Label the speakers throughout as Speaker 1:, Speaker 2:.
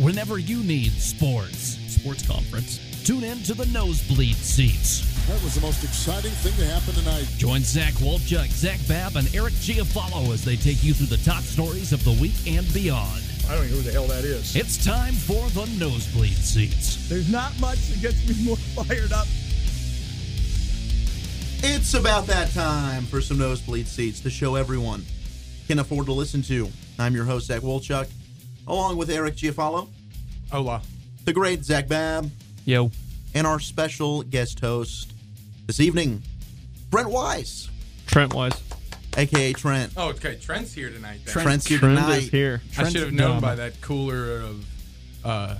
Speaker 1: whenever you need sports.
Speaker 2: Sports conference.
Speaker 1: Tune in to the nosebleed seats.
Speaker 3: That was the most exciting thing to happen tonight.
Speaker 1: Join Zach Wolchuk, Zach Babb, and Eric Giafalo as they take you through the top stories of the week and beyond.
Speaker 4: I don't know who the hell that is.
Speaker 1: It's time for the nosebleed seats.
Speaker 5: There's not much that gets me more fired up.
Speaker 6: It's about that time for some nosebleed seats, the show everyone can afford to listen to. I'm your host, Zach Wolchuk, along with Eric Giafalo,
Speaker 2: Hola.
Speaker 6: the great Zach Babb,
Speaker 2: Yo.
Speaker 6: and our special guest host this evening, Brent Weiss,
Speaker 7: Trent Wise.
Speaker 6: aka Trent.
Speaker 8: Oh, okay. Trent's here tonight. Then.
Speaker 6: Trent's here
Speaker 7: Uh, Trent
Speaker 6: tonight.
Speaker 7: is here.
Speaker 8: I should have known by that cooler of, uh,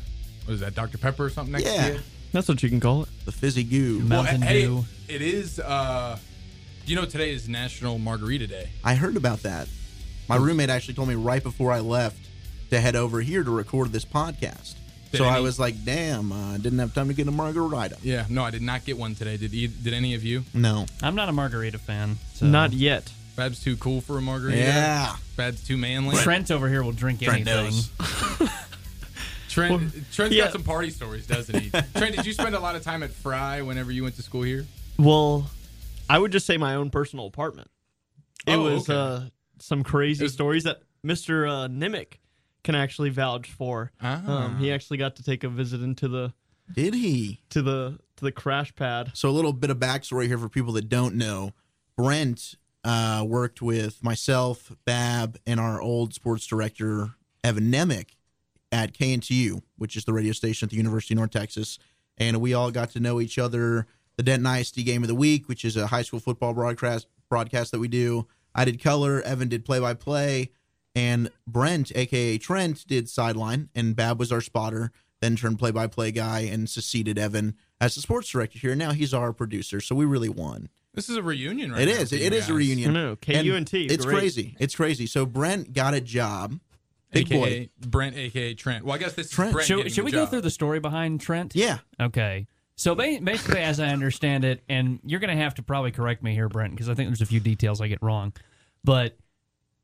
Speaker 8: what is that, Dr. Pepper or something next
Speaker 6: Yeah.
Speaker 8: to you?
Speaker 7: That's what you can call it.
Speaker 6: The fizzy goo.
Speaker 8: Well,
Speaker 1: Mountain
Speaker 8: hey,
Speaker 1: Dew.
Speaker 8: it is, uh, you know, today is National Margarita Day.
Speaker 6: I heard about that. My
Speaker 7: Mm.
Speaker 6: roommate actually told me right before I left to head over here to record this podcast.
Speaker 8: Did
Speaker 6: so I
Speaker 8: any-
Speaker 6: was like, damn, I didn't have time to get a margarita.
Speaker 8: Yeah. No, I did not get one today. Did e- did any of you?
Speaker 6: No.
Speaker 1: I'm not a margarita fan. So.
Speaker 7: Not yet.
Speaker 8: Bab's too cool for a margarita.
Speaker 6: Yeah.
Speaker 8: Bab's too manly.
Speaker 1: Trent over here will drink anything.
Speaker 8: Trent, Trent's
Speaker 7: yeah.
Speaker 8: got some party stories, doesn't he? Trent, did you spend a lot of time at Fry whenever you went to school here?
Speaker 7: Well, I would just say my own personal apartment. It
Speaker 8: Oh,
Speaker 7: was
Speaker 8: okay.
Speaker 7: uh, some crazy
Speaker 8: Is-
Speaker 7: stories that Mr. Uh, Nimick can actually vouch for. Um, he actually got to take a visit into the
Speaker 6: Did he?
Speaker 7: to the to the crash pad.
Speaker 6: So a little bit of backstory here for people that don't know. Brent uh, worked with myself, Bab, and our old sports director Evan Nemec at KNTU, which is the radio station at the University of North Texas, and we all got to know each other. The Denton ISD game of the week, which is a high school football broadcast broadcast that we do. I did color, Evan did play by play, and Brent, aka Trent, did sideline, and Bab was our spotter, then turned play by play guy, and succeeded Evan as the sports director here. Now he's our producer, so we really won.
Speaker 8: This is a reunion, right?
Speaker 6: It
Speaker 8: now
Speaker 6: is.
Speaker 8: for
Speaker 6: It,
Speaker 8: you
Speaker 6: it is a
Speaker 8: guys.
Speaker 6: reunion.
Speaker 7: I know,
Speaker 6: And
Speaker 7: KUNT,
Speaker 6: It's
Speaker 7: great.
Speaker 6: crazy. It's crazy. So Brent got a job. Big
Speaker 8: AKA
Speaker 6: boy.
Speaker 8: Brent, aka Trent. Well, I guess this
Speaker 6: Trent.
Speaker 8: is Brent.
Speaker 1: Should,
Speaker 8: getting
Speaker 1: should
Speaker 8: the
Speaker 1: we go
Speaker 8: job.
Speaker 1: through the story behind Trent?
Speaker 6: Yeah.
Speaker 1: Okay. So ba- basically, as I understand it, and you're going to have to probably correct me here, Brent, because I think there's a few details I get wrong. But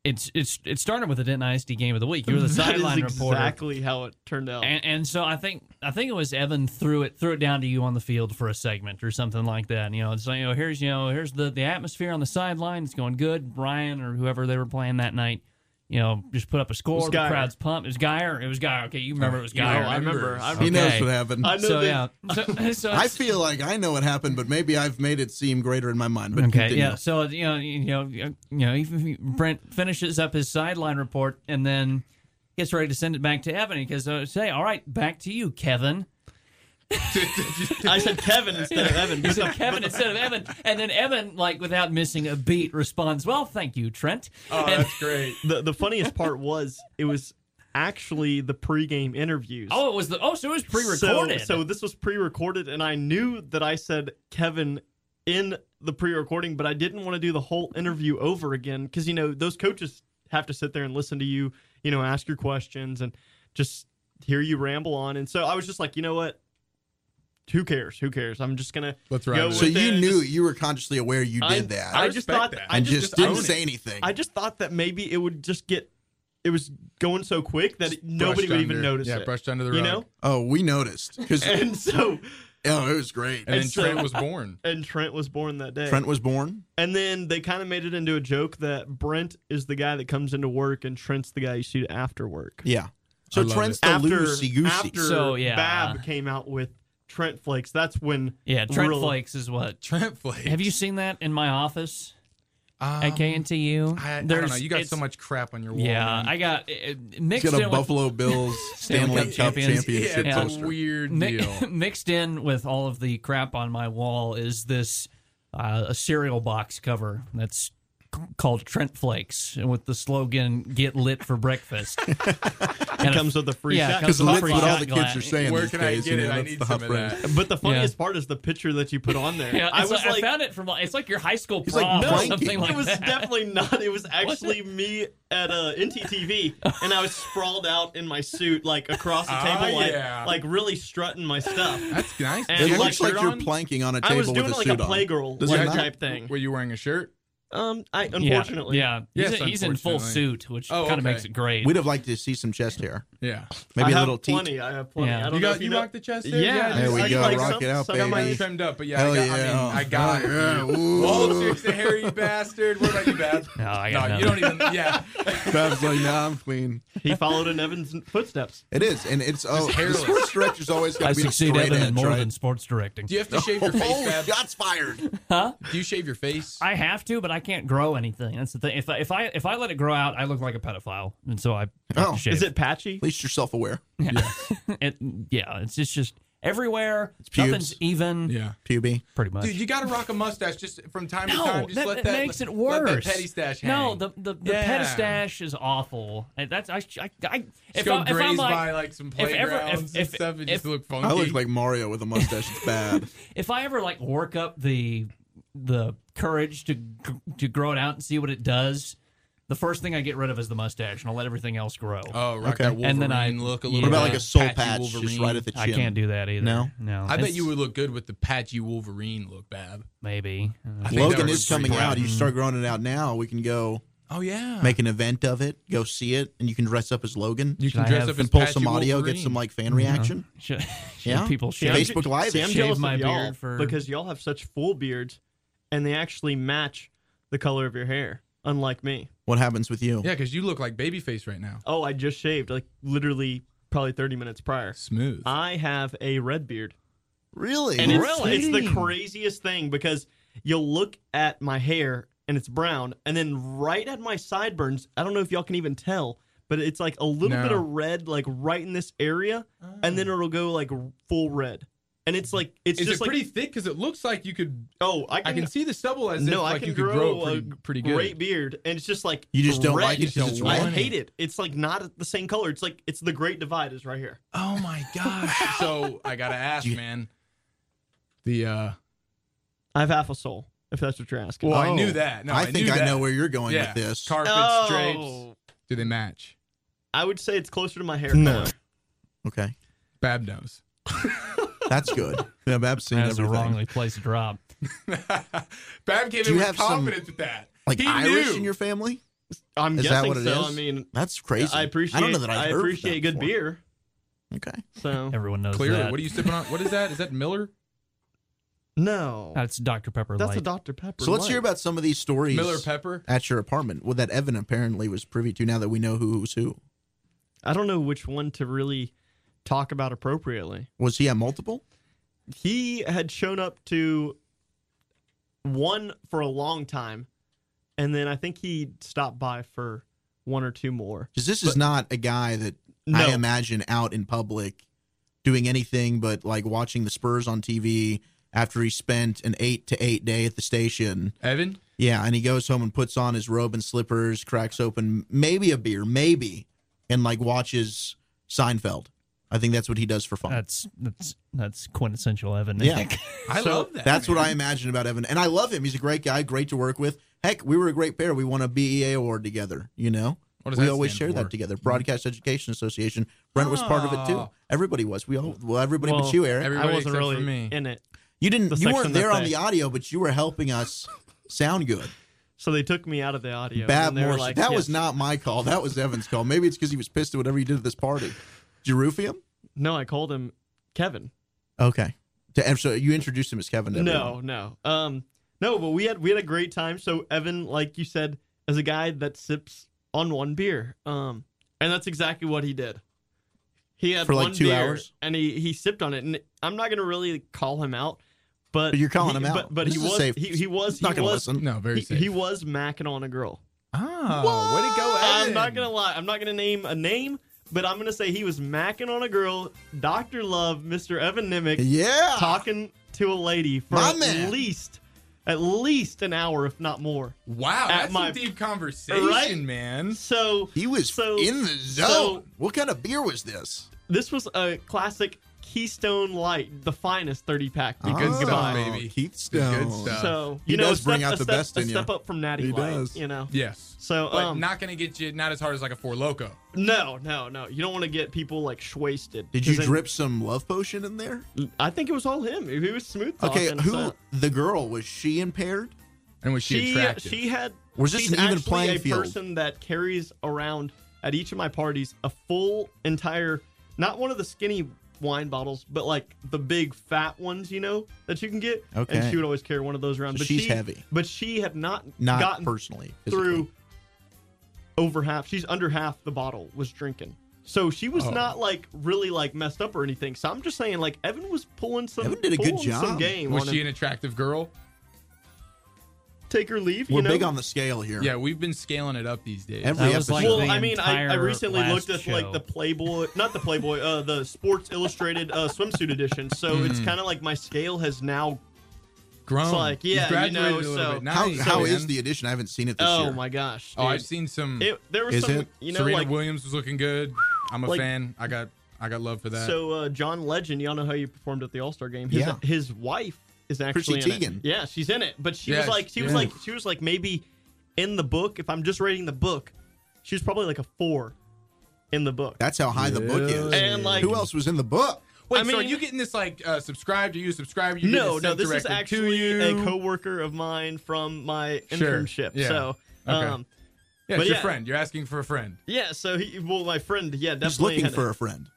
Speaker 1: it's it's it started with a Denton ISD game of the week. You were the
Speaker 7: That is
Speaker 1: sideline reporter,
Speaker 7: exactly how it turned out.
Speaker 1: and, and so I think I think it was Evan threw it threw it down to you on the field for a segment or something like that. And, you know, it's like you know here's you know here's the the atmosphere on the sideline. It's going good. Brian or whoever they were playing that night. You know, just put up a score.
Speaker 7: was
Speaker 1: The
Speaker 7: Guyer.
Speaker 1: crowd's pumped. It was Geyer. It was Geyer. Okay, you remember it was
Speaker 8: You know,
Speaker 1: Geyer.
Speaker 7: I remember. I,
Speaker 6: He
Speaker 1: Okay.
Speaker 6: knows what happened.
Speaker 7: I know
Speaker 1: so
Speaker 7: that
Speaker 1: yeah, so, so
Speaker 6: I
Speaker 1: it's-
Speaker 6: feel like I know what happened, but maybe I've made it seem greater in my mind. But
Speaker 1: okay.
Speaker 6: continue.
Speaker 1: Yeah. So you know, you know, you know, even Brent finishes up his sideline report and then gets ready to send it back to Evan because uh, say, all right, back to you, Kevin.
Speaker 7: I said Kevin instead of Evan.
Speaker 1: He said Kevin instead of Evan, and then Evan, like without missing a beat, responds, "Well, thank you, Trent."
Speaker 8: Oh, that's great.
Speaker 7: The the funniest part was it was actually the pregame interviews.
Speaker 1: Oh, it was the oh, so it was
Speaker 7: So-
Speaker 1: pre-recorded.
Speaker 7: So, this was pre-recorded, and I knew that I said Kevin in the pre-recording, but I didn't want to do the whole interview over again because you know those coaches have to sit there and listen to you, you know, ask your questions and just hear you ramble on. And so I was just like, you know what? Who cares? Who cares? I'm just gonna
Speaker 8: Let's
Speaker 7: go
Speaker 8: ride
Speaker 7: with
Speaker 8: with
Speaker 6: So you
Speaker 7: it.
Speaker 6: knew
Speaker 7: Just-
Speaker 6: you were consciously aware you
Speaker 7: I-
Speaker 6: did that,
Speaker 7: I,
Speaker 6: and
Speaker 7: just
Speaker 8: respect
Speaker 7: thought
Speaker 8: that.
Speaker 7: I just,
Speaker 6: just,
Speaker 7: own
Speaker 6: didn't
Speaker 7: it.
Speaker 6: say anything.
Speaker 7: I just thought that maybe it would just get. It was going so quick that it, nobody
Speaker 8: Brushed
Speaker 7: would even
Speaker 8: under-
Speaker 7: notice
Speaker 8: Yeah,
Speaker 7: it.
Speaker 8: brushed under the rug.
Speaker 7: you know,
Speaker 6: oh, we noticed because
Speaker 7: and so
Speaker 6: oh, it was great.
Speaker 8: And then
Speaker 7: And so-
Speaker 8: Trent was born.
Speaker 7: and Trent was born that day.
Speaker 6: Trent was born.
Speaker 7: And then they kind of made it into a joke that Brent is the guy that comes into work and Trent's the guy you shoot after work.
Speaker 6: Yeah. So
Speaker 8: love
Speaker 6: Trent's
Speaker 8: it.
Speaker 6: the
Speaker 7: after
Speaker 6: loosey goosey.
Speaker 7: after
Speaker 1: So, yeah.
Speaker 7: Bab came out with Trent Flakes, that's when
Speaker 1: yeah, Trent
Speaker 7: real-
Speaker 1: Flakes is what.
Speaker 8: Trent Flakes.
Speaker 1: Have you seen that in my office
Speaker 8: Um,
Speaker 1: at KNTU?
Speaker 8: I, I don't know. You got
Speaker 1: it's-
Speaker 8: so much crap on your wall.
Speaker 1: Yeah,
Speaker 8: man.
Speaker 1: I got it,
Speaker 6: He's
Speaker 1: mixed
Speaker 6: got a
Speaker 1: in with
Speaker 6: Buffalo Bills
Speaker 1: Stanley
Speaker 6: Stanley
Speaker 1: Cup
Speaker 6: Cup
Speaker 1: champions.
Speaker 6: championship
Speaker 8: yeah, it's a
Speaker 6: poster.
Speaker 8: weird
Speaker 1: Mi-
Speaker 8: deal.
Speaker 1: mixed in with all of the crap on my wall is this uh, a cereal box cover that's c- called Trent Flakes and with the slogan "Get lit for breakfast." and
Speaker 7: it comes with a free
Speaker 1: yeah, it
Speaker 7: shot.
Speaker 1: comes
Speaker 6: Because
Speaker 1: with a
Speaker 6: that's
Speaker 1: free
Speaker 6: what all
Speaker 1: shot
Speaker 6: the
Speaker 1: glass.
Speaker 6: kids are saying
Speaker 8: Where
Speaker 6: these
Speaker 8: can I
Speaker 6: days.
Speaker 8: get
Speaker 6: you
Speaker 8: it?
Speaker 6: know,
Speaker 8: I
Speaker 6: that's
Speaker 8: need
Speaker 6: the
Speaker 8: some
Speaker 6: hot
Speaker 8: of
Speaker 6: brand.
Speaker 8: that.
Speaker 7: But the funniest part is the picture that you put on there.
Speaker 1: Yeah,
Speaker 7: I
Speaker 1: it's
Speaker 7: was
Speaker 1: like-
Speaker 7: like,
Speaker 1: I found it from like- it's like your high school
Speaker 6: like
Speaker 1: prom or
Speaker 6: blanking.
Speaker 1: something like
Speaker 7: it was
Speaker 1: that.
Speaker 7: definitely not. It was actually me at uh, NTTV, and I was sprawled out in my suit, like across the
Speaker 8: Ah,
Speaker 7: table, like,
Speaker 8: yeah.
Speaker 7: like really strutting my stuff.
Speaker 8: That's nice.
Speaker 7: And
Speaker 8: Did
Speaker 6: It
Speaker 8: you have a
Speaker 7: like-
Speaker 6: looks like
Speaker 8: shirt
Speaker 6: you're
Speaker 8: on?
Speaker 6: planking on a
Speaker 7: I
Speaker 6: table
Speaker 7: was
Speaker 6: with
Speaker 7: doing
Speaker 6: a
Speaker 7: like
Speaker 6: suit
Speaker 7: a
Speaker 6: on.
Speaker 7: playgirl
Speaker 6: Does
Speaker 7: like
Speaker 6: it not-
Speaker 7: type thing.
Speaker 8: Were you wearing a shirt?
Speaker 7: Um, I unfortunately,
Speaker 1: yeah, yeah.
Speaker 8: Yes,
Speaker 1: he's, he's in full
Speaker 8: unfortunately.
Speaker 1: suit, which
Speaker 8: Oh,
Speaker 1: kind of
Speaker 8: okay.
Speaker 1: makes it great.
Speaker 6: We'd have liked to see some chest hair,
Speaker 8: Yeah.
Speaker 6: maybe
Speaker 7: I
Speaker 6: a
Speaker 7: have
Speaker 6: little teat.
Speaker 7: plenty. I have plenty.
Speaker 1: Yeah.
Speaker 7: I don't
Speaker 8: You
Speaker 7: know if
Speaker 8: got you
Speaker 7: know-
Speaker 8: rock the chest
Speaker 7: Yeah,
Speaker 8: there?
Speaker 7: I
Speaker 6: There
Speaker 7: just-
Speaker 6: we
Speaker 7: I
Speaker 6: go,
Speaker 7: like
Speaker 6: rock it out,
Speaker 7: some of my
Speaker 8: Mine
Speaker 6: baby.
Speaker 7: trim-
Speaker 8: trimmed up, but yeah,
Speaker 6: Hell
Speaker 8: I got,
Speaker 6: yeah.
Speaker 8: I, mean, I got
Speaker 6: Oh,
Speaker 8: it.
Speaker 6: yeah. Ooh.
Speaker 8: All chicks to hairy bastard. What about you, Bab?
Speaker 1: No, I got
Speaker 8: no you don't even. Yeah,
Speaker 6: Babs like, nah, I'm clean.
Speaker 7: He followed in Evan's footsteps.
Speaker 6: It is, and it's oh, the
Speaker 8: hairless.
Speaker 6: sports director's always got
Speaker 1: I
Speaker 6: to be the
Speaker 1: succeed
Speaker 6: straight
Speaker 1: Evan in
Speaker 6: edge,
Speaker 1: more
Speaker 6: right?
Speaker 1: than sports directing.
Speaker 8: do you have to shave your face,
Speaker 6: oh,
Speaker 8: Bab?
Speaker 6: shots fired!
Speaker 8: Do you shave your face?
Speaker 1: I have to, but I can't grow anything. That's the thing. If I, if I if I let it grow out, I look like a pedophile, and so I have to
Speaker 6: Oh.
Speaker 1: shave.
Speaker 7: Is it patchy?
Speaker 6: At least you're self-aware.
Speaker 1: It- yeah, it's just just everywhere. It's
Speaker 6: pubes.
Speaker 1: Nothing's even.
Speaker 8: yeah.
Speaker 6: Puby.
Speaker 1: pretty much.
Speaker 8: Dude, you got to rock a mustache just from time to
Speaker 1: no,
Speaker 8: time. Just
Speaker 1: that,
Speaker 8: let
Speaker 1: that
Speaker 8: that
Speaker 1: makes
Speaker 8: let-
Speaker 1: it
Speaker 8: Let
Speaker 1: worse.
Speaker 8: that petty stash hang.
Speaker 1: No, the the, the
Speaker 8: Yeah.
Speaker 1: petty stash is awful. And That's I I, I if,
Speaker 8: Just go
Speaker 1: I, if
Speaker 8: graze
Speaker 1: I'm like
Speaker 8: by like some
Speaker 1: if ever- if-
Speaker 8: playgrounds
Speaker 1: if-
Speaker 8: and stuff and
Speaker 1: if-
Speaker 8: just look funky.
Speaker 6: I look like Mario with a mustache. It's bad.
Speaker 1: if I ever like work up the the courage to to grow it out and see what it does, the first thing I get rid of is the mustache, and I'll let everything else grow.
Speaker 8: oh, rock
Speaker 6: Okay.
Speaker 8: that Wolverine
Speaker 1: And then I-
Speaker 8: look a
Speaker 1: yeah.
Speaker 8: little.
Speaker 6: What about
Speaker 8: bit,
Speaker 6: like a soul
Speaker 8: patchy
Speaker 6: patch just
Speaker 8: Wolverine?
Speaker 6: right at the chin?
Speaker 1: I can't do that either.
Speaker 6: No?
Speaker 1: no.
Speaker 8: I bet
Speaker 1: It's-
Speaker 8: you would look good with the patchy Wolverine look, Bab.
Speaker 1: maybe. Uh,
Speaker 8: I think that
Speaker 6: Logan
Speaker 8: would
Speaker 6: is
Speaker 8: look
Speaker 6: coming
Speaker 8: pretty
Speaker 6: out.
Speaker 8: bad.
Speaker 6: You start growing it out now. We can go
Speaker 8: Oh yeah.
Speaker 6: make an event of it. Go see it, and you can dress up as Logan.
Speaker 8: you
Speaker 1: Should
Speaker 8: can
Speaker 1: I
Speaker 8: dress
Speaker 1: have-
Speaker 8: up
Speaker 6: and
Speaker 8: and
Speaker 6: pull some audio, get some like fan reaction.
Speaker 1: should, should
Speaker 6: Yeah.
Speaker 1: people
Speaker 6: Yeah.
Speaker 1: shave?
Speaker 6: Facebook Live
Speaker 7: See,
Speaker 6: it.
Speaker 7: I'm
Speaker 1: Shave
Speaker 7: jealous
Speaker 1: my
Speaker 7: of y'all
Speaker 1: beard for-
Speaker 7: because y'all have such full beards, and they actually match the color of your hair. Unlike me.
Speaker 6: What happens with you?
Speaker 8: Yeah, because you look like babyface right now.
Speaker 7: Oh, I just shaved like literally probably 30 minutes prior.
Speaker 8: Smooth.
Speaker 1: Uh,
Speaker 7: I have a red beard.
Speaker 6: Really?
Speaker 7: And it's, it's the craziest thing because you'll look at my hair and it's brown, and then right at my sideburns, I don't know if y'all can even tell, but it's like a little
Speaker 8: No.
Speaker 7: bit of red, like right in this area, and then it'll go like full red. And it's like it's
Speaker 8: Uh, is it
Speaker 7: just like
Speaker 8: pretty thick? Because it looks like you could.
Speaker 7: oh, I
Speaker 8: I
Speaker 7: can,
Speaker 8: can see the stubble as if
Speaker 7: no, I
Speaker 8: like
Speaker 7: can
Speaker 8: you could
Speaker 7: grow,
Speaker 8: grow
Speaker 7: a
Speaker 8: it pretty, pretty good.
Speaker 7: great beard, and it's just like
Speaker 6: You just don't
Speaker 7: red.
Speaker 6: like it 'cause it's
Speaker 8: You don't
Speaker 7: I
Speaker 8: want
Speaker 6: red.
Speaker 7: hate it. It's like not the same color. It's like it's the great divide is right here.
Speaker 8: Oh my gosh! so I gotta ask,
Speaker 6: You-
Speaker 8: man. The uh,
Speaker 7: I have half a soul, if that's what you're asking.
Speaker 8: well, I
Speaker 6: Oh.
Speaker 8: knew that. No, I,
Speaker 6: I think
Speaker 8: knew
Speaker 6: I
Speaker 8: that.
Speaker 6: know where you're going
Speaker 8: yeah.
Speaker 6: with this.
Speaker 8: Carpets,
Speaker 7: Oh.
Speaker 8: drapes. Do they match?
Speaker 7: I would say it's closer to my hair.
Speaker 8: No.
Speaker 7: color.
Speaker 6: okay,
Speaker 8: Bab knows.
Speaker 6: that's good. Yeah, Bab's seen
Speaker 1: That's a
Speaker 6: everything.
Speaker 1: wrongly placed drop.
Speaker 8: Bab came
Speaker 6: Do
Speaker 8: in
Speaker 6: you
Speaker 8: with
Speaker 6: have some,
Speaker 8: confidence with that.
Speaker 6: Like
Speaker 8: he
Speaker 6: Irish
Speaker 8: knew.
Speaker 6: in your family?
Speaker 7: I'm
Speaker 6: Is
Speaker 7: guessing
Speaker 6: that what it is?
Speaker 7: so. I mean,
Speaker 6: That's crazy.
Speaker 7: I appreciate.
Speaker 6: I don't know that I've
Speaker 7: I
Speaker 6: heard of
Speaker 7: appreciate
Speaker 6: that
Speaker 7: good
Speaker 6: before.
Speaker 7: beer.
Speaker 6: Okay.
Speaker 7: So
Speaker 1: Everyone knows
Speaker 8: Clearly,
Speaker 1: that.
Speaker 8: what are you sipping on? What is that? Is that Miller?
Speaker 7: no,
Speaker 1: That's Dr Pepper
Speaker 7: that's a
Speaker 1: Light.
Speaker 7: Dr Pepper.
Speaker 6: So let's hear
Speaker 7: Light.
Speaker 6: about some of these stories
Speaker 8: Miller Pepper?
Speaker 6: at your apartment. Well, that Evan apparently was privy to. Now that we know who was who,
Speaker 7: I don't know which one to really talk about appropriately.
Speaker 6: was he at multiple?
Speaker 7: He had shown up to one for a long time, and then I think he stopped by for one or two more.
Speaker 6: Because this is not a guy that I
Speaker 7: No.
Speaker 6: imagine out in public doing anything but like watching the Spurs on TV after he spent an eight to eight day at the station.
Speaker 8: Evan?
Speaker 6: Yeah, and he goes home and puts on his robe and slippers, cracks open maybe a beer, maybe, and like watches Seinfeld. I think that's what he does for fun.
Speaker 1: That's that's that's quintessential Evan. I
Speaker 6: Yeah.
Speaker 1: think.
Speaker 8: I love that.
Speaker 6: That's
Speaker 8: man.
Speaker 6: what I imagine about Evan. And I love him. He's a great guy, great to work with. Heck, we were a great pair. We won a BEA award together, you know?
Speaker 8: What does
Speaker 6: we
Speaker 8: that
Speaker 6: always share
Speaker 8: stand
Speaker 6: that
Speaker 8: for?
Speaker 6: together. Broadcast Education Association. Brent was part of it too.
Speaker 8: Oh.
Speaker 6: Everybody was. We all well, everybody but
Speaker 7: Well,
Speaker 6: you, Eric.
Speaker 8: every-
Speaker 7: I
Speaker 8: Everybody
Speaker 7: wasn't
Speaker 8: except
Speaker 7: really
Speaker 8: for me.
Speaker 7: in it.
Speaker 6: you didn't
Speaker 7: the
Speaker 6: you
Speaker 7: section
Speaker 6: weren't there
Speaker 7: that
Speaker 6: on
Speaker 7: they-
Speaker 6: the audio, but you were helping us sound good.
Speaker 7: So they took me out of the audio.
Speaker 6: Bab
Speaker 7: and they were
Speaker 6: Morrison.
Speaker 7: like,
Speaker 6: that was
Speaker 7: "Yes."
Speaker 6: not my call. That was Evan's call. Maybe it's because he was pissed at whatever you did at this party. Did you roof him?
Speaker 7: No, I called him Kevin.
Speaker 6: Okay. To- and so you introduced him as Kevin. to
Speaker 7: No,
Speaker 6: everyone.
Speaker 7: no. Um no, but we had we had a great time. So Evan, like you said, is a guy that sips on one beer. Um and that's exactly what he did. He had
Speaker 6: For, like,
Speaker 7: one
Speaker 6: two
Speaker 7: beer
Speaker 6: hours?
Speaker 7: and he he sipped on it. And I'm not gonna really call him out, but,
Speaker 6: But you're calling
Speaker 7: he-
Speaker 6: him out.
Speaker 7: But, but
Speaker 6: This
Speaker 7: he
Speaker 6: is
Speaker 7: was
Speaker 6: safe.
Speaker 7: he he was
Speaker 6: He's not
Speaker 7: he
Speaker 6: going to
Speaker 7: was
Speaker 6: listen.
Speaker 8: No, very
Speaker 7: he,
Speaker 8: safe.
Speaker 7: he was macking on a girl.
Speaker 8: Ah, way to go, Evan.
Speaker 7: I'm not gonna lie, I'm not gonna name a name, but I'm gonna say he was macking on a girl, Dr. Love, Mr. Evan Nimick
Speaker 6: Yeah.
Speaker 7: talking to a lady for
Speaker 6: My
Speaker 7: at
Speaker 6: man.
Speaker 7: least at least an hour, if not more.
Speaker 8: Wow, that's
Speaker 7: my-
Speaker 8: some deep conversation,
Speaker 7: Right?
Speaker 8: man.
Speaker 7: So
Speaker 6: He was
Speaker 7: so
Speaker 6: in the zone.
Speaker 7: so-
Speaker 6: what kind of beer was this?
Speaker 7: this was a classic Keystone Light, the finest thirty pack. We
Speaker 8: The
Speaker 7: could
Speaker 8: good stuff,
Speaker 7: buy.
Speaker 8: baby.
Speaker 6: Ah, Keith
Speaker 8: The
Speaker 6: Stone.
Speaker 8: good stuff.
Speaker 7: So
Speaker 6: He
Speaker 7: you know,
Speaker 6: does
Speaker 7: a
Speaker 6: bring
Speaker 7: step,
Speaker 6: out
Speaker 7: a
Speaker 6: the
Speaker 7: step-
Speaker 6: best in
Speaker 7: a
Speaker 6: you.
Speaker 7: step up from Natty
Speaker 6: He
Speaker 7: Light.
Speaker 6: does.
Speaker 7: You know.
Speaker 8: Yes.
Speaker 7: So
Speaker 8: But
Speaker 7: um,
Speaker 8: not gonna get you not as hard as like a four loco.
Speaker 7: no, no, no. You don't want to get people like shwasted.
Speaker 6: Did you
Speaker 7: 'Cause
Speaker 6: drip some love potion in there?
Speaker 7: then- I think it was all him. He was smooth.
Speaker 6: Okay,
Speaker 7: talking,
Speaker 6: who
Speaker 7: so-
Speaker 6: the girl was she impaired?
Speaker 8: And was she, attractive?
Speaker 7: she had
Speaker 6: Was this
Speaker 7: she's
Speaker 6: an even
Speaker 7: actually
Speaker 6: playing
Speaker 7: a
Speaker 6: field?
Speaker 7: person that carries around at each of my parties a full entire not one of the skinny wine bottles but like the big fat ones you know that you can get and
Speaker 6: Okay.
Speaker 7: she would always carry one of those around
Speaker 6: So
Speaker 7: but
Speaker 6: she's
Speaker 7: she,
Speaker 6: heavy.
Speaker 7: but she had not,
Speaker 6: Not
Speaker 7: gotten
Speaker 6: personally.
Speaker 7: through
Speaker 6: physically.
Speaker 7: over half she's under half the bottle was drinking so she was
Speaker 8: Oh.
Speaker 7: not like really like messed up or anything so i'm just saying like evan was pulling some
Speaker 6: Evan did a good
Speaker 7: pulling some
Speaker 6: job.
Speaker 7: game
Speaker 8: was
Speaker 7: on
Speaker 8: she
Speaker 7: him.
Speaker 8: an attractive girl?
Speaker 7: take her leave
Speaker 6: We're
Speaker 7: you know?
Speaker 6: big on the scale here.
Speaker 8: Yeah, we've been scaling it up these days.
Speaker 6: Every-
Speaker 1: That was like
Speaker 6: Well,
Speaker 1: the
Speaker 7: I mean, I, I
Speaker 1: entire
Speaker 7: recently
Speaker 1: last
Speaker 7: looked at like
Speaker 1: show.
Speaker 7: the Playboy, not the Playboy, uh, the Sports Illustrated uh, swimsuit edition. So it's kind of like my scale has now.
Speaker 8: Grown.
Speaker 7: It's like,
Speaker 8: You've
Speaker 7: yeah, you
Speaker 8: graduated
Speaker 7: know,
Speaker 8: a little
Speaker 7: so-
Speaker 8: bit.
Speaker 6: How,
Speaker 8: Nice,
Speaker 6: how is
Speaker 8: man.
Speaker 6: the edition? I haven't seen it this
Speaker 7: Oh
Speaker 6: year.
Speaker 7: my gosh!
Speaker 8: Oh,
Speaker 7: dude.
Speaker 8: I've seen some.
Speaker 7: It, there was
Speaker 6: Is
Speaker 7: some,
Speaker 6: it?
Speaker 7: you know,
Speaker 8: Serena
Speaker 7: like
Speaker 8: Williams was looking good. I'm a
Speaker 7: Like-
Speaker 8: fan. I got I got love for that.
Speaker 7: so uh, John Legend. Y'all know how you performed at the All Star game. His,
Speaker 6: Yeah.
Speaker 7: his wife is actually in
Speaker 6: Teagan.
Speaker 7: it. Yeah, she's in it, but she
Speaker 8: Yeah,
Speaker 7: was like, she was
Speaker 8: yeah.
Speaker 7: like, she was like maybe in the book. If I'm just rating the book, she was probably like a four in the book.
Speaker 6: That's how high the book is.
Speaker 8: Really?
Speaker 7: And, like-
Speaker 6: who else was in the book?
Speaker 8: Wait,
Speaker 7: I
Speaker 8: so are
Speaker 7: mean-
Speaker 8: you getting this like uh, subscribe to you, subscribe to you?
Speaker 7: No,
Speaker 8: getting this sent
Speaker 7: no, this is
Speaker 8: directly to
Speaker 7: actually
Speaker 8: you?
Speaker 7: a coworker of mine from my
Speaker 8: Sure,
Speaker 7: internship.
Speaker 8: yeah.
Speaker 7: So,
Speaker 8: Okay.
Speaker 7: um,
Speaker 8: Yeah,
Speaker 7: but
Speaker 8: it's your
Speaker 7: yeah.
Speaker 8: friend. You're asking for a friend.
Speaker 7: yeah, so he, well, my friend, yeah,
Speaker 6: He's
Speaker 7: definitely
Speaker 6: looking
Speaker 7: had
Speaker 6: for a friend.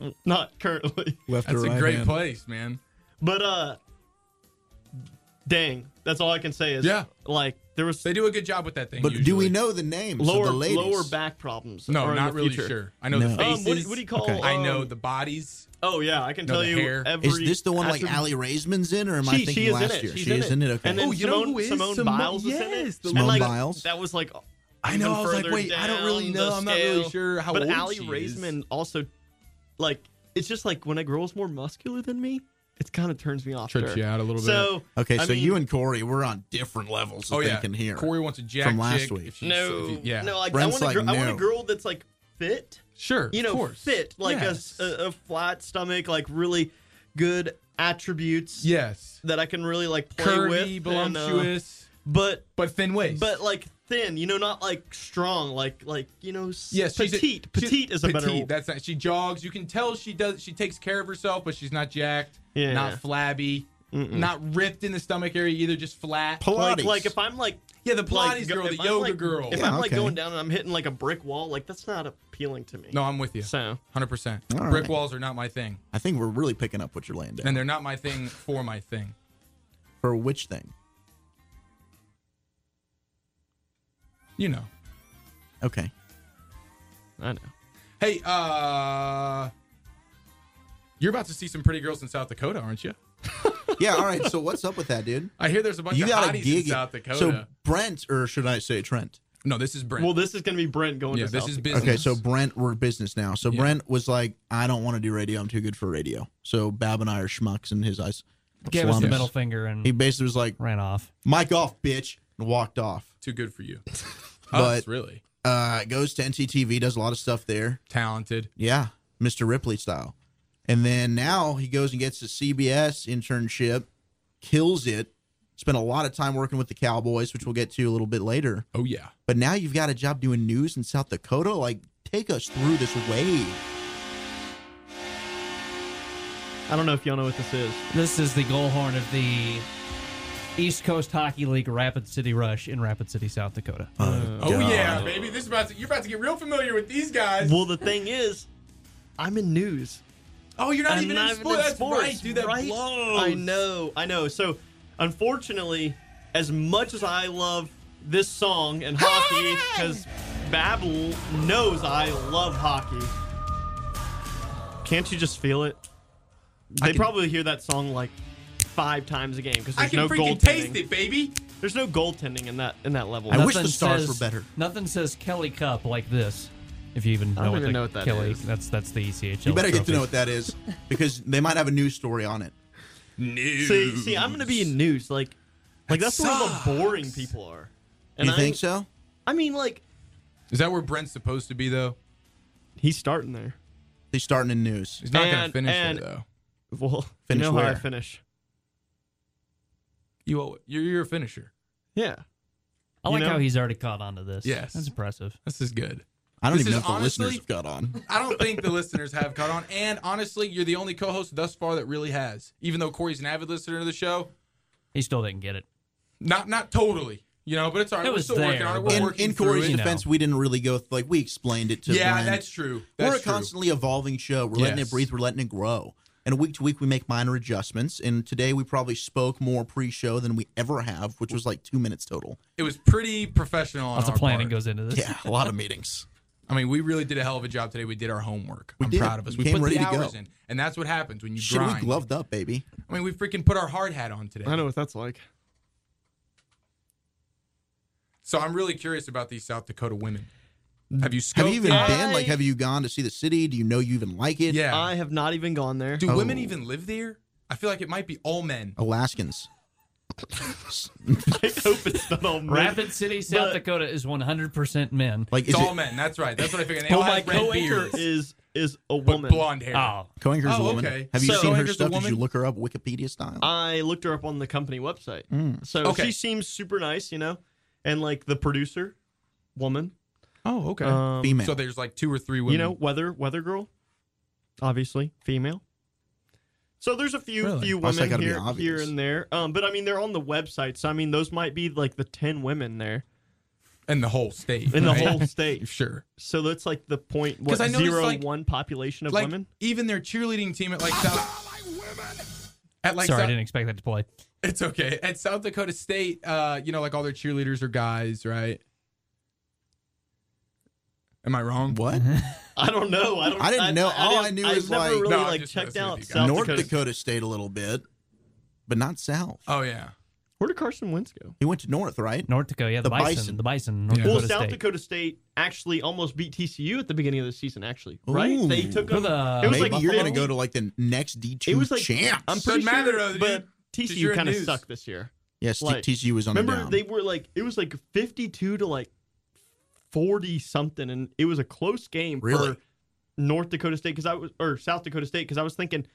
Speaker 7: it. not currently,
Speaker 6: Left
Speaker 8: That's
Speaker 6: or
Speaker 8: a
Speaker 6: right
Speaker 8: great
Speaker 6: hand.
Speaker 8: place, man.
Speaker 7: but uh, dang, that's all I can say is
Speaker 8: Yeah.
Speaker 7: like there was
Speaker 8: They do a good job with that thing.
Speaker 6: But do
Speaker 8: usually.
Speaker 6: we know the names
Speaker 7: lower
Speaker 6: of the ladies?
Speaker 7: lower back problems. are
Speaker 8: No,
Speaker 7: in
Speaker 8: not
Speaker 7: the
Speaker 8: really
Speaker 7: future.
Speaker 8: sure. I know
Speaker 6: No.
Speaker 8: the
Speaker 7: Um,
Speaker 8: faces.
Speaker 7: what, what do you call?
Speaker 6: Okay.
Speaker 8: I know
Speaker 7: um,
Speaker 8: the bodies.
Speaker 7: oh yeah, I can
Speaker 8: No,
Speaker 7: tell
Speaker 8: the
Speaker 7: you.
Speaker 8: hair.
Speaker 7: Every,
Speaker 6: Is this the one like
Speaker 7: after-
Speaker 6: Ali Raisman's in, or am I
Speaker 7: She-
Speaker 6: thinking
Speaker 7: she is in
Speaker 6: last
Speaker 7: it.
Speaker 6: year?
Speaker 7: She's
Speaker 6: she
Speaker 7: in
Speaker 6: is
Speaker 7: it.
Speaker 6: in it. Okay.
Speaker 7: And then
Speaker 8: Oh, you know
Speaker 7: Simone,
Speaker 8: who is?
Speaker 7: Simone,
Speaker 8: Simone-
Speaker 7: Biles is in
Speaker 8: yes,
Speaker 7: it.
Speaker 8: the
Speaker 7: And,
Speaker 6: Simone
Speaker 7: like,
Speaker 6: Biles.
Speaker 7: That was like.
Speaker 8: I know.
Speaker 7: even
Speaker 8: I was like,
Speaker 7: further
Speaker 8: wait, I don't
Speaker 7: down
Speaker 8: really
Speaker 7: the
Speaker 8: know. I'm not really
Speaker 7: scale.
Speaker 8: sure how
Speaker 7: but
Speaker 8: old
Speaker 7: Ali
Speaker 8: she
Speaker 7: Raisman
Speaker 8: is.
Speaker 7: also, like, it's just like when a girl's more muscular than me, it kind of turns me off. to
Speaker 8: Trips
Speaker 7: her.
Speaker 8: you out a little
Speaker 7: So
Speaker 6: Okay,
Speaker 7: I
Speaker 6: so
Speaker 7: mean,
Speaker 6: you and Corey, we're on different levels of
Speaker 8: Oh yeah,
Speaker 6: thinking here.
Speaker 8: Corey wants a jack
Speaker 6: From last
Speaker 8: chick.
Speaker 6: week.
Speaker 8: If she's-
Speaker 7: no,
Speaker 8: if you- yeah,
Speaker 7: no, like I
Speaker 6: Brent's
Speaker 7: want a girl,
Speaker 6: like,
Speaker 7: I want a
Speaker 6: no.
Speaker 7: girl that's like fit,
Speaker 8: sure,
Speaker 7: you
Speaker 8: of
Speaker 7: know,
Speaker 8: course.
Speaker 7: fit, like a
Speaker 8: yes.
Speaker 7: s- a, a flat stomach, like really good attributes
Speaker 8: yes,
Speaker 7: that I can really like play
Speaker 8: curvy,
Speaker 7: with, and, uh,
Speaker 8: voluptuous,
Speaker 7: but
Speaker 8: but thin waist.
Speaker 7: but like thin, you know, not like strong, like like you know, s-
Speaker 8: Yes, she's a-
Speaker 7: petite,
Speaker 8: she's-
Speaker 7: petite is a better
Speaker 8: petite,
Speaker 7: word.
Speaker 8: That's not, she jogs. You can tell she does. She takes care of herself, but she's not jacked.
Speaker 7: Yeah.
Speaker 8: Not flabby. Not ripped in the stomach area either. Just flat.
Speaker 6: Pilates.
Speaker 7: like like if I'm like
Speaker 8: yeah, the
Speaker 7: like,
Speaker 8: Pilates
Speaker 7: go-
Speaker 8: girl, the
Speaker 7: if I'm,
Speaker 8: yoga
Speaker 7: like-
Speaker 8: girl.
Speaker 7: If
Speaker 6: Yeah,
Speaker 7: I'm like
Speaker 6: okay.
Speaker 7: going down and I'm hitting like a brick wall, like that's not appealing to me.
Speaker 8: no, I'm with you.
Speaker 7: So
Speaker 8: Hundred percent.
Speaker 6: All right.
Speaker 8: Brick walls are not my thing,
Speaker 6: I think we're really picking up what you're laying down.
Speaker 8: and they're not my thing for my thing.
Speaker 6: For which thing?
Speaker 8: You know.
Speaker 6: Okay.
Speaker 7: I know.
Speaker 8: Hey, uh, you're about to see some pretty girls in South Dakota, aren't you?
Speaker 6: Yeah. All right. So what's up with that, dude?
Speaker 8: I hear there's a bunch
Speaker 6: You
Speaker 8: of
Speaker 6: got a
Speaker 8: hotties
Speaker 6: gig
Speaker 8: in South
Speaker 6: it.
Speaker 8: Dakota.
Speaker 6: So Brent, or should I say Trent?
Speaker 8: no, this is Brent.
Speaker 7: Well, this is gonna be Brent going
Speaker 8: yeah,
Speaker 7: to
Speaker 8: this
Speaker 7: South
Speaker 8: is
Speaker 7: Dakota.
Speaker 8: business.
Speaker 6: Okay, so Brent, we're business now. So
Speaker 8: Yeah.
Speaker 6: Brent was like, "I don't want to do radio. I'm too good for radio." So Bab and I are schmucks in his eyes.
Speaker 1: Gave us the
Speaker 6: Slums.
Speaker 1: middle finger and
Speaker 6: He basically was like,
Speaker 1: ran off.
Speaker 6: "Mic off, bitch," and walked off.
Speaker 8: too good for you.
Speaker 6: But-
Speaker 8: Us, really
Speaker 6: Uh, goes to NCTV, does a lot of stuff there.
Speaker 8: talented.
Speaker 6: Yeah, Mr. Ripley style. And then now he goes and gets a CBS internship, kills it. Spent a lot of time working with the Cowboys, which we'll get to a little bit later.
Speaker 8: Oh yeah.
Speaker 6: But now you've got a job doing news in South Dakota. Like, take us through this wave.
Speaker 7: I don't know if y'all know what this is.
Speaker 1: This is the goal horn of the East Coast Hockey League Rapid City Rush in Rapid City, South Dakota.
Speaker 8: Oh yeah, baby. This is about to, you're about to get real familiar with these guys.
Speaker 7: Well, the thing is, I'm in news.
Speaker 8: oh, you're not
Speaker 7: I'm
Speaker 8: even
Speaker 7: not
Speaker 8: in sports. That's
Speaker 7: sports,
Speaker 8: right, dude. That
Speaker 7: right?
Speaker 8: blows.
Speaker 7: I know, I know. So, unfortunately, as much as I love this song and hockey, because Babel knows I love hockey. Can't you just feel it? They
Speaker 6: can-
Speaker 7: probably hear that song like five times a game because
Speaker 8: I
Speaker 7: there's
Speaker 8: can
Speaker 7: no
Speaker 8: freaking
Speaker 7: goaltending.
Speaker 8: taste it, baby.
Speaker 7: There's no goaltending in that in that level.
Speaker 6: I
Speaker 7: That's-
Speaker 6: wish the stars
Speaker 1: says-
Speaker 6: were better.
Speaker 1: Nothing says Kelly Cup like this. If you even know,
Speaker 7: don't
Speaker 1: what,
Speaker 7: even
Speaker 1: the
Speaker 7: know what that
Speaker 1: Kelly,
Speaker 7: is.
Speaker 1: That's that's the E ECHL.
Speaker 6: You better get to
Speaker 1: trophy.
Speaker 6: know what that is because they might have a news story on it.
Speaker 8: News.
Speaker 7: see, see, I'm gonna be in news. Like, like that's where all the
Speaker 8: sucks.
Speaker 7: boring people are. And
Speaker 6: You
Speaker 7: I,
Speaker 6: think so?
Speaker 7: I mean, like
Speaker 8: Is that where Brent's supposed to be though?
Speaker 7: he's starting there.
Speaker 6: They starting in news.
Speaker 8: He's not gonna
Speaker 7: And-
Speaker 8: finish
Speaker 7: and-
Speaker 8: there though.
Speaker 7: Well,
Speaker 6: Finish
Speaker 7: you know how I
Speaker 6: where?
Speaker 7: finish.
Speaker 8: You owe it. You're, you're a finisher.
Speaker 7: Yeah.
Speaker 1: I like
Speaker 7: you know?
Speaker 1: how he's already caught on to this.
Speaker 8: Yes.
Speaker 1: that's impressive.
Speaker 8: This is good.
Speaker 6: I don't
Speaker 8: This
Speaker 6: even know
Speaker 8: is
Speaker 6: if the
Speaker 8: honestly-
Speaker 6: listeners have got on.
Speaker 8: I don't think the listeners have caught on. And honestly, you're the only co-host thus far that really has. Even though Corey's an avid listener to the show,
Speaker 1: He still didn't get it.
Speaker 8: Not not totally, you know, but it's all right.
Speaker 1: It
Speaker 8: We're
Speaker 1: was
Speaker 8: still working
Speaker 1: there,
Speaker 8: on it.
Speaker 1: but-
Speaker 8: We're
Speaker 6: In,
Speaker 8: working
Speaker 6: in
Speaker 8: through
Speaker 6: Corey's
Speaker 8: it.
Speaker 1: you know.
Speaker 6: defense, we didn't really go th- like we explained it to.
Speaker 8: Yeah,
Speaker 6: Blend.
Speaker 8: that's true. That's
Speaker 6: we're a
Speaker 8: true.
Speaker 6: constantly evolving show. We're letting
Speaker 8: Yes.
Speaker 6: it breathe. We're letting it grow. And week to week, we make minor adjustments. And today, we probably spoke more pre-show than we ever have, which was like two minutes total.
Speaker 8: It was pretty professional. on
Speaker 1: Lots of
Speaker 8: our
Speaker 1: planning
Speaker 8: part.
Speaker 1: goes into this.
Speaker 6: Yeah, a lot of meetings.
Speaker 8: I mean, we really did a hell of a job today. We did our homework.
Speaker 6: We
Speaker 8: I'm
Speaker 6: did.
Speaker 8: proud of us.
Speaker 6: We
Speaker 8: We,
Speaker 6: came
Speaker 8: put
Speaker 6: ready
Speaker 8: the
Speaker 6: to go.
Speaker 8: hours in, and that's what happens when you
Speaker 6: Should we
Speaker 8: grind.
Speaker 6: gloved up, baby?
Speaker 8: I mean, we freaking put our hard hat on today.
Speaker 7: I know what that's like.
Speaker 8: So I'm really curious about these South Dakota women. Have you scoped
Speaker 6: Have you even
Speaker 8: them?
Speaker 6: been? Like,
Speaker 7: I-
Speaker 6: have you gone to see the city? Do you know you even like it?
Speaker 8: Yeah.
Speaker 7: I have not even gone there.
Speaker 8: Do women
Speaker 6: Oh.
Speaker 8: even live there? I feel like it might be all men.
Speaker 6: Alaskans.
Speaker 7: I hope it's not all men.
Speaker 1: Rapid City, South
Speaker 7: But-
Speaker 1: Dakota is 100% men.
Speaker 6: Like, is
Speaker 8: It's all
Speaker 6: it
Speaker 8: men. That's right. That's what I figured. They
Speaker 7: Oh,
Speaker 8: all
Speaker 7: my
Speaker 8: have red
Speaker 7: coworker
Speaker 8: beards,
Speaker 7: is is a
Speaker 8: but
Speaker 7: woman.
Speaker 8: blonde hair.
Speaker 1: Oh,
Speaker 6: Coinker's
Speaker 8: Oh,
Speaker 6: a woman?
Speaker 8: okay.
Speaker 6: Have you
Speaker 7: So-
Speaker 6: seen her
Speaker 8: Coinker's a
Speaker 6: stuff? Did you
Speaker 8: woman? Um,
Speaker 6: look her up Wikipedia style?
Speaker 7: I looked her up on the company website. So
Speaker 8: Okay.
Speaker 7: she seems super nice, you know, and like the producer, woman.
Speaker 8: Oh, okay.
Speaker 7: Um,
Speaker 6: Female.
Speaker 8: so there's like two or three women.
Speaker 7: you know, weather weather girl, obviously female. So there's a few
Speaker 8: Really?
Speaker 7: few
Speaker 6: Oh, so that
Speaker 7: women
Speaker 6: gotta be
Speaker 7: here here
Speaker 6: obvious.
Speaker 7: and there. Um, but I mean they're on the website, so I mean those might be like the ten women there
Speaker 8: in the whole state.
Speaker 7: in the
Speaker 8: right?
Speaker 7: whole state.
Speaker 8: Sure.
Speaker 7: So that's like the point what
Speaker 8: 'Cause I noticed,
Speaker 7: zero
Speaker 8: like-
Speaker 7: one population of
Speaker 8: Like
Speaker 7: women. Ah,
Speaker 8: even their cheerleading team at like South. At like
Speaker 1: sorry, I
Speaker 8: South,
Speaker 1: didn't expect that to play.
Speaker 8: it's okay. At South Dakota State, uh, you know, like all their cheerleaders are guys, right? Am I wrong?
Speaker 6: what?
Speaker 7: I don't know. I don't.
Speaker 6: I didn't know. All I
Speaker 7: didn't-
Speaker 6: knew
Speaker 7: I've
Speaker 6: is,
Speaker 7: never
Speaker 6: like-
Speaker 7: really
Speaker 8: No, I'm
Speaker 7: like
Speaker 8: just
Speaker 7: checked
Speaker 8: messing with
Speaker 7: out
Speaker 8: you guys.
Speaker 7: South
Speaker 6: North
Speaker 7: Dakota.
Speaker 6: Dakota. State a little bit, but not South.
Speaker 8: Oh yeah.
Speaker 7: Where did Carson Wentz go?
Speaker 6: he went to North, right?
Speaker 1: North Dakota, yeah, the,
Speaker 6: The
Speaker 1: bison,
Speaker 6: Bison.
Speaker 1: the bison, North
Speaker 8: Yeah.
Speaker 7: Well,
Speaker 1: Dakota
Speaker 7: South
Speaker 1: State.
Speaker 7: Dakota State actually almost beat TCU at the beginning of the season. Actually, right?
Speaker 6: Ooh.
Speaker 7: They took
Speaker 1: For
Speaker 7: them.
Speaker 1: the-
Speaker 7: it was
Speaker 6: Maybe
Speaker 7: like
Speaker 6: you're going to
Speaker 7: 50
Speaker 6: go to like the next D2
Speaker 7: It was like
Speaker 6: champs.
Speaker 7: I'm
Speaker 8: Doesn't
Speaker 7: pretty sure,
Speaker 8: matter, though, dude.
Speaker 7: but
Speaker 8: Just you're
Speaker 7: TCU
Speaker 8: in
Speaker 7: kind of
Speaker 8: news.
Speaker 7: sucked this year.
Speaker 6: yes, T-
Speaker 7: like-
Speaker 6: TCU was on the
Speaker 7: Remember,
Speaker 6: down.
Speaker 7: they were like it was like 52 to like 40 something, and it was a close game
Speaker 6: Really?
Speaker 7: for North Dakota State because I was or South Dakota State because I was thinking,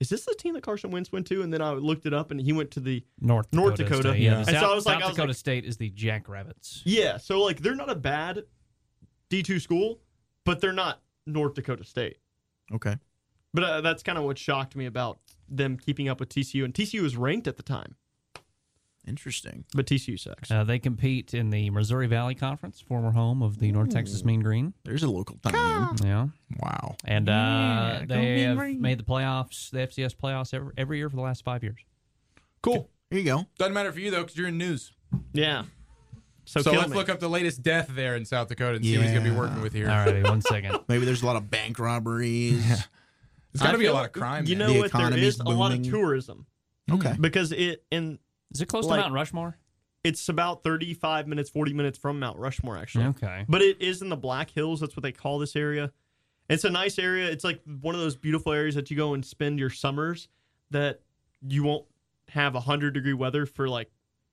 Speaker 7: is this the team that Carson Wentz went to? And then I looked it up, and he went to the
Speaker 1: North Dakota.
Speaker 7: North Dakota.
Speaker 1: State, yeah.
Speaker 7: And
Speaker 1: The
Speaker 7: so
Speaker 1: South,
Speaker 7: I was like-
Speaker 1: South
Speaker 7: I was
Speaker 1: Dakota
Speaker 7: like-
Speaker 1: State is the Jackrabbits.
Speaker 7: yeah. So like they're not a bad D2 school, but they're not North Dakota State.
Speaker 6: okay.
Speaker 7: But uh, that's kind of what shocked me about them keeping up with TCU, and TCU was ranked at the time,
Speaker 6: Interesting.
Speaker 7: but TCU sucks.
Speaker 1: Uh, they compete in the Missouri Valley Conference, former home of the North Texas Mean Green.
Speaker 6: There's a local time.
Speaker 1: Yeah,
Speaker 8: Wow.
Speaker 1: and uh, they have made the playoffs, the FCS playoffs every, every year for the last five years.
Speaker 8: Cool.
Speaker 6: Here you go.
Speaker 8: Doesn't matter for you though, because you're in news.
Speaker 7: Yeah. So,
Speaker 8: So
Speaker 7: kill
Speaker 8: let's
Speaker 7: me.
Speaker 8: look up the latest death there in South Dakota and see who he's gonna be
Speaker 6: Yeah.
Speaker 8: working with here.
Speaker 1: All righty, one second.
Speaker 6: Maybe there's a lot of bank robberies.
Speaker 8: It's gotta
Speaker 7: I
Speaker 8: be a
Speaker 7: feel-
Speaker 8: lot of crime.
Speaker 7: You
Speaker 8: man.
Speaker 7: know
Speaker 6: The
Speaker 7: what? There
Speaker 6: economy's
Speaker 7: is a lot of
Speaker 6: booming.
Speaker 7: tourism
Speaker 6: okay.
Speaker 7: because it and
Speaker 1: Is it close
Speaker 7: Like-
Speaker 1: to Mount Rushmore?
Speaker 7: it's about thirty-five minutes, forty minutes from Mount Rushmore, actually.
Speaker 1: Okay.
Speaker 7: But it is in the Black Hills. That's what they call this area. It's a nice area. It's like one of those beautiful areas that you go and spend your summers that you won't have hundred degree weather for like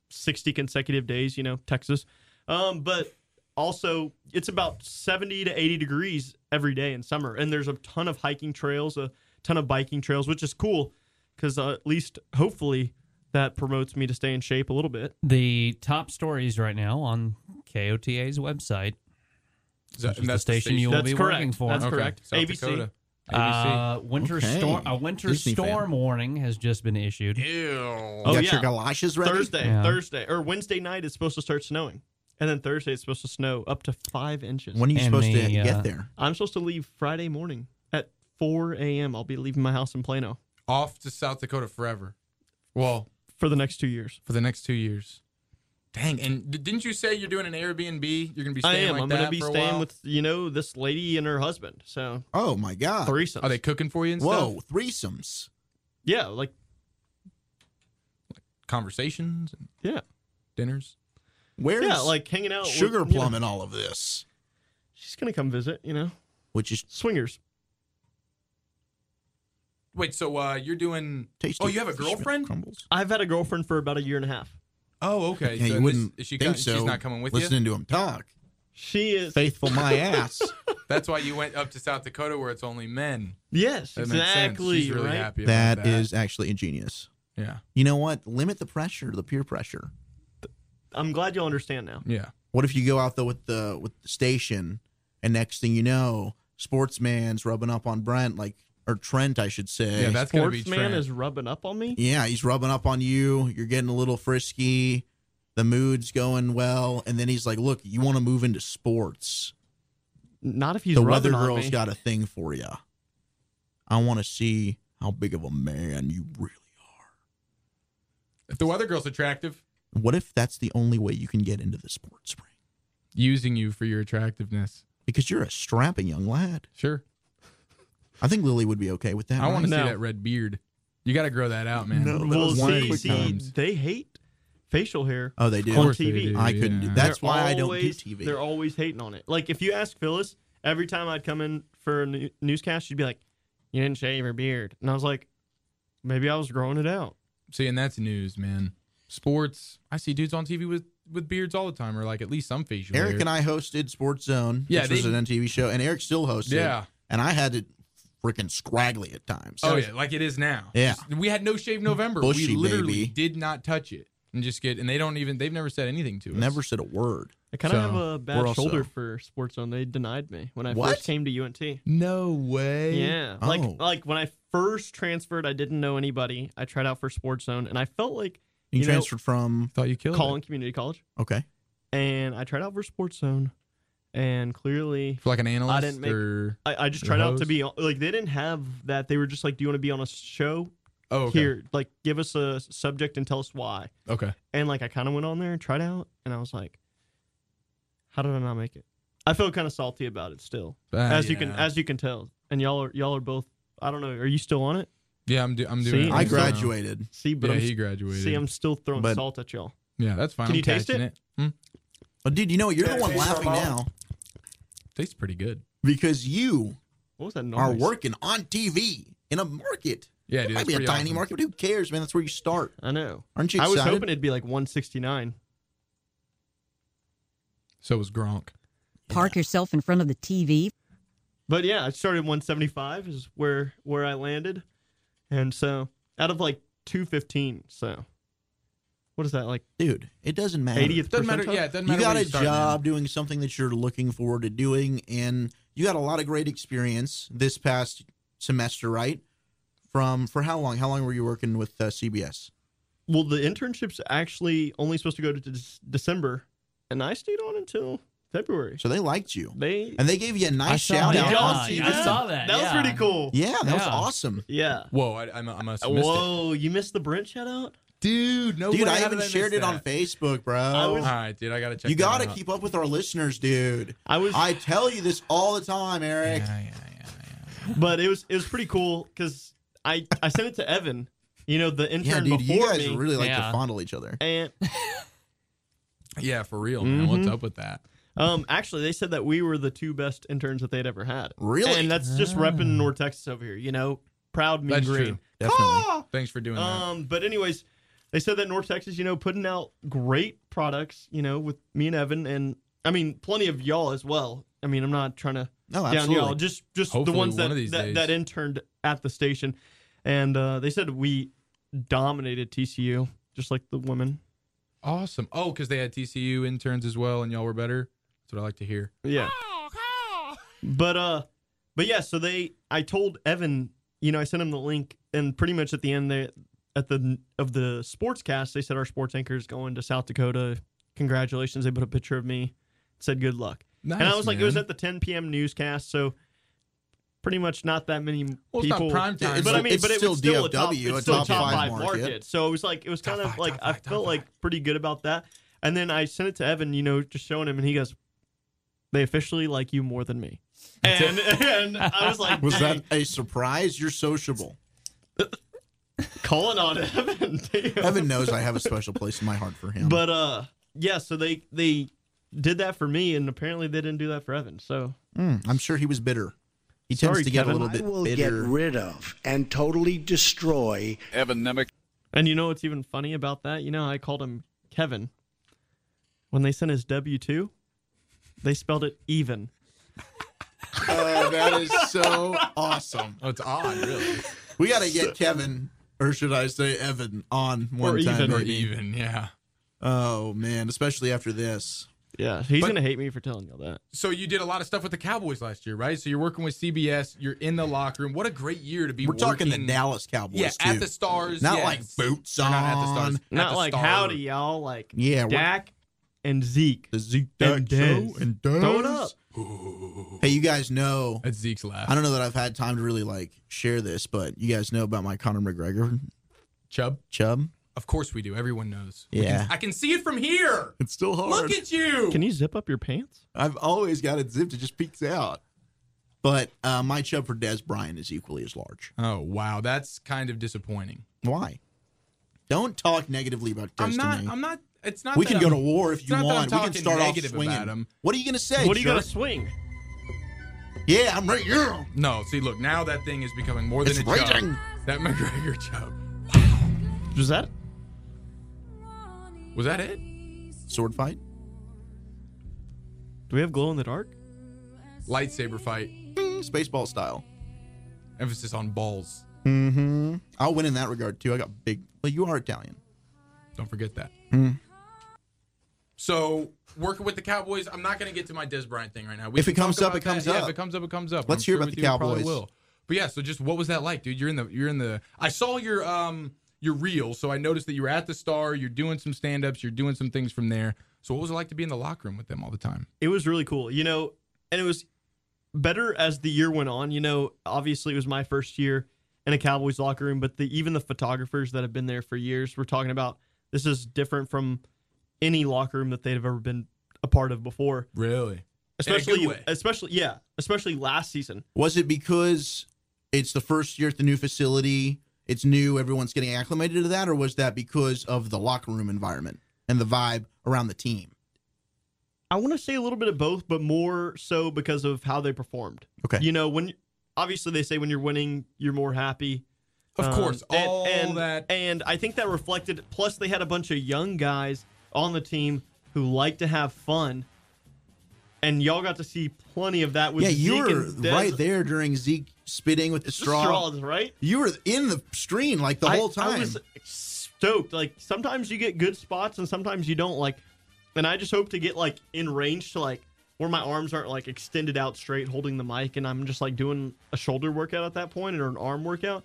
Speaker 7: sixty consecutive days. You know, Texas. Um, but also, it's about seventy to eighty degrees every day in summer, and there's a ton of hiking trails, a ton of biking trails, which is cool because uh, at least hopefully that promotes me to stay in shape a little bit.
Speaker 1: The top stories right now on KOTA's website.
Speaker 8: Is that-
Speaker 1: Which is the station you will
Speaker 7: That's
Speaker 1: be
Speaker 7: correct.
Speaker 1: working for.
Speaker 7: That's correct.
Speaker 8: South
Speaker 7: ABC.
Speaker 8: Dakota. ABC.
Speaker 1: Uh, winter
Speaker 6: Okay.
Speaker 1: storm. A winter
Speaker 6: Disney fan.
Speaker 1: storm warning has just been issued.
Speaker 8: Ew.
Speaker 7: Oh,
Speaker 6: you got
Speaker 7: yeah.
Speaker 6: your galoshes ready?
Speaker 7: Thursday,
Speaker 1: Yeah.
Speaker 7: Thursday, or Wednesday night it's supposed to start snowing, and then Thursday it's supposed to snow up to five inches.
Speaker 6: When are you
Speaker 1: And
Speaker 6: supposed to
Speaker 1: the, uh,
Speaker 6: get there?
Speaker 7: I'm supposed to leave Friday morning at 4 a.m. I'll be leaving my house in Plano
Speaker 8: Off to South Dakota forever. Well,
Speaker 7: for the next two years.
Speaker 8: for the next two years. Dang, and d- didn't you say you're doing an Airbnb? You're gonna be
Speaker 7: I
Speaker 8: staying
Speaker 7: am.
Speaker 8: like
Speaker 7: I'm
Speaker 8: that
Speaker 7: gonna be
Speaker 8: for a
Speaker 7: staying
Speaker 8: while?
Speaker 7: with you know this lady and her husband. So
Speaker 6: Oh, my God.
Speaker 7: threesomes.
Speaker 8: Ah, Are they cooking for you and
Speaker 6: Whoa,
Speaker 8: stuff?
Speaker 6: threesomes.
Speaker 7: yeah, like
Speaker 8: Conversations and
Speaker 7: yeah,
Speaker 8: dinners.
Speaker 6: Where's
Speaker 7: yeah, like hanging out. with,
Speaker 6: Sugar
Speaker 7: you know,
Speaker 6: Plum and all of this?
Speaker 7: she's gonna come visit. You know,
Speaker 6: Which is
Speaker 7: swingers.
Speaker 8: Wait, so uh, you're doing?
Speaker 6: tasty.
Speaker 8: oh, you have a
Speaker 6: Fish meal
Speaker 8: girlfriend?
Speaker 6: Crumbles.
Speaker 7: I've had a girlfriend for about a year and a half.
Speaker 8: Oh, okay.
Speaker 6: Yeah,
Speaker 8: so
Speaker 6: you
Speaker 8: this-
Speaker 6: wouldn't
Speaker 8: is she
Speaker 6: think
Speaker 8: co-
Speaker 6: so.
Speaker 8: She's not coming with
Speaker 6: Listening to him talk.
Speaker 7: She is.
Speaker 6: Faithful my ass.
Speaker 8: you. That's why you went up to South Dakota where it's only men.
Speaker 7: Yes,
Speaker 8: That makes sense.
Speaker 7: exactly.
Speaker 8: She's really
Speaker 7: right.
Speaker 8: happy. About
Speaker 6: that is actually ingenious.
Speaker 8: Yeah.
Speaker 6: You know what? Limit the pressure, the peer pressure.
Speaker 7: I'm glad you'll understand now.
Speaker 8: Yeah.
Speaker 6: What if you go out though with the with the station, and next thing you know, Sportsman's rubbing up on Brent, like or Trent, I should say.
Speaker 8: Yeah. That's gonna be
Speaker 7: Sportsman
Speaker 8: Trent.
Speaker 7: is rubbing up on me.
Speaker 6: yeah. He's rubbing up on you. You're getting a little frisky. The mood's going well, and then he's like, "Look, you want to move into sports?
Speaker 7: Not if he's
Speaker 6: the
Speaker 7: rubbing
Speaker 6: weather
Speaker 7: on
Speaker 6: girl's
Speaker 7: me.
Speaker 6: got a thing for you. I want to see how big of a man you really
Speaker 8: If the weather girl's attractive,
Speaker 6: are. What if that's the only way you can get into the sports ring?
Speaker 8: using you for your attractiveness.
Speaker 6: Because you're a strapping young lad.
Speaker 8: Sure.
Speaker 6: I think Lily would be okay with that.
Speaker 8: I want to
Speaker 6: right?
Speaker 8: see
Speaker 7: No.
Speaker 8: that red beard. You got to grow that out, man.
Speaker 6: No.
Speaker 7: Well,
Speaker 6: That was one
Speaker 7: see,
Speaker 6: quick
Speaker 7: see,
Speaker 8: times.
Speaker 7: they hate facial hair.
Speaker 6: Oh, they do.
Speaker 8: Of
Speaker 7: On
Speaker 8: course they
Speaker 7: TV.
Speaker 8: do,
Speaker 6: I couldn't
Speaker 8: yeah.
Speaker 6: do that. That's
Speaker 7: They're
Speaker 6: why I don't do
Speaker 7: always-
Speaker 6: TV.
Speaker 7: They're always hating on it. Like if you ask Phyllis, every time I'd come in for a new- newscast, she'd be like, "You didn't shave your beard," and I was like, "Maybe I was growing it out."
Speaker 8: See, and that's news, man. Sports. I see dudes on TV with with beards all the time, or like at least some facial hair.
Speaker 6: Eric and I hosted Sports Zone,
Speaker 8: Yeah,
Speaker 6: which
Speaker 8: they-
Speaker 6: was an MTV show, and Eric still hosted.
Speaker 8: Yeah.
Speaker 6: and I had it freaking scraggly at times.
Speaker 8: Oh yeah, like it is now.
Speaker 6: Yeah.
Speaker 8: Just- we had no shave November.
Speaker 6: Bushy,
Speaker 8: we literally
Speaker 6: baby.
Speaker 8: did not touch it and just get. And they don't even. They've never said anything to us.
Speaker 6: never said a word.
Speaker 7: I kind of
Speaker 8: So,
Speaker 7: have a
Speaker 6: we're
Speaker 7: bad
Speaker 6: also-
Speaker 7: shoulder for sports zone. They denied me when I
Speaker 6: What?
Speaker 7: first came to UNT.
Speaker 8: No way.
Speaker 7: Yeah, like
Speaker 6: Oh.
Speaker 7: like when I first transferred, I didn't know anybody. I tried out for sports zone, and I felt like
Speaker 6: You,
Speaker 7: You know-
Speaker 6: transferred from
Speaker 8: Thought you killed.
Speaker 7: calling community college,
Speaker 6: okay.
Speaker 7: and I tried out for sports zone, and clearly
Speaker 8: it. for like an analyst.
Speaker 7: didn't make-
Speaker 8: Or,
Speaker 7: I, I just
Speaker 8: Your
Speaker 7: tried out to
Speaker 8: hose?
Speaker 7: be on- like they didn't have that. They were just like, "Do you want to be on a show
Speaker 8: oh okay.
Speaker 7: here? Like, give us a s- subject and tell us why."
Speaker 8: Okay.
Speaker 7: And like, I kind of went on there and tried out, and I was like, "How did I not make it?" I feel kind of salty about it still,
Speaker 8: Ah,
Speaker 7: as you can
Speaker 8: yeah.
Speaker 7: as you can tell. And y'all are y'all are both. I don't know. Are you still on it?
Speaker 8: yeah, I'm. Do, I'm
Speaker 7: See,
Speaker 8: doing. it
Speaker 7: Yeah.
Speaker 6: I
Speaker 8: right now.
Speaker 6: graduated.
Speaker 7: See, but
Speaker 8: Yeah,
Speaker 7: I'm,
Speaker 8: he graduated.
Speaker 7: see, I'm still throwing
Speaker 6: But-
Speaker 7: salt at y'all.
Speaker 8: yeah, that's fine.
Speaker 7: Can
Speaker 8: I'm
Speaker 7: you taste
Speaker 8: catching
Speaker 7: it?
Speaker 8: Mm,
Speaker 6: Oh, dude, you know what? You're the one laughing now
Speaker 8: tastes pretty good.
Speaker 6: because you
Speaker 7: What was that
Speaker 6: are
Speaker 7: noise?
Speaker 6: working on TV in a market.
Speaker 8: Yeah,
Speaker 6: It
Speaker 8: dude.
Speaker 6: might
Speaker 8: that's
Speaker 6: be a
Speaker 8: pretty
Speaker 6: tiny
Speaker 8: awesome.
Speaker 6: market, but who cares, man? That's where you start.
Speaker 7: I know.
Speaker 6: Aren't you
Speaker 7: I was
Speaker 6: excited?
Speaker 7: hoping it'd be like 169.
Speaker 8: So was Gronk.
Speaker 2: Park yourself in front of the TV.
Speaker 7: but yeah, I started at 175 is where where I landed, and so out of like 215, so what is that like
Speaker 6: Dude, it doesn't matter.
Speaker 7: 80th?
Speaker 8: Doesn't matter.
Speaker 7: percentile?
Speaker 8: Yeah, it doesn't
Speaker 6: you
Speaker 8: matter.
Speaker 6: got
Speaker 8: where
Speaker 6: a
Speaker 8: start, man.
Speaker 6: job doing something that you're looking forward to doing and you got a lot of great experience this past semester right from for how long how long were you working with uh, cbs
Speaker 7: Well, the internship's actually only supposed to go to de- December, and I stayed on until February.
Speaker 6: so they liked you
Speaker 7: They
Speaker 6: and they gave you a nice
Speaker 1: saw
Speaker 6: shout
Speaker 1: that.
Speaker 7: Did
Speaker 1: Yeah,
Speaker 6: out
Speaker 7: y'all see
Speaker 1: I
Speaker 7: that?
Speaker 1: saw that,
Speaker 7: That
Speaker 1: yeah.
Speaker 7: was pretty cool.
Speaker 6: yeah that was
Speaker 1: Yeah.
Speaker 6: awesome
Speaker 7: Yeah.
Speaker 8: Whoa, I, I, I must have missed it.
Speaker 7: Whoa, you missed the Brent shout out?
Speaker 8: Dude, no
Speaker 6: dude
Speaker 8: way.
Speaker 6: i
Speaker 8: How
Speaker 6: even
Speaker 8: did miss
Speaker 6: shared it on
Speaker 8: that?
Speaker 6: facebook bro
Speaker 7: I
Speaker 8: All
Speaker 7: was-
Speaker 8: right, dude, I gotta check.
Speaker 6: you
Speaker 8: that
Speaker 6: gotta
Speaker 8: out.
Speaker 6: keep up with our listeners dude
Speaker 7: I was
Speaker 6: i tell you this all the time eric
Speaker 8: Yeah, yeah, yeah,
Speaker 7: but it was it was pretty cool cuz I I sent it to Evan, you know, the intern
Speaker 6: yeah dude
Speaker 7: before
Speaker 6: you guys
Speaker 7: me.
Speaker 6: really like to
Speaker 1: Yeah.
Speaker 6: fondle each other
Speaker 7: and
Speaker 8: yeah. Yeah, for real, man. What's up with that?
Speaker 7: Um, actually, they said that we were the two best interns that they'd ever had.
Speaker 6: Really?
Speaker 7: And that's just repping North Texas over here. You know, proud mean
Speaker 8: That's
Speaker 7: green.
Speaker 8: true.
Speaker 6: definitely
Speaker 8: Thanks for doing that.
Speaker 7: Um, but anyways, they said that North Texas, you know, putting out great products. You know, with me and Evan, and I mean, plenty of y'all as well. I mean, I'm not trying to
Speaker 6: no
Speaker 7: down
Speaker 6: absolutely
Speaker 7: y'all. Just just
Speaker 8: Hopefully
Speaker 7: the ones
Speaker 8: one
Speaker 7: that
Speaker 8: of these
Speaker 7: that,
Speaker 8: days.
Speaker 7: that interned at the station, and uh, they said we dominated TCU, just like the women.
Speaker 8: Awesome. Oh, because they had TCU interns as well, and y'all were better. That's what I like to hear.
Speaker 7: Yeah. But uh but yeah, so they I told Evan, you know, I sent him the link and pretty much at the end they at the of the sportscast, they said our sports anchor is going to South Dakota. Congratulations. They put a picture of me, said good luck.
Speaker 8: Nice,
Speaker 7: and I was like, it was
Speaker 8: man.
Speaker 7: at the 10 p.m. newscast, so pretty much not that many
Speaker 8: Well, it's not
Speaker 7: people.
Speaker 8: prime time,
Speaker 7: but I mean,
Speaker 6: it's
Speaker 7: but it
Speaker 6: still
Speaker 7: was still a top,
Speaker 6: DFW,
Speaker 7: it's
Speaker 6: a
Speaker 7: still
Speaker 6: top five market.
Speaker 7: So it was like it was
Speaker 8: Top
Speaker 7: kind of
Speaker 8: five,
Speaker 7: like
Speaker 8: top
Speaker 7: I
Speaker 8: five, top
Speaker 7: felt like pretty good about that. And then I sent it to Evan, you know, just showing him, and he goes, "They officially like you more than me." And and I was like,
Speaker 6: was
Speaker 7: "Dang,
Speaker 6: that a surprise you're sociable
Speaker 7: calling on Evan?" damn.
Speaker 6: Evan knows I have a special place in my heart for him.
Speaker 7: But uh, yeah. So they they did that for me, and apparently they didn't do that for Evan. So
Speaker 6: Mm, I'm sure he was bitter. He
Speaker 7: Sorry,
Speaker 6: tends to get
Speaker 7: Kevin.
Speaker 6: a
Speaker 4: I
Speaker 6: little
Speaker 4: will
Speaker 6: bit
Speaker 4: get
Speaker 6: bitter.
Speaker 4: rid of and totally destroy
Speaker 7: And you know what's even funny about that? You know, I called him Kevin. When they sent his W 2, they spelled it even.
Speaker 6: oh, that is so awesome.
Speaker 8: Oh, it's odd, really.
Speaker 6: We got to get Kevin, or should I say Evan, on one
Speaker 7: Or
Speaker 6: time.
Speaker 7: even.
Speaker 8: or
Speaker 6: maybe.
Speaker 8: even, yeah.
Speaker 6: Oh man, especially after this.
Speaker 7: Yeah, he's
Speaker 8: But-
Speaker 7: gonna hate me for telling y'all that.
Speaker 8: So you did a lot of stuff with the Cowboys last year, right? So you're working with CBS. You're in the locker room. What a great year to be.
Speaker 6: We're talking the
Speaker 8: working-
Speaker 6: Dallas Cowboys
Speaker 8: Yeah,
Speaker 6: too.
Speaker 8: at the stars.
Speaker 6: Not
Speaker 8: yes.
Speaker 6: like boots
Speaker 8: Or Not at the stars.
Speaker 6: on.
Speaker 8: at
Speaker 7: Not
Speaker 8: the
Speaker 7: like
Speaker 8: star.
Speaker 7: howdy, y'all. Like
Speaker 6: Yeah, we're-
Speaker 7: Dak and Zeke.
Speaker 6: the Zeke
Speaker 7: And
Speaker 6: Duck Show
Speaker 7: Dez.
Speaker 6: and
Speaker 7: Throw it
Speaker 6: Dez.
Speaker 7: up.
Speaker 6: Hey, you guys know.
Speaker 8: That's Zeke's laugh.
Speaker 6: I don't know that I've had time to really like share this, but you guys know about my Conor McGregor
Speaker 8: Chubb.
Speaker 6: chub.
Speaker 8: Of course we do. Everyone knows. We
Speaker 6: Yeah.
Speaker 8: can- I can see it from here.
Speaker 6: It's still hard.
Speaker 8: Look at you.
Speaker 7: Can you zip up your pants?
Speaker 6: I've always got it zipped. It just peeks out. But uh, my chub for Des Bryant is equally as large.
Speaker 8: oh wow, that's kind of disappointing.
Speaker 6: Why? Don't talk negatively about Des
Speaker 8: I'm
Speaker 6: to
Speaker 8: not.
Speaker 6: me.
Speaker 8: I'm not. It's not.
Speaker 6: we
Speaker 8: that
Speaker 6: can
Speaker 8: I'm,
Speaker 6: go to war if
Speaker 8: it's
Speaker 6: you
Speaker 8: not that I'm
Speaker 6: want. We can
Speaker 8: talking
Speaker 6: start off
Speaker 8: negative
Speaker 6: swinging.
Speaker 8: about him.
Speaker 6: What are you gonna say?
Speaker 7: what are you gonna
Speaker 6: jerk?
Speaker 7: swing?
Speaker 6: Yeah, I'm right here.
Speaker 8: No, see, look, now that thing is becoming more than
Speaker 6: It's
Speaker 8: a joke.
Speaker 6: raging.
Speaker 8: That McGregor joke.
Speaker 7: Was that?
Speaker 8: Was that it?
Speaker 6: Sword fight.
Speaker 7: Do we have glow in the dark?
Speaker 8: Lightsaber fight.
Speaker 6: Bing, Mm, Spaceball style.
Speaker 8: Emphasis on balls.
Speaker 6: I'll win in that regard too. I got big. Well, you are Italian.
Speaker 8: Don't forget that.
Speaker 6: Hmm.
Speaker 8: So working with the Cowboys, I'm not going to get to my Des Bryant thing right now. We
Speaker 6: If
Speaker 8: can
Speaker 6: it comes
Speaker 8: talk
Speaker 6: up, it
Speaker 8: about
Speaker 6: comes
Speaker 8: that. Yeah,
Speaker 6: up.
Speaker 8: if it comes up, it comes up.
Speaker 6: Let's
Speaker 8: I'm
Speaker 6: hear
Speaker 8: sure
Speaker 6: about
Speaker 8: with
Speaker 6: the
Speaker 8: you, it probably
Speaker 6: Cowboys.
Speaker 8: Will. But yeah, so just what was that like, dude? You're in the you're in the. I saw your um your reel, so I noticed that you were at the Star. You're doing some stand ups. You're doing some things from there. So what was it like to be in the locker room with them all the time?
Speaker 7: It was really cool, you know, and it was better as the year went on. You know, obviously it was my first year in a Cowboys locker room, but the even the photographers that have been there for years were talking about this is different from any locker room that they'd have ever been a part of before.
Speaker 8: Really? In a good
Speaker 7: Especially,
Speaker 8: way.
Speaker 7: especially, yeah, especially last season.
Speaker 6: Was it because it's the first year at the new facility? It's new. Everyone's getting acclimated to that, or was that because of the locker room environment and the vibe around the team?
Speaker 7: I want to say a little bit of both, but more so because of how they performed.
Speaker 6: Okay.
Speaker 7: You know, when obviously they say when you're winning, you're more happy.
Speaker 8: Of
Speaker 7: Um,
Speaker 8: course,
Speaker 7: and-
Speaker 8: all
Speaker 7: and,
Speaker 8: that.
Speaker 7: and I think that reflected. Plus, they had a bunch of young guys on the team who like to have fun, and y'all got to see plenty of that with
Speaker 6: yeah, you
Speaker 7: Zeke
Speaker 6: were
Speaker 7: and Dez-
Speaker 6: right there during Zeke spitting with the straw.
Speaker 7: straws, right?
Speaker 6: You were in the screen like the
Speaker 7: I-
Speaker 6: whole time.
Speaker 7: I was stoked. Like sometimes you get good spots and sometimes you don't. Like, and I just hope to get like in range to like where my arms aren't like extended out straight, holding the mic, and I'm just like doing a shoulder workout at that point or an arm workout.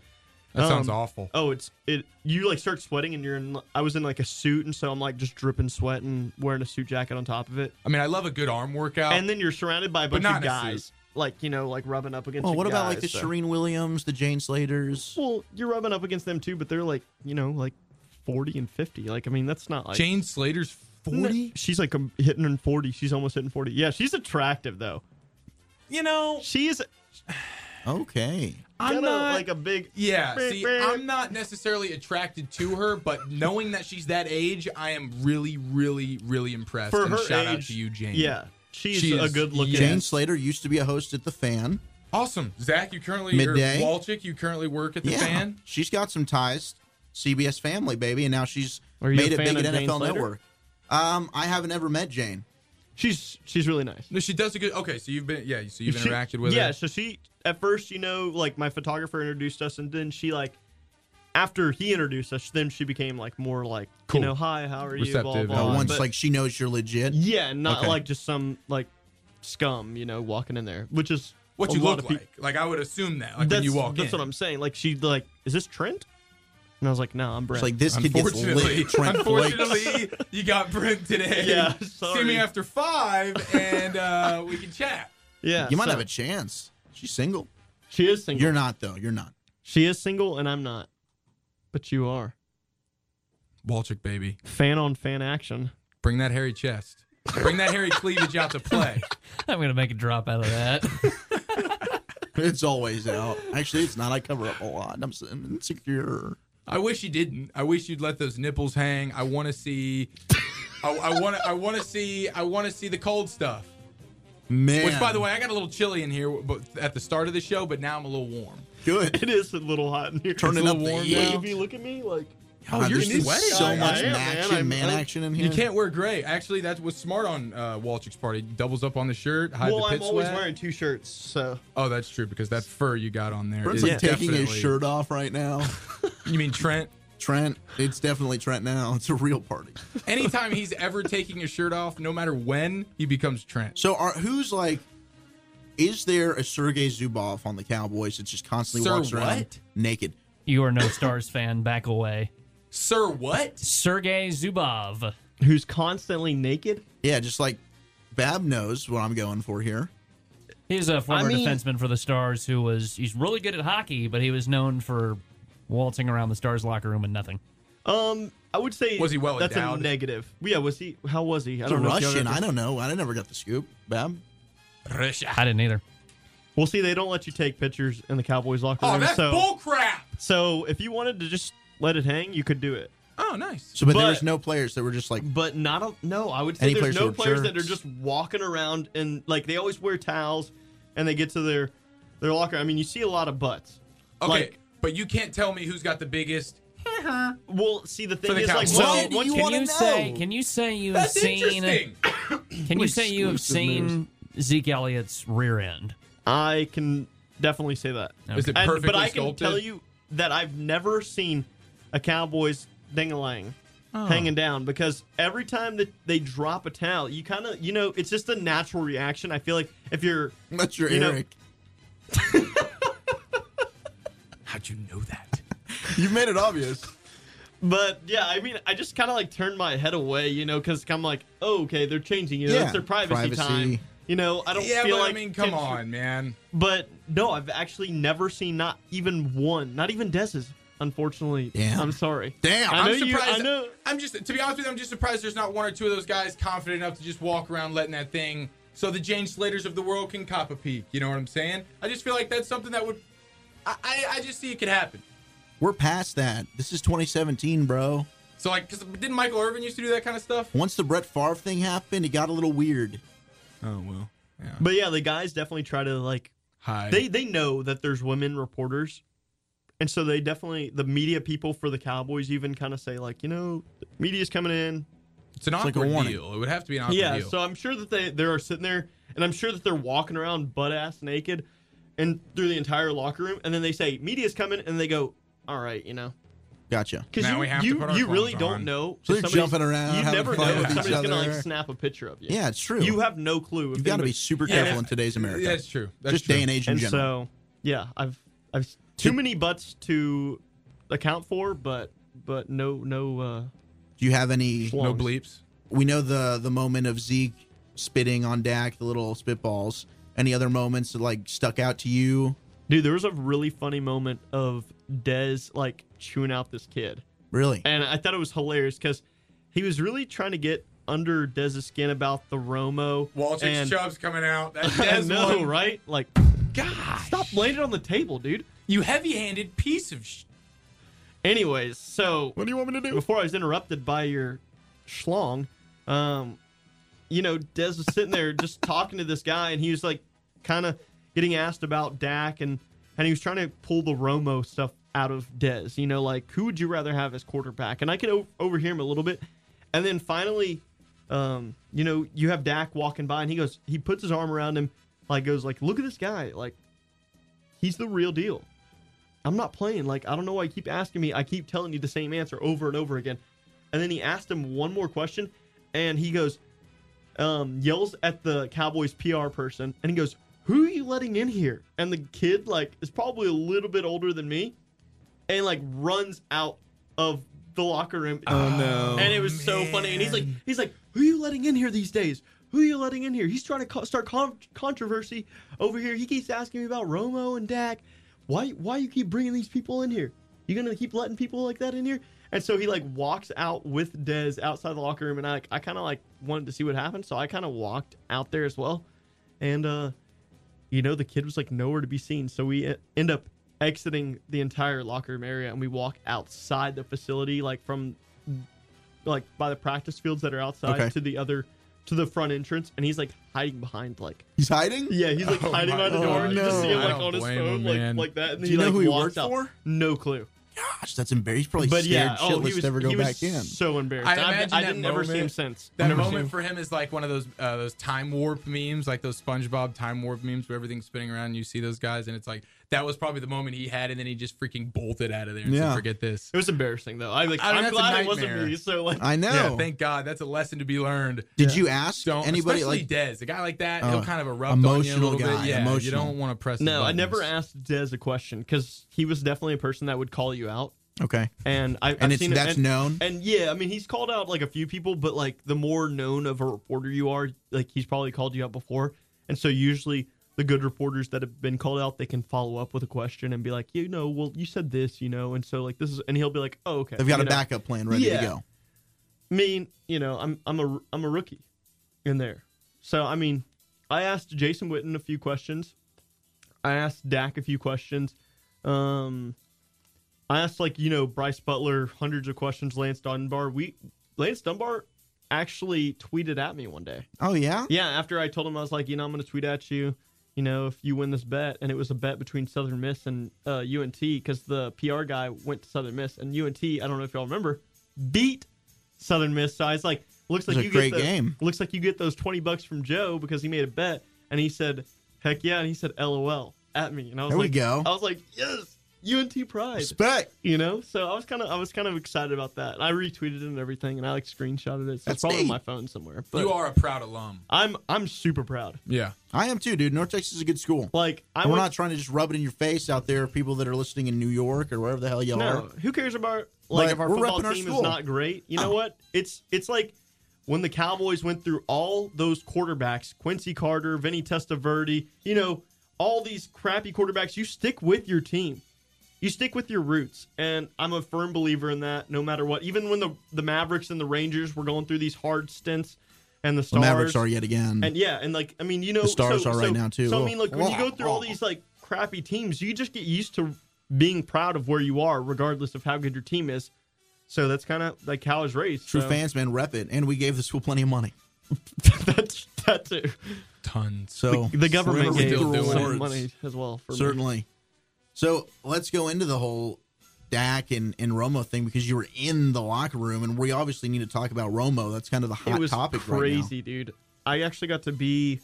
Speaker 8: That sounds
Speaker 7: Um,
Speaker 8: awful.
Speaker 7: Oh, it's it. You like start sweating and you're in. I was in like a suit and so I'm like just dripping sweat and wearing a suit jacket on top of it,
Speaker 8: I mean, I love a good arm workout.
Speaker 7: and then you're surrounded by a bunch
Speaker 8: Oh. not
Speaker 7: of
Speaker 8: in a suit.
Speaker 7: guys. Like you know, like rubbing up against.
Speaker 6: well,
Speaker 7: the
Speaker 6: what about like the
Speaker 7: guys, uh, so-
Speaker 6: Shereen Williams, the Jane Slaters?
Speaker 7: Well, you're rubbing up against them too, but they're like you know like forty and fifty. Like I mean, that's not like
Speaker 8: Jane Slater's
Speaker 7: No,
Speaker 8: forty.
Speaker 7: She's like um, hitting in 40. She's almost hitting 40. Yeah, she's attractive though.
Speaker 8: You know,
Speaker 7: She is
Speaker 6: Okay.
Speaker 8: I'm
Speaker 7: got a-
Speaker 8: not
Speaker 7: like a big
Speaker 8: Yeah,
Speaker 7: Beep,
Speaker 8: see,
Speaker 7: beep.
Speaker 8: I'm not necessarily attracted to her, but knowing that she's that age, I am really, really, really impressed.
Speaker 7: for
Speaker 8: and
Speaker 7: her
Speaker 8: shout
Speaker 7: age.
Speaker 8: out to you, Jane.
Speaker 7: Yeah, she's
Speaker 8: She
Speaker 7: a
Speaker 8: is-
Speaker 7: good looking.
Speaker 8: Yes.
Speaker 6: Jane Slater used to be a host at the Fan.
Speaker 8: Awesome. Zach, you currently
Speaker 6: Midday.
Speaker 8: or Walchick, you currently work at the
Speaker 6: yeah,
Speaker 8: fan.
Speaker 6: she's got some ties. CBS Family, baby, and now she's
Speaker 7: Are you a
Speaker 6: made it
Speaker 7: fan
Speaker 6: big at
Speaker 7: of Jane
Speaker 6: NFL
Speaker 7: Slater?
Speaker 6: Network. Um, I haven't ever met Jane.
Speaker 7: She's she's really nice.
Speaker 8: No, she does a good okay, so you've been yeah, so you've
Speaker 7: She-
Speaker 8: interacted with
Speaker 7: Yeah,
Speaker 8: her.
Speaker 7: so she at first, you know, like my photographer introduced us, and then she like after he introduced us, then she became like more like
Speaker 8: Cool.
Speaker 7: you know, hi, how are you? Blah,
Speaker 8: Receptive.
Speaker 7: blah,
Speaker 8: Uh,
Speaker 6: Uh,
Speaker 7: blah.
Speaker 6: once
Speaker 7: But-
Speaker 6: like she knows you're legit.
Speaker 7: yeah, not
Speaker 6: Okay.
Speaker 7: like just some like scum, you know, walking in there, which is
Speaker 8: What
Speaker 7: a
Speaker 8: you
Speaker 7: lot
Speaker 8: look
Speaker 7: of peop-
Speaker 8: like. Like I would assume that, like when
Speaker 7: that's,
Speaker 8: you walk
Speaker 7: that's
Speaker 8: in.
Speaker 7: what I'm saying. Like she like, is this Trent? And I was like, no, I'm Brent.
Speaker 6: It's like this kid gets
Speaker 8: Unfortunately,
Speaker 6: lit. Trent Flakes.
Speaker 8: unfortunately, you got Brent today.
Speaker 7: Yeah,
Speaker 8: See
Speaker 7: sorry.
Speaker 8: me after five, and uh, we can chat.
Speaker 7: yeah,
Speaker 6: You might
Speaker 7: so-
Speaker 6: have a chance. She's single.
Speaker 7: She is single.
Speaker 6: You're not though. You're not.
Speaker 7: she is single, and I'm not. But you are.
Speaker 8: Walchick, baby,
Speaker 7: Fan on fan action.
Speaker 8: bring that hairy chest, bring that hairy cleavage out to play.
Speaker 1: I'm gonna make a drop out of that.
Speaker 6: It's always out. Actually, it's not. I cover up a lot. I'm s- I'm insecure.
Speaker 8: I wish you didn't. I wish you'd let those nipples hang. I want to see. I, I want to. I want to see. I want to see the cold stuff.
Speaker 6: Man.
Speaker 8: Which, by the way, I got a little chilly in here, but at the start of the show. But now I'm a little warm.
Speaker 6: good.
Speaker 7: It is a little hot in here.
Speaker 6: Turning
Speaker 7: It's a
Speaker 6: up
Speaker 7: little
Speaker 6: the
Speaker 7: warm
Speaker 6: heat.
Speaker 7: now. If you look at me, like
Speaker 6: God,
Speaker 8: you're
Speaker 6: there's been
Speaker 8: sweating.
Speaker 6: So
Speaker 8: I- I
Speaker 6: much
Speaker 7: am, man.
Speaker 6: action,
Speaker 7: I'm-
Speaker 6: man,
Speaker 7: I'm-
Speaker 6: action in here.
Speaker 8: You can't wear gray. Actually, that's what's smart on uh, Walchick's party. Doubles up on the shirt, hide
Speaker 7: well,
Speaker 8: the pit
Speaker 7: I'm always
Speaker 8: sweat.
Speaker 7: wearing two shirts, so
Speaker 8: Oh, that's true because that fur you got on there
Speaker 6: Brent's
Speaker 8: is
Speaker 6: like taking his
Speaker 8: definitely-
Speaker 6: shirt off right now.
Speaker 8: You mean Trent?
Speaker 6: Trent. It's definitely Trent now. It's a real party.
Speaker 8: Anytime he's ever taking his shirt off, no matter when, he becomes Trent.
Speaker 6: So are who's like? Is there a Sergey Zubov on the Cowboys that just constantly
Speaker 8: Sir
Speaker 6: walks around
Speaker 8: what?
Speaker 6: naked?
Speaker 1: You are no Stars fan. Back away.
Speaker 8: Sir, what?
Speaker 1: Sergey Zubov.
Speaker 7: Who's constantly naked?
Speaker 6: Yeah, just like Bab knows what I'm going for here.
Speaker 1: He's a former
Speaker 7: I mean-
Speaker 1: defenseman for the Stars who was he's really good at hockey, but he was known for waltzing around the Stars locker room and nothing.
Speaker 7: Um, I would say
Speaker 8: Was he well
Speaker 7: That's
Speaker 8: endowed?
Speaker 7: a negative. Yeah, was he? How was he? I
Speaker 6: It's a
Speaker 7: don't know if y'all
Speaker 6: Russian.
Speaker 7: ever-
Speaker 6: I don't know. I never got the scoop. Bab.
Speaker 8: Russia.
Speaker 1: I didn't either.
Speaker 7: Well, see, they don't let you take pictures in the Cowboys locker room.
Speaker 8: Oh, that's
Speaker 7: so,
Speaker 8: bullcrap.
Speaker 7: so if you wanted to just let it hang, you could do it.
Speaker 8: Oh, nice.
Speaker 6: So, but, there
Speaker 7: But-
Speaker 6: was no players that were just like
Speaker 7: But not a no. I would say
Speaker 6: Any
Speaker 7: there's
Speaker 6: players
Speaker 7: no
Speaker 6: who are
Speaker 7: players that are
Speaker 6: jerks.
Speaker 7: just walking around and like they always wear towels, and they get to their their locker. I mean, you see a lot of butts.
Speaker 8: Okay,
Speaker 7: Like,
Speaker 8: but you can't tell me who's got the biggest.
Speaker 7: well, see, the thing
Speaker 8: the
Speaker 7: is, like,
Speaker 8: Cowboys.
Speaker 7: once-
Speaker 8: Why
Speaker 6: do
Speaker 7: once-
Speaker 6: you
Speaker 1: Can
Speaker 6: wanna
Speaker 1: you say?
Speaker 6: know?
Speaker 1: Can you say you have
Speaker 8: That's
Speaker 1: seen?
Speaker 8: interesting.
Speaker 1: Can you say you have seen Zeke Elliott's rear end?
Speaker 7: I can definitely say that.
Speaker 8: Is it
Speaker 7: And-
Speaker 8: perfectly
Speaker 7: but I can
Speaker 8: sculpted?
Speaker 7: tell you that I've never seen a Cowboys ding a lang
Speaker 8: Oh.
Speaker 7: hanging down because every time that they drop a towel, you kind of, you know, it's just a natural reaction. I feel like if you're,
Speaker 6: that's your
Speaker 7: You know-
Speaker 6: Eric.
Speaker 8: How'd you know that?
Speaker 6: You've made it obvious.
Speaker 7: but yeah, I mean, I just kind of like turned my head away, you know, because I'm like, oh, okay, they're changing, you know,
Speaker 6: Yeah,
Speaker 7: it's their privacy,
Speaker 6: privacy.
Speaker 7: time. You know, I don't
Speaker 8: yeah,
Speaker 7: feel
Speaker 8: but
Speaker 7: like.
Speaker 8: I mean, come
Speaker 7: kids-
Speaker 8: on, man.
Speaker 7: But no, I've actually never seen not even one, not even Des's, unfortunately.
Speaker 6: Damn.
Speaker 7: I'm sorry.
Speaker 6: Damn,
Speaker 7: I
Speaker 8: I'm
Speaker 7: know you-
Speaker 8: surprised.
Speaker 7: I know.
Speaker 8: I'm just to be honest with you, I'm just surprised there's not one or two of those guys confident enough to just walk around letting that thing so the Jane Slaters of the world can cop a peek. You know what I'm saying? I just feel like that's something that would I, I, I just see it could happen.
Speaker 6: We're past that. This is 2017, bro.
Speaker 8: So like, cause didn't Michael Irvin used to do that kind of stuff?
Speaker 6: Once the Brett Favre thing happened, it got a little weird.
Speaker 8: Oh well. Yeah.
Speaker 7: But yeah, the guys definitely try to like
Speaker 8: Hi.
Speaker 7: they they know that there's women reporters, and so they definitely the media people for the Cowboys even kind of say like you know media's coming in.
Speaker 8: it's an
Speaker 6: like a
Speaker 8: awkward
Speaker 6: warning.
Speaker 8: deal. It would have to be an awkward
Speaker 7: yeah,
Speaker 8: deal.
Speaker 7: so I'm sure that they they are sitting there, and I'm sure that they're walking around butt ass naked, and through the entire locker room, and then they say media's coming, and they go. All right, you know,
Speaker 6: Gotcha.
Speaker 7: because
Speaker 8: Now
Speaker 7: you
Speaker 8: we have to
Speaker 7: you,
Speaker 8: put our
Speaker 7: you really
Speaker 8: clothes
Speaker 7: don't
Speaker 8: on.
Speaker 7: know.
Speaker 6: So
Speaker 7: if
Speaker 6: they're
Speaker 7: somebody's-
Speaker 6: jumping around,
Speaker 7: You
Speaker 6: having
Speaker 7: never
Speaker 6: fun
Speaker 7: know
Speaker 6: with
Speaker 7: if
Speaker 6: each
Speaker 7: somebody's gonna like
Speaker 6: other.
Speaker 7: snap a picture of you.
Speaker 6: Yeah, it's true.
Speaker 7: you have no clue. if
Speaker 6: You've got to
Speaker 7: anybody-
Speaker 6: be super
Speaker 8: Yeah.
Speaker 6: careful in today's America.
Speaker 8: That's true. That's
Speaker 6: Just
Speaker 8: true.
Speaker 6: day and age in
Speaker 7: and
Speaker 6: general.
Speaker 7: so yeah i've i've too many butts to account for but but no no uh
Speaker 6: Do you have any?
Speaker 7: Well-
Speaker 8: No
Speaker 7: Lungs.
Speaker 8: bleeps.
Speaker 6: We know the the moment of Zeke spitting on Dak, the little spitballs. Any other moments that like stuck out to you?
Speaker 7: dude there was a really funny moment of dez like chewing out this kid
Speaker 6: Really?
Speaker 7: and i thought it was hilarious because he was really trying to get under dez's skin about the romo
Speaker 8: Walter
Speaker 7: and
Speaker 8: Chubb's coming out. That's
Speaker 7: I
Speaker 8: Des
Speaker 7: know,
Speaker 8: one.
Speaker 7: right like
Speaker 8: God,
Speaker 7: stop laying it on the table dude
Speaker 8: you heavy-handed piece of. Sh-
Speaker 7: anyways so
Speaker 6: do you want me to do?
Speaker 7: before I was interrupted by your schlong, um, you know, Des was sitting there just talking to this guy, and he was like, kind of getting asked about Dak, and and he was trying to pull the Romo stuff out of Des. You know, like who would you rather have as quarterback? And I could o- overhear him a little bit, and then finally, um, you know, you have Dak walking by, and he goes, he puts his arm around him, like goes like, look at this guy, like he's the real deal. I'm not playing. Like, I don't know why you keep asking me. I keep telling you the same answer over and over again. And then he asked him one more question, and he goes, um, yells at the Cowboys PR person, and he goes, Who are you letting in here? And the kid, like, is probably a little bit older than me, and like runs out of the locker room. Oh no. And it was so funny. And he's like, he's like, Who are you letting in here these days? Who are you letting in here? He's trying to co- start con- controversy over here. He keeps asking me about Romo and Dak. Why why you keep bringing these people in here? You gonna keep letting people like that in here? And so he like walks out with Dez outside the locker room, and I like I kind of like wanted to see what happened, so I kind of walked out there as well, and uh, you know the kid was like nowhere to be seen, so we e- end up exiting the entire locker room area, and we walk outside the facility, like from like by the practice fields that are outside
Speaker 6: Okay.
Speaker 7: to the other to the front entrance, and he's like hiding behind like
Speaker 6: He's hiding.
Speaker 7: yeah, he's like
Speaker 8: Oh
Speaker 7: hiding
Speaker 8: my
Speaker 7: by the door, and you just
Speaker 6: God.
Speaker 7: see him
Speaker 8: I
Speaker 7: like
Speaker 8: don't
Speaker 7: on his
Speaker 8: blame
Speaker 7: phone,
Speaker 8: him,
Speaker 7: like
Speaker 8: man.
Speaker 7: like that. And
Speaker 6: Do
Speaker 7: he,
Speaker 6: you know
Speaker 7: like,
Speaker 6: who he
Speaker 7: walks
Speaker 6: worked
Speaker 7: out.
Speaker 6: for?
Speaker 7: No clue.
Speaker 6: Gosh, that's embarrassing. He's probably
Speaker 7: But
Speaker 6: scared
Speaker 7: yeah, oh, he
Speaker 6: shitless
Speaker 7: was,
Speaker 6: to ever go
Speaker 7: he was
Speaker 6: back in.
Speaker 7: so embarrassed.
Speaker 8: I
Speaker 7: I, I,
Speaker 8: imagine that
Speaker 7: didn't never see him
Speaker 8: moment-
Speaker 7: since.
Speaker 8: That
Speaker 7: Never seen
Speaker 8: moment
Speaker 7: him.
Speaker 8: for him is like one of those uh, those time warp memes, like those SpongeBob time warp memes where everything's spinning around and you see those guys and it's like that was probably the moment he had, and then he just freaking bolted out of there. And
Speaker 6: Yeah.
Speaker 8: said, forget this.
Speaker 7: It was embarrassing though. I like.
Speaker 8: I mean,
Speaker 7: I'm
Speaker 8: that's a
Speaker 7: glad it wasn't
Speaker 8: nightmare.
Speaker 7: me. So like,
Speaker 6: I know.
Speaker 8: Yeah, thank God. That's a lesson to be learned.
Speaker 6: Did you ask
Speaker 8: Don't
Speaker 6: anybody
Speaker 8: especially
Speaker 6: like
Speaker 8: Dez, a guy like that,
Speaker 6: Oh,
Speaker 8: he'll kind of erupt on you a
Speaker 6: emotional
Speaker 8: little
Speaker 6: guy,
Speaker 8: bit. Yeah, you
Speaker 6: emotional.
Speaker 8: don't want to press. his
Speaker 7: no, I never
Speaker 8: buttons.
Speaker 7: asked Dez a question because he was definitely a person that would call you out.
Speaker 6: okay?
Speaker 7: And I,
Speaker 6: And
Speaker 7: I've
Speaker 6: it's
Speaker 7: seen it-
Speaker 6: that's
Speaker 7: and-
Speaker 6: known.
Speaker 7: And yeah, I mean, he's called out like a few people, but like the more known of a reporter you are, like he's probably called you out before. And so usually the good reporters that have been called out, they can follow up with a question and be like, you know, well, you said this, you know, and so like this is, and he'll be like, oh, okay.
Speaker 6: They've got
Speaker 7: you
Speaker 6: a
Speaker 7: know.
Speaker 6: backup plan ready
Speaker 7: Yeah.
Speaker 6: to go.
Speaker 7: I mean, you know, I'm I'm a I'm a rookie in there. So I mean, I asked Jason Witten a few questions. I asked Dak a few questions. Um, I asked like you know Bryce Butler hundreds of questions. Lance Dunbar. We Lance Dunbar actually tweeted at me one day.
Speaker 6: Oh yeah,
Speaker 7: Yeah, after I told him I was like, you know, I'm gonna tweet at you. You know, if you win this bet, and it was a bet between Southern Miss and uh, UNT because the PR guy went to Southern Miss and UNT. I don't know if y'all remember, beat Southern Miss. So I was like, looks like
Speaker 6: was a
Speaker 7: you
Speaker 6: great
Speaker 7: get the-
Speaker 6: game.
Speaker 7: Looks like you get those twenty bucks from Joe because he made a bet, and he said, heck yeah, and he said LOL at me, and I was
Speaker 6: There we
Speaker 7: like,
Speaker 6: go.
Speaker 7: oh, I was like, yes, UNT pride.
Speaker 6: respect.
Speaker 7: You know, so I was kind of I was kind of excited about that. I retweeted it and everything, and I like screenshotted it. So
Speaker 6: That's
Speaker 7: it's probably
Speaker 6: neat.
Speaker 7: on my phone somewhere. But
Speaker 8: You are a proud alum.
Speaker 7: I'm I'm super proud.
Speaker 8: Yeah.
Speaker 6: I am too, dude. North Texas is a good school.
Speaker 7: Like I
Speaker 6: And we're
Speaker 7: went-
Speaker 6: not trying to just rub it in your face out there, people that are listening in New York or wherever the hell y'all
Speaker 7: No,
Speaker 6: are.
Speaker 7: who cares about like
Speaker 6: But
Speaker 7: if our
Speaker 6: we're
Speaker 7: football
Speaker 6: repping our
Speaker 7: team
Speaker 6: school. Ah.
Speaker 7: is not great? You know what? It's it's like when the Cowboys went through all those quarterbacks: Quincy Carter, Vinny Testaverde. You know, all these crappy quarterbacks. You stick with your team. You stick with your roots, and I'm a firm believer in that. No matter what, even when the the Mavericks and the Rangers were going through these hard stints, and the
Speaker 6: The
Speaker 7: Stars
Speaker 6: Mavericks are yet again.
Speaker 7: and yeah, and like I mean, you know,
Speaker 6: Mm-hmm. The Stars
Speaker 7: so,
Speaker 6: are right
Speaker 7: so-
Speaker 6: now, too.
Speaker 7: So
Speaker 6: Oh.
Speaker 7: I mean, like when you go through all these like crappy teams, you just get used to being proud of where you are, regardless of how good your team is. So that's kind of like how I was raised.
Speaker 6: True
Speaker 7: so.
Speaker 6: fans, man, rep it. And we gave the school plenty of money.
Speaker 7: that's that's it.
Speaker 8: Tons.
Speaker 6: So
Speaker 7: The government
Speaker 8: We're
Speaker 7: gave
Speaker 8: still doing
Speaker 7: some
Speaker 8: it.
Speaker 7: money as well. For me.
Speaker 6: certainly. So let's go into the whole Dak and, and Romo thing because you were in the locker room and we obviously need to talk about Romo. That's kind of the hot
Speaker 7: it was
Speaker 6: topic right now.
Speaker 7: crazy, dude. I actually got to be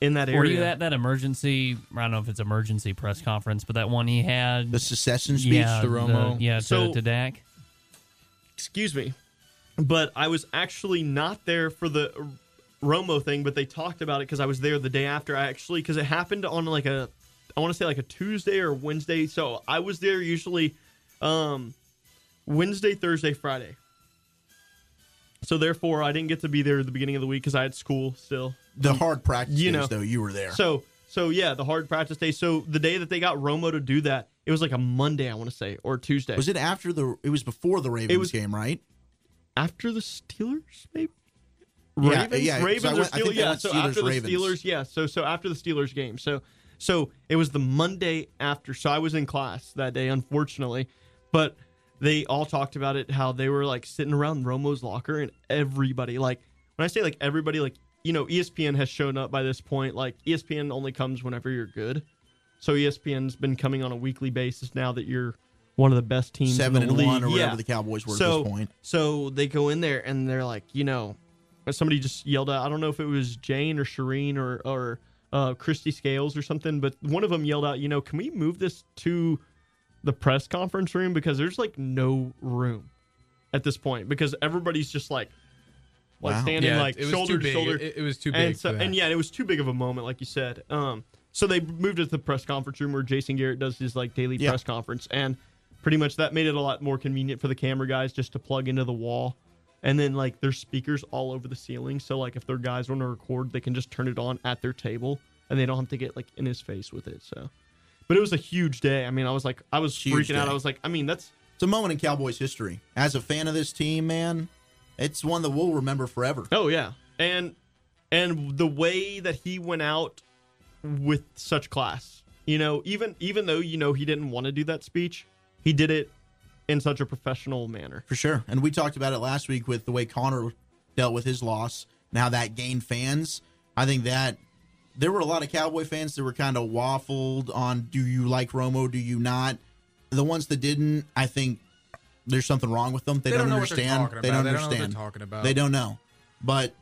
Speaker 7: in that area.
Speaker 1: Were you at that emergency? I don't know if it's emergency press conference, but that one he had.
Speaker 6: The secession speech.
Speaker 1: yeah,
Speaker 8: to Romo.
Speaker 1: the- yeah, to,
Speaker 7: So-
Speaker 1: to Dak.
Speaker 7: excuse me, but I was actually not there for the Romo thing, but they talked about it because I was there the day after. I actually because it happened on like a I want to say like a Tuesday or Wednesday, so I was there usually um Wednesday, Thursday, Friday. So therefore, I didn't get to be there at the beginning of the week because I had school still.
Speaker 6: The hard practice
Speaker 7: You know.
Speaker 6: though, you were there.
Speaker 7: So so yeah, the hard practice day. So the day that they got Romo to do that, it was like a Monday, I want to say, or Tuesday.
Speaker 6: was it after the it was before the Ravens
Speaker 7: was-
Speaker 6: game, right?
Speaker 7: after the Steelers, maybe.
Speaker 6: Yeah,
Speaker 7: Ravens,
Speaker 6: yeah, 'cause I
Speaker 7: Ravens
Speaker 6: went-
Speaker 7: or
Speaker 6: I think
Speaker 7: Steelers.
Speaker 6: they
Speaker 7: Yeah,
Speaker 6: went
Speaker 7: so
Speaker 6: Steelers,
Speaker 7: after the
Speaker 6: Ravens.
Speaker 7: Steelers, yeah. So so after the Steelers game, so so it was the Monday after. So I was in class that day, unfortunately, but they all talked about it how they were like sitting around Romo's locker and everybody like when I say like everybody like you know E ESPN has shown up by this point like E ESPN only comes whenever you're good. So E ESPN's been coming on a weekly basis now that you're one of the best teams in
Speaker 6: Seven
Speaker 7: the
Speaker 6: and
Speaker 7: league.
Speaker 6: one or whatever
Speaker 7: Yeah.
Speaker 6: the Cowboys were
Speaker 7: so,
Speaker 6: at this point.
Speaker 7: So they go in there and they're like, you know, somebody just yelled out. I don't know if it was Jane or Shireen or or uh, Christy Scales or something, but one of them yelled out, you know, can we move this to the press conference room because there's like no room at this point because everybody's just like like
Speaker 6: Wow.
Speaker 7: standing
Speaker 8: Yeah,
Speaker 7: like
Speaker 8: it was
Speaker 7: shoulder
Speaker 8: too
Speaker 7: to
Speaker 8: big.
Speaker 7: shoulder.
Speaker 8: It, it was too big.
Speaker 7: and so
Speaker 8: for that.
Speaker 7: and yeah, it was too big of a moment, like you said. Um, so they moved it to the press conference room where Jason Garrett does his like daily
Speaker 6: Yeah.
Speaker 7: press conference, and pretty much that made it a lot more convenient for the camera guys just to plug into the wall. And then like there's speakers all over the ceiling, so like if their guys want to record, they can just turn it on at their table, and they don't have to get like in his face with it. So, but it was a huge day. I mean, I was like, I was
Speaker 6: Huge
Speaker 7: freaking out.
Speaker 6: day.
Speaker 7: I was like, I mean, that's
Speaker 6: It's a moment in Cowboys history. As a fan of this team, man, it's one that we'll remember forever.
Speaker 7: Oh yeah, and and the way that he went out with such class, you know, even even though you know he didn't want to do that speech, he did it in such a professional manner.
Speaker 6: For sure. And we talked about it last week with the way Connor dealt with his loss and how that gained fans. I think that there were a lot of Cowboy fans that were kind of waffled on do you like Romo, do you not? The ones that didn't, I think there's something wrong with them. They,
Speaker 8: They
Speaker 6: don't,
Speaker 8: don't know what they're
Speaker 6: understand.
Speaker 8: talking
Speaker 6: They
Speaker 8: about.
Speaker 6: don't
Speaker 8: They don't know what they're
Speaker 6: understand.
Speaker 8: talking about.
Speaker 6: They don't know. But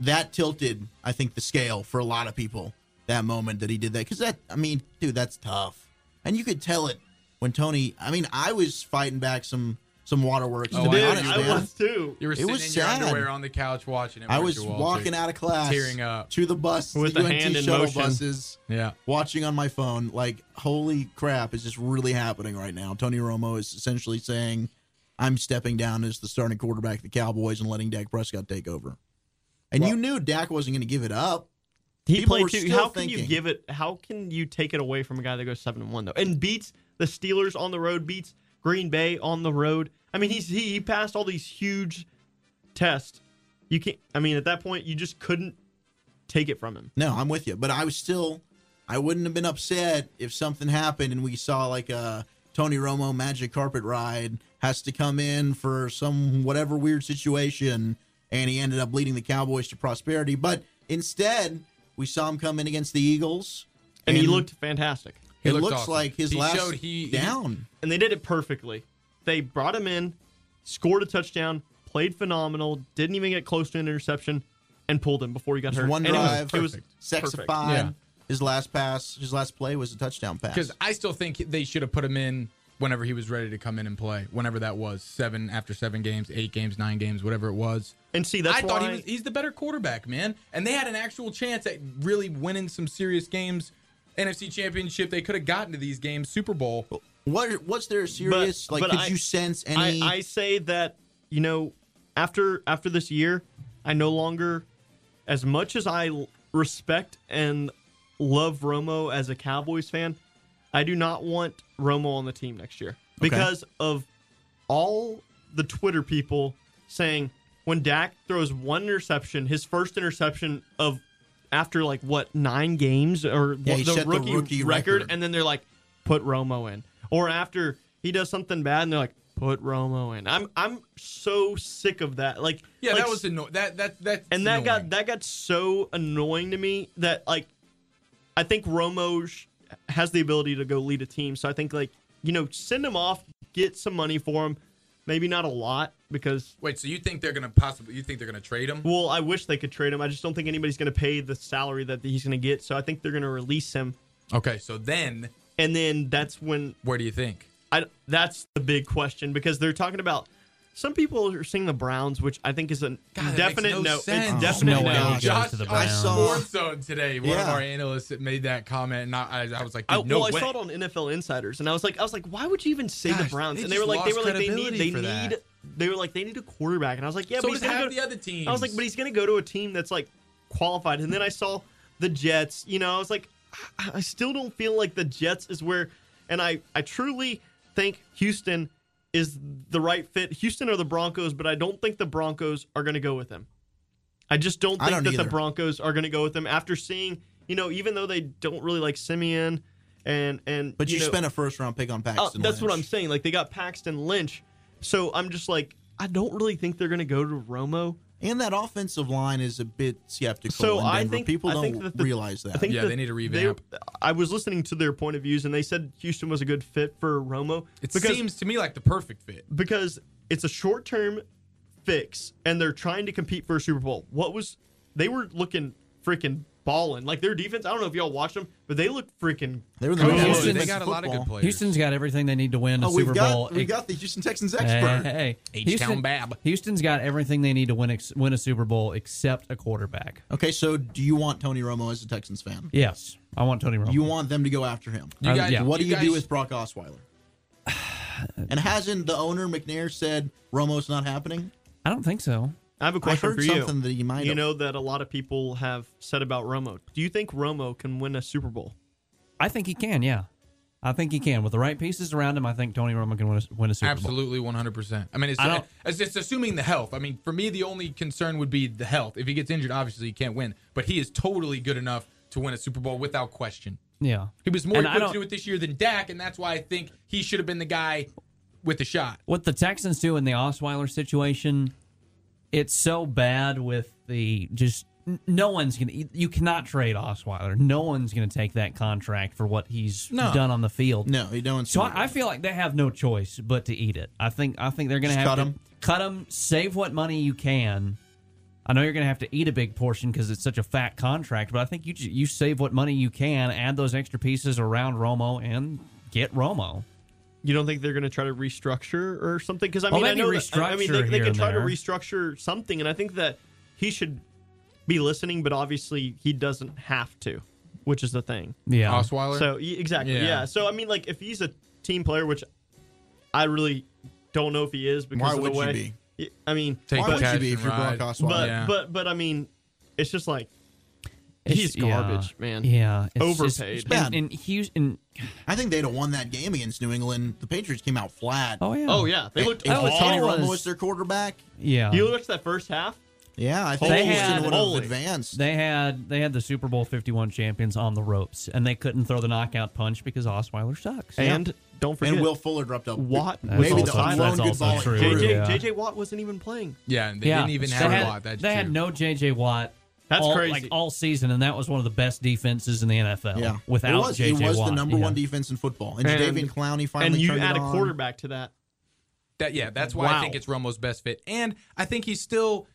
Speaker 6: that tilted, I think, the scale for a lot of people that moment that he did that because that I mean, dude, that's tough, and you could tell it when Tony. I mean, I was fighting back some some waterworks.
Speaker 8: Oh,
Speaker 6: to be
Speaker 7: Dude,
Speaker 6: honest,
Speaker 7: I
Speaker 6: man.
Speaker 7: was too.
Speaker 8: You were sitting
Speaker 6: was
Speaker 8: in
Speaker 6: sad.
Speaker 8: your underwear on the couch watching it.
Speaker 6: I
Speaker 8: weren't
Speaker 6: was
Speaker 8: you, Walter?
Speaker 6: walking out of class,
Speaker 8: Tearing up.
Speaker 6: to the bus,
Speaker 7: With
Speaker 6: the
Speaker 7: the
Speaker 6: UNT
Speaker 7: hand in
Speaker 6: shuttle
Speaker 7: motion.
Speaker 6: buses,
Speaker 8: Yeah.
Speaker 6: watching on my phone. Like, holy crap, is this really happening right now? Tony Romo is essentially saying, "I'm stepping down as the starting quarterback of the Cowboys and letting Dak Prescott take over." And you knew Dak wasn't going to give it up.
Speaker 7: He
Speaker 6: People
Speaker 7: played
Speaker 6: were
Speaker 7: two.
Speaker 6: still
Speaker 7: How can you
Speaker 6: thinking.
Speaker 7: give it? How can you take it away from a guy that goes seven and one though, and beats the Steelers on the road, beats Green Bay on the road? I mean, he's he, he passed all these huge tests. You can't. I mean, at that point, you just couldn't take it from him.
Speaker 6: No, I'm with you, but I was still, I wouldn't have been upset if something happened and we saw like a Tony Romo magic carpet ride has to come in for some whatever weird situation, and he ended up leading the Cowboys to prosperity. But instead, we saw him come in against the Eagles,
Speaker 7: And he looked fantastic.
Speaker 6: It
Speaker 8: looked
Speaker 6: looks
Speaker 8: awesome.
Speaker 6: like his
Speaker 8: He
Speaker 6: last
Speaker 8: showed he- he-
Speaker 6: down.
Speaker 7: and they did it perfectly. They brought him in, scored a touchdown, played phenomenal, didn't even get close to an interception, and pulled him before he got
Speaker 6: It was
Speaker 7: hurt.
Speaker 6: one
Speaker 7: And
Speaker 6: drive,
Speaker 7: It was, it was
Speaker 6: sexified.
Speaker 7: perfect.
Speaker 8: Yeah.
Speaker 6: His last pass, his last play was a touchdown pass.
Speaker 8: Because I still think they should have put him in whenever he was ready to come in and play, whenever that was seven after seven games, eight games, nine games, whatever it was.
Speaker 7: And see, that's
Speaker 8: I thought
Speaker 7: why-
Speaker 8: he was, he's the better quarterback, man. And they had an actual chance at really winning some serious games. NFC Championship, they could have gotten to these games, Super Bowl.
Speaker 6: what was there a serious like?
Speaker 7: but
Speaker 6: could
Speaker 7: I-
Speaker 6: you sense any?
Speaker 7: I, I say that you know after after this year, I no longer, as much as I l- respect and love Romo as a Cowboys fan, I do not want Romo on the team next year because of all the Twitter people saying when Dak throws one interception, his first interception of after like what nine games or
Speaker 6: Yeah, he
Speaker 7: the,
Speaker 6: set the
Speaker 7: rookie
Speaker 6: rookie
Speaker 7: record,
Speaker 6: record.
Speaker 7: and then they're like, put Romo in. Or after he does something bad, and they're like, put Romo in. I'm I'm so sick of that. Like
Speaker 8: Yeah,
Speaker 7: like,
Speaker 8: that was annoying. That that that
Speaker 7: and that got that got so annoying to me that like I think Romo sh- has the ability to go lead a team. So I think like you know send him off, get some money for him, maybe not a lot because
Speaker 8: Wait, so you think they're gonna possibly? You think they're gonna trade him?
Speaker 7: well I wish they could trade him. I just don't think anybody's going to pay the salary that he's going to get. So I think they're going to release him,
Speaker 8: Okay, so then
Speaker 7: and then that's when
Speaker 8: where do you think?
Speaker 7: I that's the big question because they're talking about. Some people are seeing the Browns, which I think is a
Speaker 8: God, that makes
Speaker 7: definite
Speaker 8: no
Speaker 7: no. It's
Speaker 8: sense. Oh,
Speaker 7: definite
Speaker 1: no way
Speaker 7: no.
Speaker 1: he goes
Speaker 8: Josh,
Speaker 1: to the
Speaker 8: I
Speaker 1: Browns.
Speaker 8: saw Warzone today. One of
Speaker 6: Yeah.
Speaker 8: our analysts that made that comment, and I, I, I was like,
Speaker 7: I,
Speaker 8: dude, no
Speaker 7: well,
Speaker 8: way.
Speaker 7: I saw it on NFL Insiders, and I was like, I was like, why would you even say
Speaker 8: Gosh,
Speaker 7: the Browns?
Speaker 8: they
Speaker 7: and they were
Speaker 8: just
Speaker 7: like, they were
Speaker 8: lost
Speaker 7: like, they need, they
Speaker 8: credibility
Speaker 7: need,
Speaker 8: for that.
Speaker 7: they were like, they need a quarterback, and I was like, yeah,
Speaker 8: So
Speaker 7: but he's
Speaker 8: does
Speaker 7: gonna
Speaker 8: half
Speaker 7: go to,
Speaker 8: the other
Speaker 7: I was like,
Speaker 8: teams.
Speaker 7: but he's gonna go to a team that's like qualified, and then I saw the Jets. You know, I was like, I, I still don't feel like the Jets is where, and I, I truly think Houston is the right fit. Houston or the Broncos, but I don't think the Broncos are gonna go with him. I just don't
Speaker 6: I
Speaker 7: think
Speaker 6: don't
Speaker 7: that
Speaker 6: either.
Speaker 7: the Broncos are going to go with them after seeing, you know, even though they don't really like Simeon and and
Speaker 6: but you,
Speaker 7: know,
Speaker 6: spent a first round pick on
Speaker 7: uh,
Speaker 6: Paxton.
Speaker 7: that's what
Speaker 6: Lynch.
Speaker 7: I'm saying. Like they got Paxton Lynch, so I'm just like I don't really think they're going to go to Romo.
Speaker 6: And that offensive line is a bit skeptical.
Speaker 7: So
Speaker 6: in
Speaker 7: I
Speaker 6: Denver.
Speaker 7: think-
Speaker 6: people
Speaker 7: I
Speaker 6: don't
Speaker 7: think that the-
Speaker 6: realize that.
Speaker 7: I think
Speaker 8: Yeah,
Speaker 7: that
Speaker 8: they need to revamp.
Speaker 7: I was listening to their point of views and they said Houston was a good fit for Romo
Speaker 8: It
Speaker 7: because
Speaker 8: seems to me like the perfect fit.
Speaker 7: because it's a short term fix and they're trying to compete for a Super Bowl. What was they were looking freaking balling like their defense? I don't know if y'all watched them, but they looked freaking
Speaker 6: they were the
Speaker 7: Coach
Speaker 6: best
Speaker 7: Houston,
Speaker 6: defense
Speaker 8: they
Speaker 6: in
Speaker 8: got a lot of
Speaker 6: football.
Speaker 8: good players.
Speaker 1: Houston's got everything they need to win a
Speaker 6: Oh,
Speaker 1: Super
Speaker 6: we've
Speaker 1: Bowl.
Speaker 6: got we got the Houston Texans expert.
Speaker 1: Hey, hey.
Speaker 8: H-Town Bab.
Speaker 1: Houston's got everything they need to win ex- win a Super Bowl except a quarterback.
Speaker 6: Okay, so do you want Tony Romo as a Texans fan?
Speaker 1: Yes, I want Tony Romo.
Speaker 6: You want them to go after him?
Speaker 8: You
Speaker 1: Uh,
Speaker 8: guys,
Speaker 1: yeah.
Speaker 6: Um, what do you
Speaker 8: guys,
Speaker 6: do with Brock Osweiler? and hasn't the owner McNair said Romo's not happening?
Speaker 1: I don't think so.
Speaker 7: I have a question
Speaker 6: heard
Speaker 7: for you.
Speaker 6: something that you might have-
Speaker 7: know that a lot of people have said about Romo. Do you think Romo can win a Super Bowl?
Speaker 1: I think he can. Yeah, I think he can with the right pieces around him. I think Tony Romo can win a, win a Super Bowl.
Speaker 8: Absolutely, one hundred percent. I mean, it's,
Speaker 1: I don't-
Speaker 8: it's it's assuming the health. I mean, for me, the only concern would be the health. If he gets injured, obviously he can't win. But he is totally good enough to win a Super Bowl without question.
Speaker 1: Yeah,
Speaker 8: He was more
Speaker 1: And I don't-
Speaker 8: equipped to do it this year than Dak, and that's why I think he should have been the guy with the shot.
Speaker 1: what the Texans do in the Osweiler situation, it's so bad with the just n- no one's gonna you- you cannot trade Osweiler. No one's gonna take that contract for what he's
Speaker 8: No.
Speaker 1: done on the field.
Speaker 6: No, you don't.
Speaker 1: So I, I feel like they have no choice but to eat it. I think I think they're gonna
Speaker 6: Just
Speaker 1: have
Speaker 6: cut
Speaker 1: to
Speaker 6: 'em?
Speaker 1: cut them, save what money you can. I know you're going to have to eat a big portion because it's such a fat contract, but I think you ju- you save what money you can, add those extra pieces around Romo, and get Romo.
Speaker 7: You don't think they're going to try to restructure or something? Because I
Speaker 1: Well,
Speaker 7: mean, I
Speaker 1: maybe
Speaker 7: know that- I- I mean,
Speaker 1: restructure
Speaker 7: they, they
Speaker 1: here
Speaker 7: could
Speaker 1: and
Speaker 7: try to
Speaker 1: there.
Speaker 7: restructure something, and I think that he should be listening, but obviously he doesn't have to, which is the thing.
Speaker 1: Yeah,
Speaker 8: Osweiler.
Speaker 7: So y- exactly,
Speaker 8: Yeah.
Speaker 7: yeah. So I mean, like if he's a team player, which I really don't know if he is because
Speaker 6: Why
Speaker 7: of
Speaker 6: would
Speaker 7: the
Speaker 6: you
Speaker 7: way.
Speaker 6: be?
Speaker 7: Y- I mean,
Speaker 8: Take
Speaker 6: Why
Speaker 8: the
Speaker 6: would
Speaker 8: catch
Speaker 6: you be
Speaker 8: and
Speaker 6: if you're
Speaker 8: ride.
Speaker 6: Brock Osweiler?
Speaker 7: but
Speaker 8: Yeah.
Speaker 7: but but I mean, it's just like
Speaker 1: It's-
Speaker 7: he's
Speaker 1: yeah.
Speaker 7: garbage, man.
Speaker 1: Yeah,
Speaker 7: Overpaid.
Speaker 1: It's, and, and Houston.
Speaker 6: I think they'd have won that game against New England. The Patriots came out flat.
Speaker 1: Oh yeah.
Speaker 7: Oh yeah, they looked.
Speaker 6: If
Speaker 1: Oh,
Speaker 7: awful.
Speaker 6: Tony
Speaker 1: it was-
Speaker 6: Romo was their quarterback.
Speaker 1: Yeah.
Speaker 7: You watched that first half.
Speaker 6: Yeah, I think
Speaker 7: They
Speaker 6: Houston
Speaker 7: had-
Speaker 6: would have
Speaker 7: holy.
Speaker 6: advanced.
Speaker 1: They had they had the Super Bowl Fifty One champions on the ropes, and they couldn't throw the knockout punch because Osweiler sucks.
Speaker 7: And don't forget,
Speaker 6: and Will Fuller dropped up.
Speaker 7: Watt
Speaker 1: That's
Speaker 6: Maybe the
Speaker 1: also-
Speaker 6: lone
Speaker 1: that's
Speaker 6: good
Speaker 1: also
Speaker 6: ball.
Speaker 1: true.
Speaker 6: Drew.
Speaker 7: JJ
Speaker 1: Yeah.
Speaker 7: JJ Watt wasn't even playing.
Speaker 8: yeah, and they
Speaker 1: yeah,
Speaker 8: didn't even
Speaker 1: they
Speaker 8: have
Speaker 1: had,
Speaker 8: a lot. That's
Speaker 1: they
Speaker 8: true.
Speaker 1: had no J.J. Watt.
Speaker 7: That's
Speaker 1: all,
Speaker 7: crazy.
Speaker 1: Like all season, and that was one of the best defenses in the NFL.
Speaker 6: Yeah,
Speaker 1: Without
Speaker 6: it was,
Speaker 1: J.J.
Speaker 6: it was
Speaker 1: Watt,
Speaker 6: the number
Speaker 1: yeah.
Speaker 6: one defense in football, and,
Speaker 7: And-
Speaker 6: Jadavian Clowney finally
Speaker 7: And you
Speaker 6: turned
Speaker 7: add
Speaker 6: it
Speaker 7: a
Speaker 6: on.
Speaker 7: quarterback to that.
Speaker 8: That yeah, that's why I
Speaker 7: Wow.
Speaker 8: think it's Romo's best fit. And I think he's still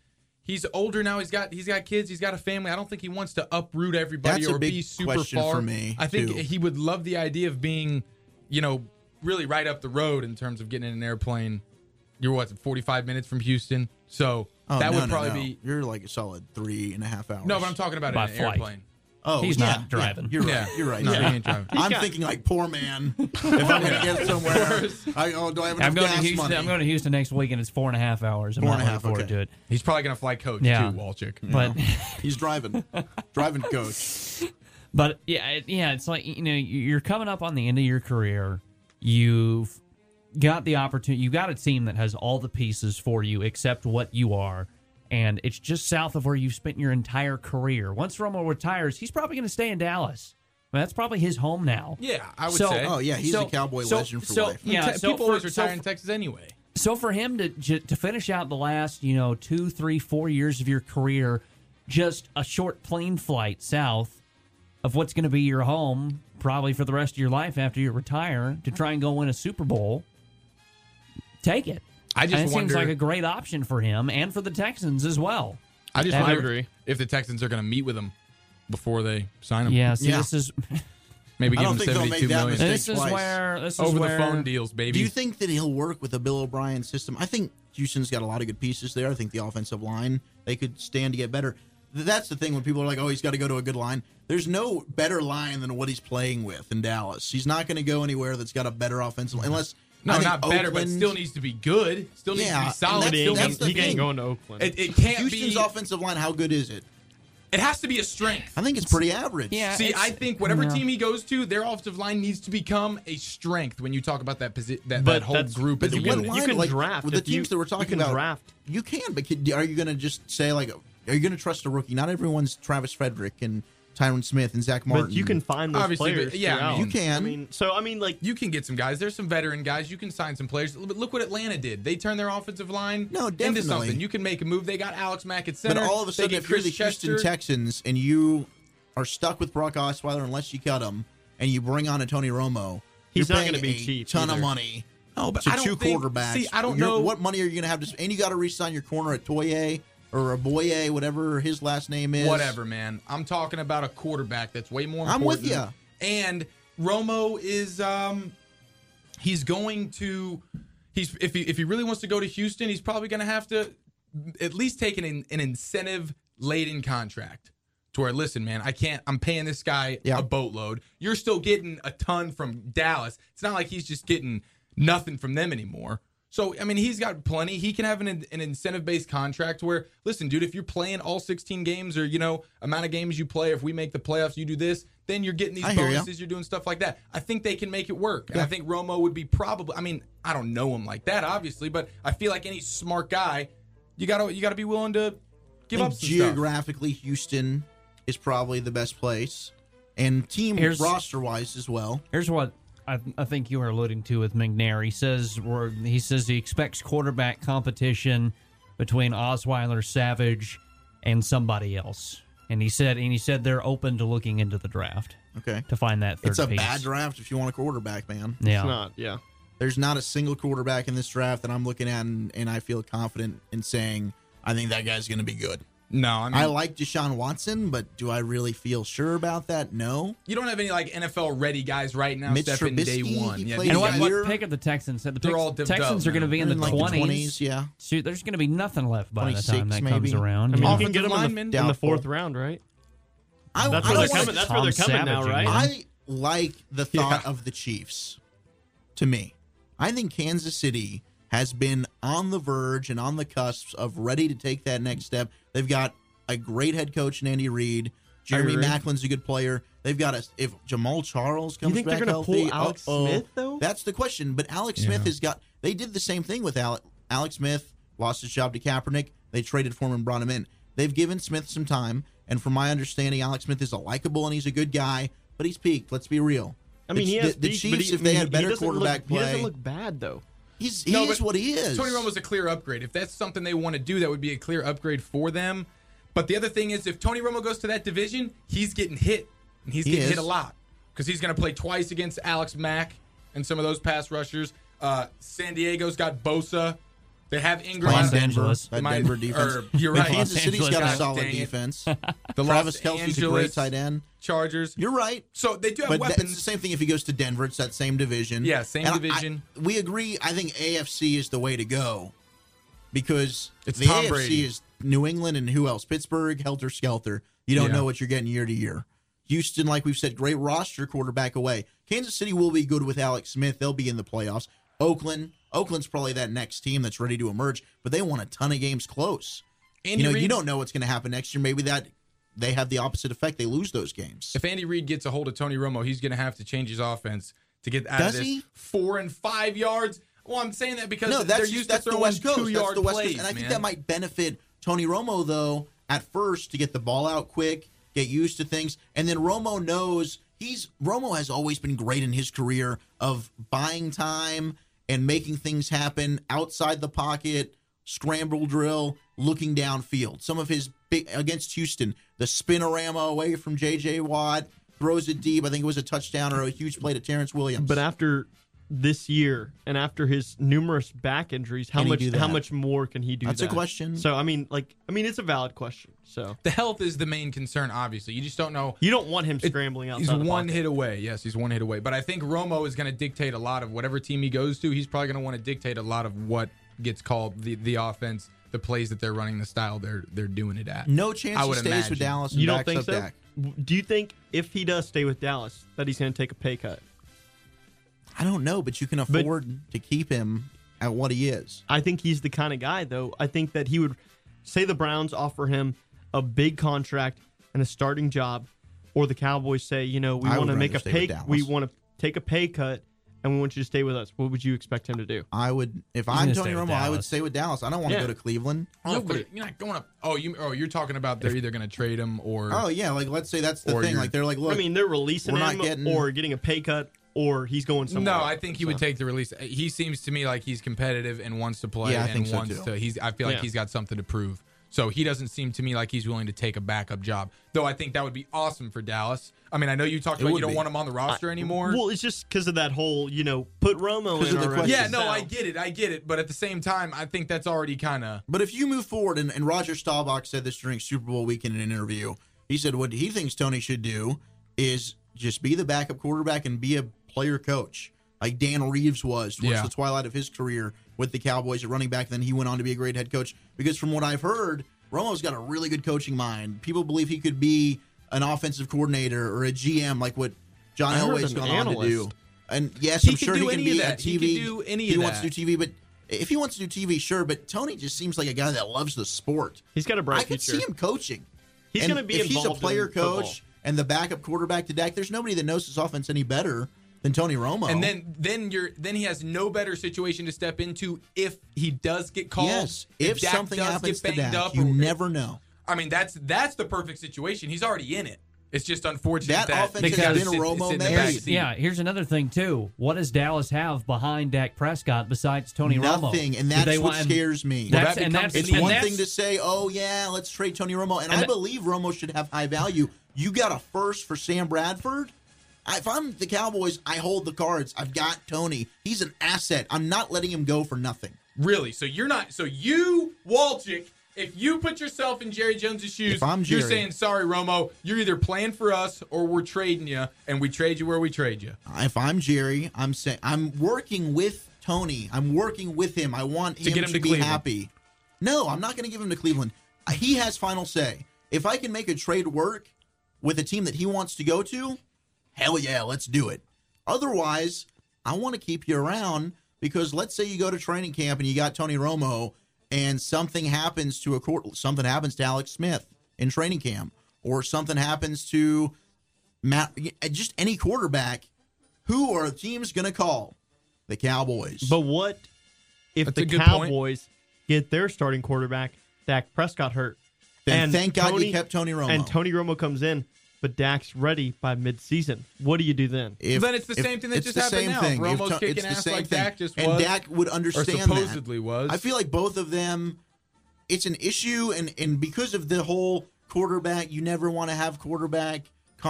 Speaker 8: he's older now. He's got he's got kids. He's got a family. I don't think he wants to uproot everybody
Speaker 6: That's a
Speaker 8: or
Speaker 6: big
Speaker 8: be super
Speaker 6: question
Speaker 8: far.
Speaker 6: for me,
Speaker 8: I think
Speaker 6: too.
Speaker 8: he would love the idea of being, you know, really right up the road in terms of getting in an airplane. You're what 45 minutes from Houston, so
Speaker 6: Oh,
Speaker 8: that
Speaker 6: no,
Speaker 8: would
Speaker 6: no,
Speaker 8: probably
Speaker 6: no.
Speaker 8: be
Speaker 6: You're like a solid three and a half hours.
Speaker 8: no. But I'm talking about in
Speaker 1: By
Speaker 8: an
Speaker 1: flight.
Speaker 8: airplane.
Speaker 6: Oh,
Speaker 1: He's
Speaker 6: yeah,
Speaker 1: not
Speaker 6: yeah,
Speaker 1: driving.
Speaker 6: you're
Speaker 8: Yeah.
Speaker 6: right. You're right.
Speaker 8: No,
Speaker 6: Yeah.
Speaker 8: he ain't driving.
Speaker 6: I'm
Speaker 7: got-
Speaker 6: thinking like poor man. If I'm gonna get somewhere, I, oh, do I have enough
Speaker 1: I'm going to
Speaker 6: gas
Speaker 1: Houston.
Speaker 6: money?
Speaker 1: I'm going to Houston next week, and it's four and a half hours. I'm
Speaker 6: Four
Speaker 1: not
Speaker 6: and a
Speaker 1: looking
Speaker 6: half,
Speaker 1: forward
Speaker 6: okay.
Speaker 1: to it.
Speaker 8: He's probably gonna fly coach
Speaker 1: Yeah.
Speaker 8: too, Walchick.
Speaker 1: But
Speaker 6: He's driving, driving coach.
Speaker 1: But yeah, it- yeah, it's like you know, you- you're coming up on the end of your career. You've got the opportunity. You've got a team that has all the pieces for you, except what you are, and it's just south of where you spent your entire career. Once Romo retires, he's probably going to stay in Dallas. I mean, that's probably his home now.
Speaker 8: Yeah, I would
Speaker 1: So-
Speaker 8: say.
Speaker 6: Oh yeah, he's
Speaker 1: So-
Speaker 6: a cowboy
Speaker 1: so-
Speaker 6: legend for
Speaker 1: so-
Speaker 6: life.
Speaker 1: yeah,
Speaker 8: Te-
Speaker 1: so
Speaker 8: people
Speaker 1: for-
Speaker 8: always retire
Speaker 1: so
Speaker 8: in
Speaker 1: for-
Speaker 8: Texas anyway.
Speaker 1: So for him to ju- to finish out the last, you know, two, three, four years of your career, just a short plane flight south of what's going to be your home, probably for the rest of your life after you retire, to try and go win a Super Bowl, take it.
Speaker 8: I just
Speaker 1: And it
Speaker 8: wonder-
Speaker 1: seems like a great option for him and for the Texans as well.
Speaker 8: I just
Speaker 1: I
Speaker 8: wonder
Speaker 7: agree.
Speaker 8: if the Texans are gonna meet with him before they sign him.
Speaker 1: Yeah. See,
Speaker 6: Yeah.
Speaker 1: this is
Speaker 8: Maybe
Speaker 6: I
Speaker 8: give
Speaker 6: don't
Speaker 8: him
Speaker 6: think they'll make
Speaker 8: seventy-two
Speaker 6: that
Speaker 8: million.
Speaker 6: mistake.
Speaker 1: this is
Speaker 6: twice.
Speaker 1: where this
Speaker 8: over
Speaker 1: is where,
Speaker 8: the phone deals, baby.
Speaker 6: Do you think that he'll work with the Bill O'Brien system? I think Houston's got a lot of good pieces there. I think the offensive line they could stand to get better. Th- That's the thing when people are like, "Oh, he's got to go to a good line." There's no better line than what he's playing with in Dallas. He's not going to go anywhere that's got a better offensive line, unless I
Speaker 8: no,
Speaker 6: think
Speaker 8: not better, but
Speaker 6: Oakland-
Speaker 8: still needs to be good. Still needs to
Speaker 6: Yeah,
Speaker 8: be
Speaker 6: and
Speaker 8: solid.
Speaker 6: that's-
Speaker 7: He
Speaker 8: still
Speaker 7: ain't,
Speaker 6: that's
Speaker 8: needs
Speaker 6: the
Speaker 7: gonna- he
Speaker 6: thing.
Speaker 7: ain't going to Oakland.
Speaker 8: it, it can't
Speaker 6: Houston's
Speaker 8: be.
Speaker 6: offensive line. How good is it?
Speaker 8: It has to be a strength.
Speaker 6: I think it's pretty average.
Speaker 1: Yeah.
Speaker 8: See,
Speaker 1: it's-
Speaker 8: I think whatever
Speaker 1: yeah.
Speaker 8: team he goes to, their offensive line needs to become a strength. When you talk about that posi- that, that
Speaker 7: But
Speaker 8: whole
Speaker 7: that's-
Speaker 8: group
Speaker 7: but
Speaker 8: as a
Speaker 7: the
Speaker 6: what
Speaker 8: unit.
Speaker 7: line- you can draft
Speaker 6: with the
Speaker 7: if you-
Speaker 6: teams that we're
Speaker 7: you
Speaker 6: talking
Speaker 7: can
Speaker 6: about.
Speaker 7: draft.
Speaker 6: You can, but can, are you going to just say like, are you going to trust a rookie? Not everyone's Travis Frederick and Tyron Smith and Zach Martin.
Speaker 7: but you can find those
Speaker 8: Obviously, but-
Speaker 7: players.
Speaker 8: yeah, I
Speaker 7: throughout.
Speaker 8: mean-
Speaker 6: You can.
Speaker 7: I mean, so I mean, like
Speaker 8: You can get some guys. There's some veteran guys. You can sign some players. But look what Atlanta did. They turned their offensive line
Speaker 6: No,
Speaker 8: into
Speaker 6: definitely.
Speaker 8: something. You can make a move. They got Alex Mack at center.
Speaker 6: But all of a
Speaker 8: They
Speaker 6: sudden,
Speaker 8: get
Speaker 6: if you're
Speaker 8: Chris
Speaker 6: the
Speaker 8: Chester.
Speaker 6: Houston Texans and you are stuck with Brock Osweiler unless you cut him, and you bring on a Tony Romo,
Speaker 7: He's
Speaker 6: you're
Speaker 7: not gonna
Speaker 6: paying
Speaker 7: be
Speaker 6: a
Speaker 7: cheap
Speaker 6: Ton of
Speaker 7: either.
Speaker 6: money.
Speaker 8: No, but
Speaker 6: to
Speaker 8: I don't
Speaker 6: two
Speaker 8: think-
Speaker 6: quarterbacks.
Speaker 8: see, I don't
Speaker 6: You're-
Speaker 8: know-
Speaker 6: what money are you going to have to. And you got to re-sign your corner at Toye or Aboye, whatever his last name is.
Speaker 8: Whatever, man. I'm talking about a quarterback that's way more
Speaker 6: I'm
Speaker 8: important.
Speaker 6: with
Speaker 8: And Romo is um he's going to he's if he if he really wants to go to Houston, he's probably gonna have to at least take an an incentive laden contract. To where, listen, man, I can't. I'm paying this guy
Speaker 6: Yeah.
Speaker 8: a boatload. You're still getting a ton from Dallas. It's not like he's just getting nothing from them anymore. So, I mean, he's got plenty. He can have an, an incentive based contract where, listen, dude, if you're playing all 16 games or, you know, amount of games you play, if we make the playoffs, you do this, then you're getting these
Speaker 6: I hear ya.
Speaker 8: bonuses, you're doing stuff like that. I think they can make it work. And I think Romo would be probably, I mean, I don't know him like that, obviously, but I feel like any smart guy, you got to you gotta be willing to give
Speaker 6: I
Speaker 8: up
Speaker 6: think
Speaker 8: some stuff.
Speaker 6: geographically, Houston is probably the best place, and team
Speaker 1: Here's-
Speaker 6: roster wise as well.
Speaker 1: Here's what I, I think you were alluding to with McNair. He says or he says he expects quarterback competition between Osweiler, Savage, and somebody else. And he said and he said they're open to looking into the draft
Speaker 6: Okay,
Speaker 1: to find that third
Speaker 6: it's a
Speaker 1: piece.
Speaker 6: bad draft if you want a quarterback, man.
Speaker 1: Yeah.
Speaker 7: it's not. Yeah,
Speaker 6: There's not a single quarterback in this draft that I'm looking at and, and I feel confident in saying I think that guy's going to be good.
Speaker 8: No, I mean,
Speaker 6: I like Deshaun Watson, but do I really feel sure about that? No.
Speaker 8: you don't have any like NFL ready guys right now
Speaker 6: Mitch
Speaker 8: stepping day
Speaker 6: Trubisky,
Speaker 8: one.
Speaker 6: he
Speaker 8: Yeah,
Speaker 6: played
Speaker 8: these
Speaker 1: And what,
Speaker 8: guys-
Speaker 6: year-
Speaker 1: what pick of the Texans? The Tex-
Speaker 8: all divvied
Speaker 1: Texans
Speaker 8: up
Speaker 1: are going to
Speaker 8: now.
Speaker 1: be in the
Speaker 6: They're in, like, the
Speaker 1: 20s.
Speaker 6: 20s, yeah.
Speaker 1: Shoot, there's going to be nothing left by the
Speaker 6: 26
Speaker 1: time that comes
Speaker 6: maybe.
Speaker 1: around.
Speaker 7: I mean,
Speaker 1: Yeah.
Speaker 7: you can
Speaker 8: Offensive
Speaker 7: get them in the,
Speaker 8: lineman?
Speaker 7: in the fourth
Speaker 6: Doubtful.
Speaker 7: round, right?
Speaker 6: I,
Speaker 7: That's
Speaker 6: I
Speaker 7: where
Speaker 6: don't
Speaker 7: they're
Speaker 6: wanna-
Speaker 7: coming. That's where
Speaker 1: Tom
Speaker 7: they're coming now,
Speaker 1: Savage
Speaker 7: right?
Speaker 1: again.
Speaker 6: I like the thought
Speaker 8: Yeah.
Speaker 6: of the Chiefs to me. I think Kansas City has been on the verge and on the cusps of ready to take that next step. They've got a great head coach in Andy Reid. Jeremy
Speaker 7: agree.
Speaker 6: Macklin's a good player. They've got a if Jamal Charles comes
Speaker 7: think they're
Speaker 6: back
Speaker 7: gonna
Speaker 6: healthy.
Speaker 7: pull Alex
Speaker 6: uh-oh.
Speaker 7: Smith, though?
Speaker 6: That's the question. But Alex Smith has got. They did the same thing with Alec, Alex Smith. Lost his job to Kaepernick. They traded for him and brought him in. They've given Smith some time, and from my understanding, Alex Smith is a likable and he's a good guy, but he's peaked. Let's be real.
Speaker 7: I mean,
Speaker 6: the,
Speaker 7: he has
Speaker 6: the, the
Speaker 7: peak,
Speaker 6: Chiefs,
Speaker 7: but he,
Speaker 6: if they
Speaker 7: I mean,
Speaker 6: had better
Speaker 7: he doesn't
Speaker 6: quarterback
Speaker 7: look, he
Speaker 6: play,
Speaker 7: doesn't look bad though.
Speaker 6: he's he
Speaker 8: No,
Speaker 6: is
Speaker 8: but
Speaker 6: what he is.
Speaker 8: Tony Romo's a clear upgrade. If that's something they want to do, that would be a clear upgrade for them. But the other thing is, if Tony Romo goes to that division, he's getting hit, and he's
Speaker 6: He
Speaker 8: getting
Speaker 6: is.
Speaker 8: hit a lot because he's going to play twice against Alex Mack and some of those pass rushers. Uh, San Diego's got Bosa. They have Ingram.
Speaker 6: Playing
Speaker 1: Los
Speaker 6: Denver,
Speaker 1: Angeles.
Speaker 6: that
Speaker 8: Might-
Speaker 6: Denver defense.
Speaker 8: or- you're
Speaker 6: But
Speaker 8: right.
Speaker 6: Kansas
Speaker 1: Los
Speaker 6: City's
Speaker 1: Angeles,
Speaker 6: got a
Speaker 1: God
Speaker 6: solid
Speaker 8: dang it.
Speaker 6: defense.
Speaker 8: The
Speaker 6: Travis
Speaker 8: Los
Speaker 6: Kelsey's a great
Speaker 8: Angeles
Speaker 6: tight end.
Speaker 8: Chargers.
Speaker 6: You're right.
Speaker 8: So they do have
Speaker 6: but that-
Speaker 8: weapons.
Speaker 6: it's the same thing if he goes to Denver. It's that same division.
Speaker 8: Yeah, same
Speaker 6: And I-
Speaker 8: division.
Speaker 6: I- we agree. I think AFC is the way to go because
Speaker 8: It's
Speaker 6: the
Speaker 8: Tom
Speaker 6: AFC
Speaker 8: Brady.
Speaker 6: is New England and who else? Pittsburgh, helter skelter. You don't
Speaker 8: Yeah.
Speaker 6: know what you're getting year to year. Houston, like we've said, great roster, quarterback away. Kansas City will be good with Alex Smith. They'll be in the playoffs. Oakland, Oakland's probably that next team that's ready to emerge, but they want a ton of games close.
Speaker 8: Andy
Speaker 6: you know, you
Speaker 8: Reid-
Speaker 6: don't know what's going to happen next year. Maybe that they have the opposite effect. They lose those games.
Speaker 8: If Andy Reid gets a hold of Tony Romo, he's going to have to change his offense to get out
Speaker 6: Does
Speaker 8: of this
Speaker 6: he?
Speaker 8: four and five yards. Well, I'm saying that because
Speaker 6: no, that's
Speaker 8: they're used
Speaker 6: that's the
Speaker 8: to throwing
Speaker 6: West Coast.
Speaker 8: two
Speaker 6: That's
Speaker 8: yard
Speaker 6: the West
Speaker 8: plays,
Speaker 6: Coast, and I think
Speaker 8: man.
Speaker 6: that might benefit Tony Romo though at first to get the ball out quick, get used to things, and then Romo knows he's Romo has always been great in his career of buying time and making things happen outside the pocket, scramble drill, looking downfield. Some of his big against Houston, the spinorama away from J.J. Watt. Throws it deep. I think it was a touchdown or a huge play to Terrence Williams.
Speaker 7: But after this year and after his numerous back injuries, how
Speaker 6: Can he
Speaker 7: much
Speaker 6: do that?
Speaker 7: how much more can he do?
Speaker 6: That's a
Speaker 7: that?
Speaker 6: question.
Speaker 7: So I mean, like, I mean, it's a valid question. So
Speaker 8: the health is the main concern. Obviously, you just don't know.
Speaker 7: you don't want him
Speaker 8: It-
Speaker 7: scrambling outside.
Speaker 8: He's
Speaker 7: the
Speaker 8: one
Speaker 7: pocket.
Speaker 8: hit away. Yes, he's one hit away. But I think Romo is going to dictate a lot of whatever team he goes to. He's probably going to want to dictate a lot of what gets called the the offense, the plays that they're running, the style they're they're doing it at.
Speaker 6: no chance
Speaker 8: I
Speaker 6: he
Speaker 8: would
Speaker 6: stays
Speaker 8: imagine.
Speaker 6: with Dallas. And
Speaker 7: You don't
Speaker 6: backs
Speaker 7: think
Speaker 6: up
Speaker 7: so?
Speaker 6: Dak.
Speaker 7: W- Do you think if he does stay with Dallas that he's going to take a pay cut?
Speaker 6: I don't know, but you can
Speaker 7: But-
Speaker 6: afford to keep him at what he is.
Speaker 7: I think he's the kind of guy, though. I think that he would say the Browns offer him a big contract and a starting job, or the Cowboys say, you know, we
Speaker 6: I
Speaker 7: want to
Speaker 6: would
Speaker 7: make a
Speaker 6: rather stay
Speaker 7: pay,
Speaker 6: with Dallas.
Speaker 7: we want to take a pay cut, and we want you to stay with us. What would you expect him to do?
Speaker 6: I would, if I'm
Speaker 1: gonna
Speaker 6: Tony
Speaker 1: stay with
Speaker 6: Romo, I would
Speaker 1: Dallas.
Speaker 6: stay with Dallas. I don't want to
Speaker 7: Yeah.
Speaker 6: go to Cleveland.
Speaker 8: Oh, but you're not going up. Oh, you oh you're talking about they're either going to trade him or
Speaker 6: Oh yeah, like let's say that's the
Speaker 8: Or
Speaker 6: thing.
Speaker 8: you're-
Speaker 6: Like they're like, look,
Speaker 7: I mean, they're releasing
Speaker 6: we're not
Speaker 7: him,
Speaker 6: getting-
Speaker 7: or getting a pay cut, or he's going somewhere.
Speaker 8: No,
Speaker 7: else.
Speaker 8: I think he would take the release. Uh, He seems to me like he's competitive and wants to play
Speaker 6: Yeah, I
Speaker 8: and
Speaker 6: think so,
Speaker 8: wants
Speaker 6: too.
Speaker 8: to. He's. I feel like
Speaker 7: Yeah.
Speaker 8: he's got something to prove. So he doesn't seem to me like he's willing to take a backup job. Though I think that would be awesome for Dallas. I mean, I know you talked about you
Speaker 6: would
Speaker 8: don't
Speaker 6: be.
Speaker 8: want him on the roster anymore.
Speaker 7: Well, it's just because of that whole, you know, put Romo in.
Speaker 6: of the
Speaker 7: already.
Speaker 6: question.
Speaker 8: yeah, no,
Speaker 7: So-
Speaker 8: I get it, I get it. But at the same time, I think that's already kind of.
Speaker 6: But if you move forward, and, and Roger Staubach said this during Super Bowl weekend in an interview, he said what he thinks Tony should do is just be the backup quarterback and be a player coach, like Dan Reeves was towards
Speaker 8: Yeah.
Speaker 6: the twilight of his career with the Cowboys at running back. Then he went on to be a great head coach. Because from what I've heard, Romo's got a really good coaching mind. People believe he could be an offensive coordinator or a GM, like what John
Speaker 7: I heard
Speaker 6: Elway's
Speaker 7: an
Speaker 6: gone on to do.
Speaker 7: analyst.
Speaker 6: And yes,
Speaker 8: He
Speaker 6: I'm
Speaker 8: could
Speaker 6: sure
Speaker 8: do
Speaker 6: he can
Speaker 8: any
Speaker 6: be
Speaker 8: of
Speaker 6: a
Speaker 8: that.
Speaker 6: TV.
Speaker 8: He could do any
Speaker 6: he
Speaker 8: of
Speaker 6: wants
Speaker 8: that.
Speaker 6: to do TV, but if he wants to do TV, sure. But Tony just seems like a guy that loves the sport.
Speaker 7: He's got a bright
Speaker 6: I could
Speaker 7: future.
Speaker 6: see him coaching.
Speaker 7: He's
Speaker 6: And
Speaker 7: gonna be
Speaker 6: if he's a
Speaker 7: involved in
Speaker 6: player
Speaker 7: football.
Speaker 6: coach and the backup quarterback to Dak. There's nobody that knows his offense any better than Tony Romo.
Speaker 8: And then, then you're, then he has no better situation to step into if he does get called.
Speaker 6: yes, if,
Speaker 8: Dak
Speaker 6: something
Speaker 8: does
Speaker 6: happens to
Speaker 8: get banged
Speaker 6: Dak,
Speaker 8: up,
Speaker 6: you
Speaker 8: or-
Speaker 6: never know.
Speaker 8: I mean, that's that's the perfect situation. He's already in it. It's just unfortunate
Speaker 6: That
Speaker 8: that,
Speaker 6: offense
Speaker 1: has
Speaker 8: because
Speaker 1: been
Speaker 8: it's in-
Speaker 6: Romo
Speaker 8: it's in the
Speaker 6: made.
Speaker 8: backseat.
Speaker 1: Yeah, here's another thing too. What does Dallas have behind Dak Prescott besides Tony Romo?
Speaker 6: Nothing, and
Speaker 1: Do
Speaker 6: that's
Speaker 1: they
Speaker 6: what
Speaker 1: want him-
Speaker 6: scares me.
Speaker 8: Well,
Speaker 1: That's,
Speaker 8: that
Speaker 1: and that's
Speaker 8: becomes
Speaker 6: It's
Speaker 8: and
Speaker 6: one
Speaker 1: that's-
Speaker 6: thing to say, oh yeah, let's trade Tony Romo, and, I
Speaker 1: that-
Speaker 6: believe Romo should have high value. You got a first for Sam Bradford. I- If I'm the Cowboys, I hold the cards. I've got Tony. He's an asset. I'm not letting him go for nothing.
Speaker 8: Really? So you're not? So you, Walchick, If you put yourself in Jerry Jones' shoes,
Speaker 6: If I'm
Speaker 8: you're
Speaker 6: Jerry-
Speaker 8: saying, sorry, Romo, you're either playing for us or we're trading you, and we trade you where we trade you.
Speaker 6: If I'm Jerry, I'm saying I'm working with Tony. I'm working with him. I want him to,
Speaker 8: get him
Speaker 6: be
Speaker 8: to Cleveland.
Speaker 6: happy. No, I'm not going to give him to Cleveland. Uh, He has final say. If I can make a trade work with a team that he wants to go to, hell yeah, let's do it. Otherwise, I want to keep you around because let's say you go to training camp and you got Tony Romo and something happens to a court, something happens to Alex Smith in training camp or something happens to Matt, just any quarterback, who are teams going to call? The Cowboys.
Speaker 7: But what if
Speaker 8: That's a
Speaker 7: the
Speaker 8: good point.
Speaker 7: Cowboys get their starting quarterback Dak Prescott hurt?
Speaker 6: Then thank God you kept Tony Romo.
Speaker 7: And Tony Romo comes in, but Dak's ready by midseason. What do you do then?
Speaker 6: If-
Speaker 8: Then it's the
Speaker 6: if-
Speaker 8: same thing that
Speaker 6: it's
Speaker 8: just
Speaker 6: the
Speaker 8: happened
Speaker 6: same
Speaker 8: now.
Speaker 6: thing. If
Speaker 8: Romo's
Speaker 6: Ton-
Speaker 8: kicking
Speaker 6: it's the
Speaker 8: ass
Speaker 6: same
Speaker 8: like
Speaker 6: thing.
Speaker 8: Dak just
Speaker 6: and
Speaker 8: was,
Speaker 6: Dak would understand that.
Speaker 8: supposedly was.
Speaker 6: I feel like both of them. It's an issue, and and because of the whole quarterback, you never want to have quarterback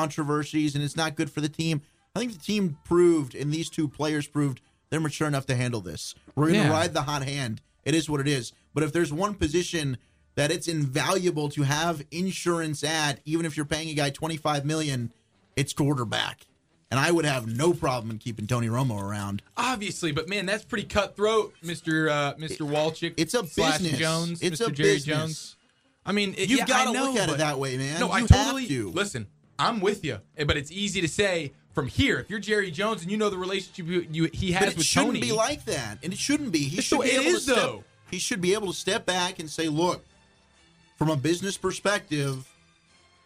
Speaker 6: controversies, and it's not good for the team. I think the team proved, and these two players proved, they're mature enough to handle this. We're going to
Speaker 8: Yeah.
Speaker 6: ride the hot hand. It is what it is. But if there's one position that it's invaluable to have insurance at, even if you're paying a guy 25 million, it's quarterback. And I would have no problem in keeping Tony Romo around.
Speaker 8: Obviously, but man, that's pretty cutthroat, Mister uh, Mister Walchick.
Speaker 6: it's a
Speaker 8: slash
Speaker 6: business.
Speaker 8: Jones.
Speaker 6: It's
Speaker 8: Mr.
Speaker 6: a
Speaker 8: Jerry
Speaker 6: business.
Speaker 8: Jones. I mean, it,
Speaker 6: You've
Speaker 8: yeah,
Speaker 6: gotta
Speaker 8: I know,
Speaker 6: look at it
Speaker 8: but-
Speaker 6: that way, man.
Speaker 8: No, I
Speaker 6: You have
Speaker 8: totally
Speaker 6: to.
Speaker 8: listen. I'm with you, but it's easy to say from here. If you're Jerry Jones and you know the relationship you, you he has
Speaker 6: But it
Speaker 8: with
Speaker 6: shouldn't
Speaker 8: Tony,
Speaker 6: be like that, and it shouldn't be. He
Speaker 8: It's
Speaker 6: should
Speaker 8: the
Speaker 6: be
Speaker 8: way it
Speaker 6: able
Speaker 8: is,
Speaker 6: to step,
Speaker 8: though.
Speaker 6: He should be able to step back and say, "Look, from a business perspective,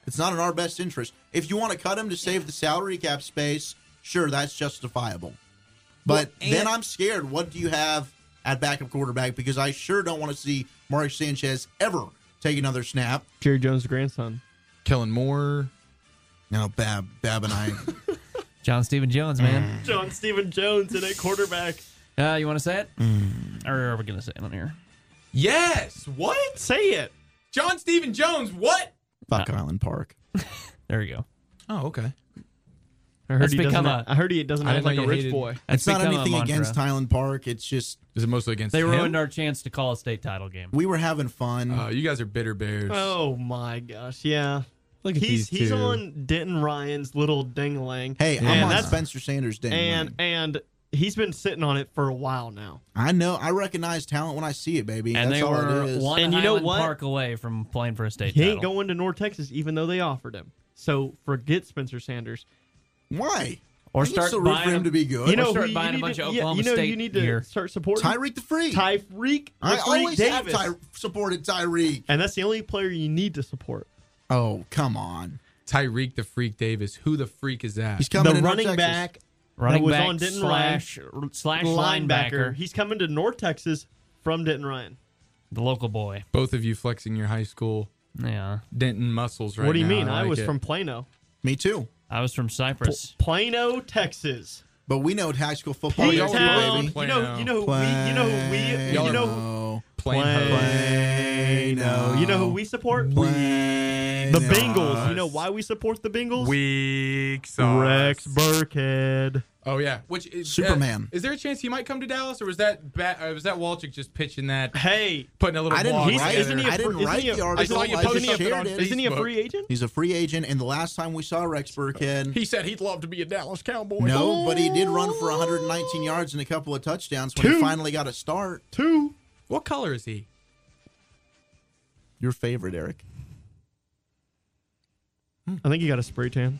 Speaker 6: it's not in our best interest. If you want to cut him to save the salary cap space, sure, that's justifiable. But
Speaker 8: Well,
Speaker 6: then
Speaker 8: and-
Speaker 6: I'm scared. What do you have at backup quarterback? Because I sure don't want to see Mario Sanchez ever take another snap.
Speaker 7: Jerry Jones' grandson.
Speaker 8: Kellen Moore.
Speaker 6: Now, Bab, Bab, and I.
Speaker 1: John Stephen Jones, man.
Speaker 7: John Steven Jones in a quarterback.
Speaker 6: Mm.
Speaker 1: Uh, you want to say it? Or are we going to say it on here?
Speaker 8: Yes. What?
Speaker 7: Say it.
Speaker 8: John Stephen Jones. What?
Speaker 6: Fuck Island Park.
Speaker 1: There you go.
Speaker 8: Oh, okay.
Speaker 7: I heard,
Speaker 1: That's
Speaker 7: he doesn't,
Speaker 1: become
Speaker 7: act-
Speaker 1: a-
Speaker 7: I heard he doesn't
Speaker 8: I
Speaker 7: act
Speaker 8: didn't know
Speaker 7: like a
Speaker 8: you
Speaker 7: rich
Speaker 8: hated-
Speaker 7: boy.
Speaker 6: It's not
Speaker 1: become a
Speaker 6: anything
Speaker 1: mantra.
Speaker 6: against Highland Park. It's just
Speaker 8: Is it mostly against
Speaker 1: They
Speaker 8: him?
Speaker 1: ruined our chance to call a state title game.
Speaker 6: we were having fun.
Speaker 8: Uh, you guys are bitter bears.
Speaker 7: Oh my gosh, yeah.
Speaker 8: Look at
Speaker 7: He's
Speaker 8: these
Speaker 7: he's
Speaker 8: two.
Speaker 7: on Denton Ryan's little dingling.
Speaker 6: hey,
Speaker 7: and
Speaker 6: I'm on
Speaker 7: that's-
Speaker 6: Spencer Sanders' day.
Speaker 7: and and he's been sitting on it for a while now.
Speaker 6: I know. I recognize talent when I see it, baby.
Speaker 1: and
Speaker 6: That's
Speaker 1: they
Speaker 6: all
Speaker 1: were
Speaker 6: it is.
Speaker 1: one
Speaker 7: And you know
Speaker 1: Highland
Speaker 7: what?
Speaker 1: Park away from playing for a state
Speaker 7: He
Speaker 1: title.
Speaker 7: ain't going to North Texas, even though they offered him. So forget Spencer Sanders.
Speaker 6: Why?
Speaker 1: Or
Speaker 6: I can
Speaker 1: start
Speaker 6: still root
Speaker 1: buying
Speaker 6: for him
Speaker 1: a-
Speaker 6: to be good.
Speaker 1: You
Speaker 7: You know,
Speaker 1: start
Speaker 7: who
Speaker 1: buying a
Speaker 7: need
Speaker 1: bunch
Speaker 7: to-
Speaker 1: of
Speaker 7: yeah,
Speaker 1: Oklahoma
Speaker 7: you know, who
Speaker 1: State
Speaker 7: you need to
Speaker 1: gear.
Speaker 7: start supporting
Speaker 6: Tyreek the free.
Speaker 7: Tyreek.
Speaker 6: I
Speaker 7: Tyreek
Speaker 6: always have
Speaker 7: Davis.
Speaker 6: Ty- supported Tyreek.
Speaker 7: and that's the only player you need to support.
Speaker 6: Oh come on,
Speaker 8: Tyreek the Freak Davis. Who the freak is that?
Speaker 6: he's coming.
Speaker 7: the
Speaker 6: to North
Speaker 7: running
Speaker 6: Texas.
Speaker 7: back,
Speaker 1: Running
Speaker 7: that was
Speaker 1: back
Speaker 7: on Denton
Speaker 1: slash, slash
Speaker 7: linebacker.
Speaker 1: linebacker.
Speaker 7: He's coming to North Texas from Denton Ryan.
Speaker 1: the local boy.
Speaker 8: Both of you flexing your high school
Speaker 1: Yeah.
Speaker 8: Denton muscles right now.
Speaker 7: what do you mean? I,
Speaker 8: like
Speaker 7: was
Speaker 8: it.
Speaker 7: from Plano,
Speaker 6: Me too.
Speaker 1: I was from Cyprus.
Speaker 7: Plano, Texas.
Speaker 6: But we know high school football.
Speaker 7: P-town.
Speaker 8: y'all were
Speaker 6: baby.
Speaker 8: playing
Speaker 7: You know, you know who we, you know who we,
Speaker 8: Y'all
Speaker 7: you
Speaker 8: are
Speaker 7: know, who-
Speaker 6: Plano.
Speaker 8: playing her.
Speaker 6: Plano.
Speaker 7: you know who we support?
Speaker 6: Plano.
Speaker 7: The Bengals. You know why we support the Bengals?
Speaker 8: Weak sauce.
Speaker 7: Rex Burkhead.
Speaker 8: Oh yeah, which is,
Speaker 6: Superman.
Speaker 8: uh, is there a chance he might come to Dallas, or was that ba- or was that Walchick just pitching that,
Speaker 7: Hey,
Speaker 8: putting a little?
Speaker 6: I didn't
Speaker 8: blog
Speaker 6: he's-
Speaker 8: together?
Speaker 7: isn't he a
Speaker 6: I didn't
Speaker 7: fr- isn't
Speaker 6: write
Speaker 7: he a-
Speaker 6: the
Speaker 8: I
Speaker 6: article.
Speaker 8: saw you
Speaker 6: I
Speaker 8: posted
Speaker 6: just
Speaker 8: something on
Speaker 6: shared it.
Speaker 7: isn't he a
Speaker 8: Facebook.
Speaker 7: free agent?
Speaker 6: He's a free agent, and the last time we saw Rex Burkhead,
Speaker 8: He said he'd love to be a Dallas Cowboy.
Speaker 6: No, but he did run for 119 yards and a couple of touchdowns when
Speaker 7: Two.
Speaker 6: he finally got a start.
Speaker 7: Two.
Speaker 8: What color is he?
Speaker 6: Your favorite, Eric.
Speaker 7: I think he got a spray tan.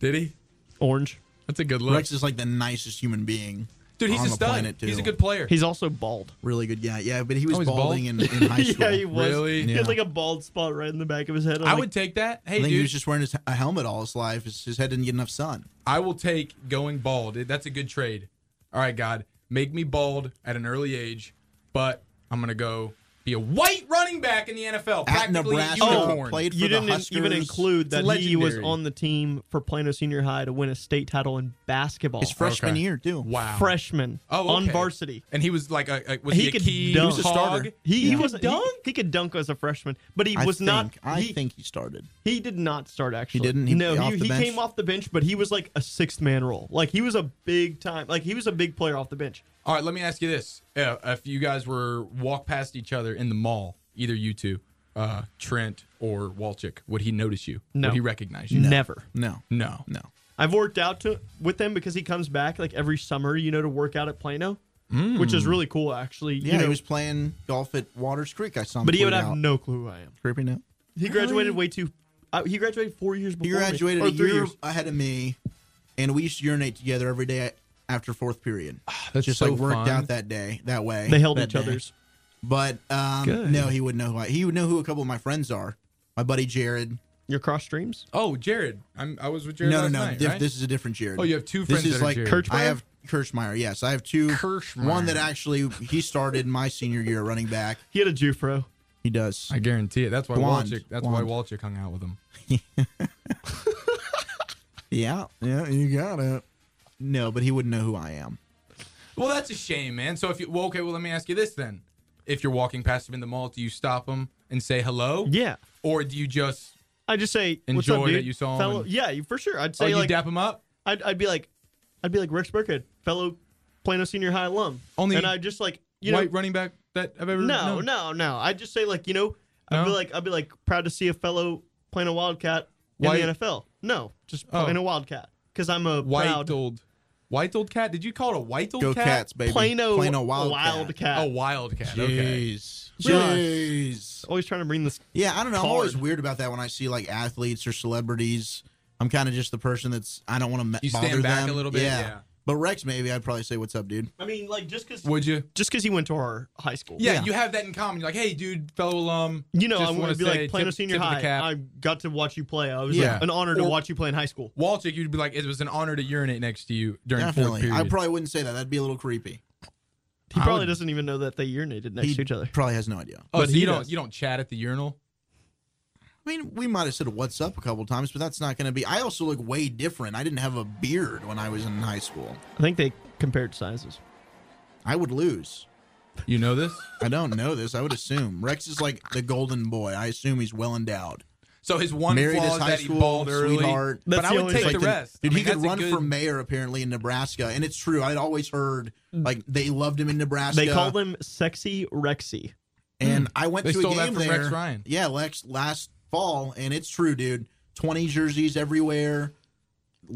Speaker 8: Did he?
Speaker 7: Orange.
Speaker 8: That's a good look,
Speaker 6: Rex is like the nicest human being.
Speaker 8: dude. He's
Speaker 6: on
Speaker 8: a
Speaker 6: the
Speaker 8: stud.
Speaker 6: planet, too.
Speaker 8: He's a good player.
Speaker 7: He's also bald.
Speaker 6: Really good guy. Yeah, but he was
Speaker 8: Oh, he's bald?
Speaker 6: balding in, in high school.
Speaker 7: yeah, he was.
Speaker 8: Really?
Speaker 7: He
Speaker 6: Yeah.
Speaker 7: had like a bald spot right in the back of his head. I'm
Speaker 8: I
Speaker 7: like,
Speaker 8: would take that.
Speaker 6: I
Speaker 8: Hey,
Speaker 6: think
Speaker 8: dude,
Speaker 6: he was just wearing his, a helmet all his life. His, his head didn't get enough sun.
Speaker 8: I will take going bald. That's a good trade. All right, God, make me bald at an early age, but I'm gonna go be a white running back in the NFL.
Speaker 6: At
Speaker 8: practically a
Speaker 6: Nebraska,
Speaker 8: unicorn.
Speaker 6: played for
Speaker 7: you
Speaker 6: the
Speaker 7: didn't
Speaker 6: Huskers.
Speaker 7: even include that he was
Speaker 8: legendary.
Speaker 7: on the team for Plano Senior High to win a state title in basketball.
Speaker 6: his freshman year too.
Speaker 8: Wow.
Speaker 7: freshman
Speaker 8: Oh,
Speaker 7: on
Speaker 8: okay.
Speaker 7: varsity.
Speaker 8: And he was like a, a was
Speaker 7: He
Speaker 8: he, a
Speaker 7: could
Speaker 8: key
Speaker 7: dunk. He was a
Speaker 8: hog?
Speaker 6: starter.
Speaker 7: He, he
Speaker 6: Yeah.
Speaker 7: was dunk. He, could dunk as a freshman, but he
Speaker 6: I
Speaker 7: was
Speaker 6: think,
Speaker 7: not.
Speaker 6: I
Speaker 7: he,
Speaker 6: think he started.
Speaker 7: he did not start actually.
Speaker 6: didn't? He-
Speaker 7: no,
Speaker 6: off
Speaker 7: he,
Speaker 6: the
Speaker 7: he
Speaker 6: bench?
Speaker 7: came off the bench, but he was like a sixth man role. Like he was a big time. Like he was a big player off the bench.
Speaker 8: All right, let me ask you this: uh, If you guys were walk past each other in the mall, either you two, uh, Trent or Walchick, would he notice you?
Speaker 7: No.
Speaker 8: Would he recognize you?
Speaker 7: Never.
Speaker 6: No,
Speaker 8: No.
Speaker 6: no.
Speaker 7: I've worked out to, with him because he comes back like every summer, you know, to work out at Plano, which is really cool actually.
Speaker 6: Mm. Yeah,
Speaker 7: you know,
Speaker 6: he was playing golf at Waters Creek. I saw him.
Speaker 7: but he would
Speaker 6: tweet
Speaker 7: have
Speaker 6: out.
Speaker 7: no clue who I am.
Speaker 6: creepy now.
Speaker 7: He graduated way too. Uh, he graduated four years
Speaker 6: He
Speaker 7: before. me,
Speaker 6: graduated
Speaker 7: or
Speaker 6: a
Speaker 7: three
Speaker 6: year
Speaker 7: years.
Speaker 6: ahead of me, and we used to urinate together every day after fourth period.
Speaker 8: that's
Speaker 6: just
Speaker 8: so
Speaker 6: like worked
Speaker 8: fun.
Speaker 6: out that day that way.
Speaker 7: They held
Speaker 6: that
Speaker 7: each
Speaker 6: day.
Speaker 7: other's.
Speaker 6: But
Speaker 7: Good.
Speaker 6: um, no, he would know who I, he would know who a couple of my friends are. My buddy Jared.
Speaker 7: Your cross streams.
Speaker 8: Oh, Jared, I'm, I was with Jared
Speaker 6: no, no,
Speaker 8: last
Speaker 6: no.
Speaker 8: night.
Speaker 6: Diff-
Speaker 8: right?
Speaker 6: This is a different Jared.
Speaker 8: Oh, you have two friends
Speaker 6: This is
Speaker 8: that are
Speaker 6: like
Speaker 8: Jared.
Speaker 7: Kirchmeier?
Speaker 6: I have Kirschmeyer. Yes, I have two.
Speaker 8: Kirschmeyer.
Speaker 6: One that actually he started my senior year running back.
Speaker 7: He had a Jufro.
Speaker 6: He does.
Speaker 8: I guarantee it. That's why
Speaker 6: Blonde.
Speaker 8: Walchick. That's why
Speaker 6: Blonde.
Speaker 8: Walchick hung out with him.
Speaker 6: yeah, yeah, you got it. No, but he wouldn't know who I am.
Speaker 8: Well, that's a shame, man. So if you well, okay, well, let me ask you this then: If you're walking past him in the mall, do you stop him and say hello?
Speaker 7: Yeah.
Speaker 8: Or do you just
Speaker 7: I just say What's
Speaker 8: Enjoy
Speaker 7: up, dude?
Speaker 8: that you saw him
Speaker 7: Fellow,
Speaker 8: and-
Speaker 7: yeah, you- for sure. I'd
Speaker 8: oh,
Speaker 7: say
Speaker 8: you
Speaker 7: like
Speaker 8: dap him up?
Speaker 7: I'd, I'd be like I'd be like Rex Burkhead, fellow Plano Senior High alum.
Speaker 8: Only
Speaker 7: and I just like you know
Speaker 8: White running back that I've ever
Speaker 7: no
Speaker 8: known?
Speaker 7: no no. I'd just say like you know I'd be
Speaker 8: No?
Speaker 7: like I'd be like proud to see a fellow Plano Wildcat in
Speaker 8: White-
Speaker 7: the NFL. No, just
Speaker 8: Oh.
Speaker 7: Plano Wildcat because I'm a
Speaker 8: white
Speaker 7: proud
Speaker 8: old white old cat. Did you call it a white old
Speaker 6: Go
Speaker 8: cat?
Speaker 6: Cats, baby.
Speaker 7: Plano,
Speaker 6: Plano
Speaker 7: Wildcat.
Speaker 6: Wildcat.
Speaker 8: A wild cat. Okay.
Speaker 6: Jeez.
Speaker 7: Really?
Speaker 6: Jeez.
Speaker 7: Always trying to bring this.
Speaker 6: Yeah, I don't know. I'm always
Speaker 7: Card.
Speaker 6: weird about that when I see like athletes or celebrities. I'm kind of just the person that's I don't want to me-
Speaker 8: You
Speaker 6: bother
Speaker 8: stand back a
Speaker 6: them.
Speaker 8: little bit,
Speaker 6: Yeah.
Speaker 8: yeah.
Speaker 6: But Rex, maybe I'd probably say, "What's up, dude?"
Speaker 7: I mean, like just because
Speaker 8: Would you?
Speaker 7: just because he went to our high school.
Speaker 8: Yeah, you have that in common. You're like, hey, dude, fellow alum.
Speaker 7: You know, I
Speaker 8: just
Speaker 7: want
Speaker 8: wanna
Speaker 7: to be
Speaker 8: say,
Speaker 7: like Plano
Speaker 8: tip-
Speaker 7: Senior
Speaker 8: tip of the
Speaker 7: High.
Speaker 8: cap.
Speaker 7: I got to watch you play. I was
Speaker 6: Yeah.
Speaker 7: like an honor to
Speaker 8: Or-
Speaker 7: watch you play in high school.
Speaker 8: Walchick, you'd be like, it was an honor to urinate next to you during fourth
Speaker 6: Definitely.
Speaker 8: period.
Speaker 6: I probably wouldn't say that. That'd be a little creepy.
Speaker 7: He probably doesn't even know that they urinated next
Speaker 6: He
Speaker 7: to each other.
Speaker 6: probably has no idea.
Speaker 8: oh,
Speaker 7: but
Speaker 8: so
Speaker 7: he
Speaker 8: you don't
Speaker 7: does.
Speaker 8: you don't chat at the urinal?
Speaker 6: I mean, we might have said "What's up" a couple times, but that's not going to be. I also look way different. I didn't have a beard when I was in high school.
Speaker 7: I think they compared sizes.
Speaker 6: I would lose.
Speaker 8: You know this?
Speaker 6: I don't know this. I would assume Rex is like the golden boy. I assume he's well endowed.
Speaker 8: So his one
Speaker 6: Married
Speaker 8: flaw
Speaker 6: his
Speaker 8: is
Speaker 6: high
Speaker 8: that he
Speaker 6: school
Speaker 8: balled early.
Speaker 6: sweetheart.
Speaker 8: But
Speaker 7: That's
Speaker 8: I
Speaker 7: the
Speaker 8: would
Speaker 7: only
Speaker 8: take
Speaker 7: thing.
Speaker 8: the rest.
Speaker 6: Dude,
Speaker 8: I
Speaker 6: he
Speaker 8: mean,
Speaker 6: could
Speaker 8: that's a
Speaker 6: run
Speaker 8: good-
Speaker 6: for mayor apparently in Nebraska, and it's true. I'd always heard
Speaker 8: Mm.
Speaker 6: like they loved him in Nebraska.
Speaker 7: They called him Sexy Rexy.
Speaker 6: and I went
Speaker 8: They
Speaker 6: to
Speaker 8: stole
Speaker 6: a
Speaker 8: that
Speaker 6: game
Speaker 8: from
Speaker 6: there.
Speaker 8: Rex Ryan.
Speaker 6: Yeah, Lex last fall, and it's true, dude. Twenty jerseys everywhere.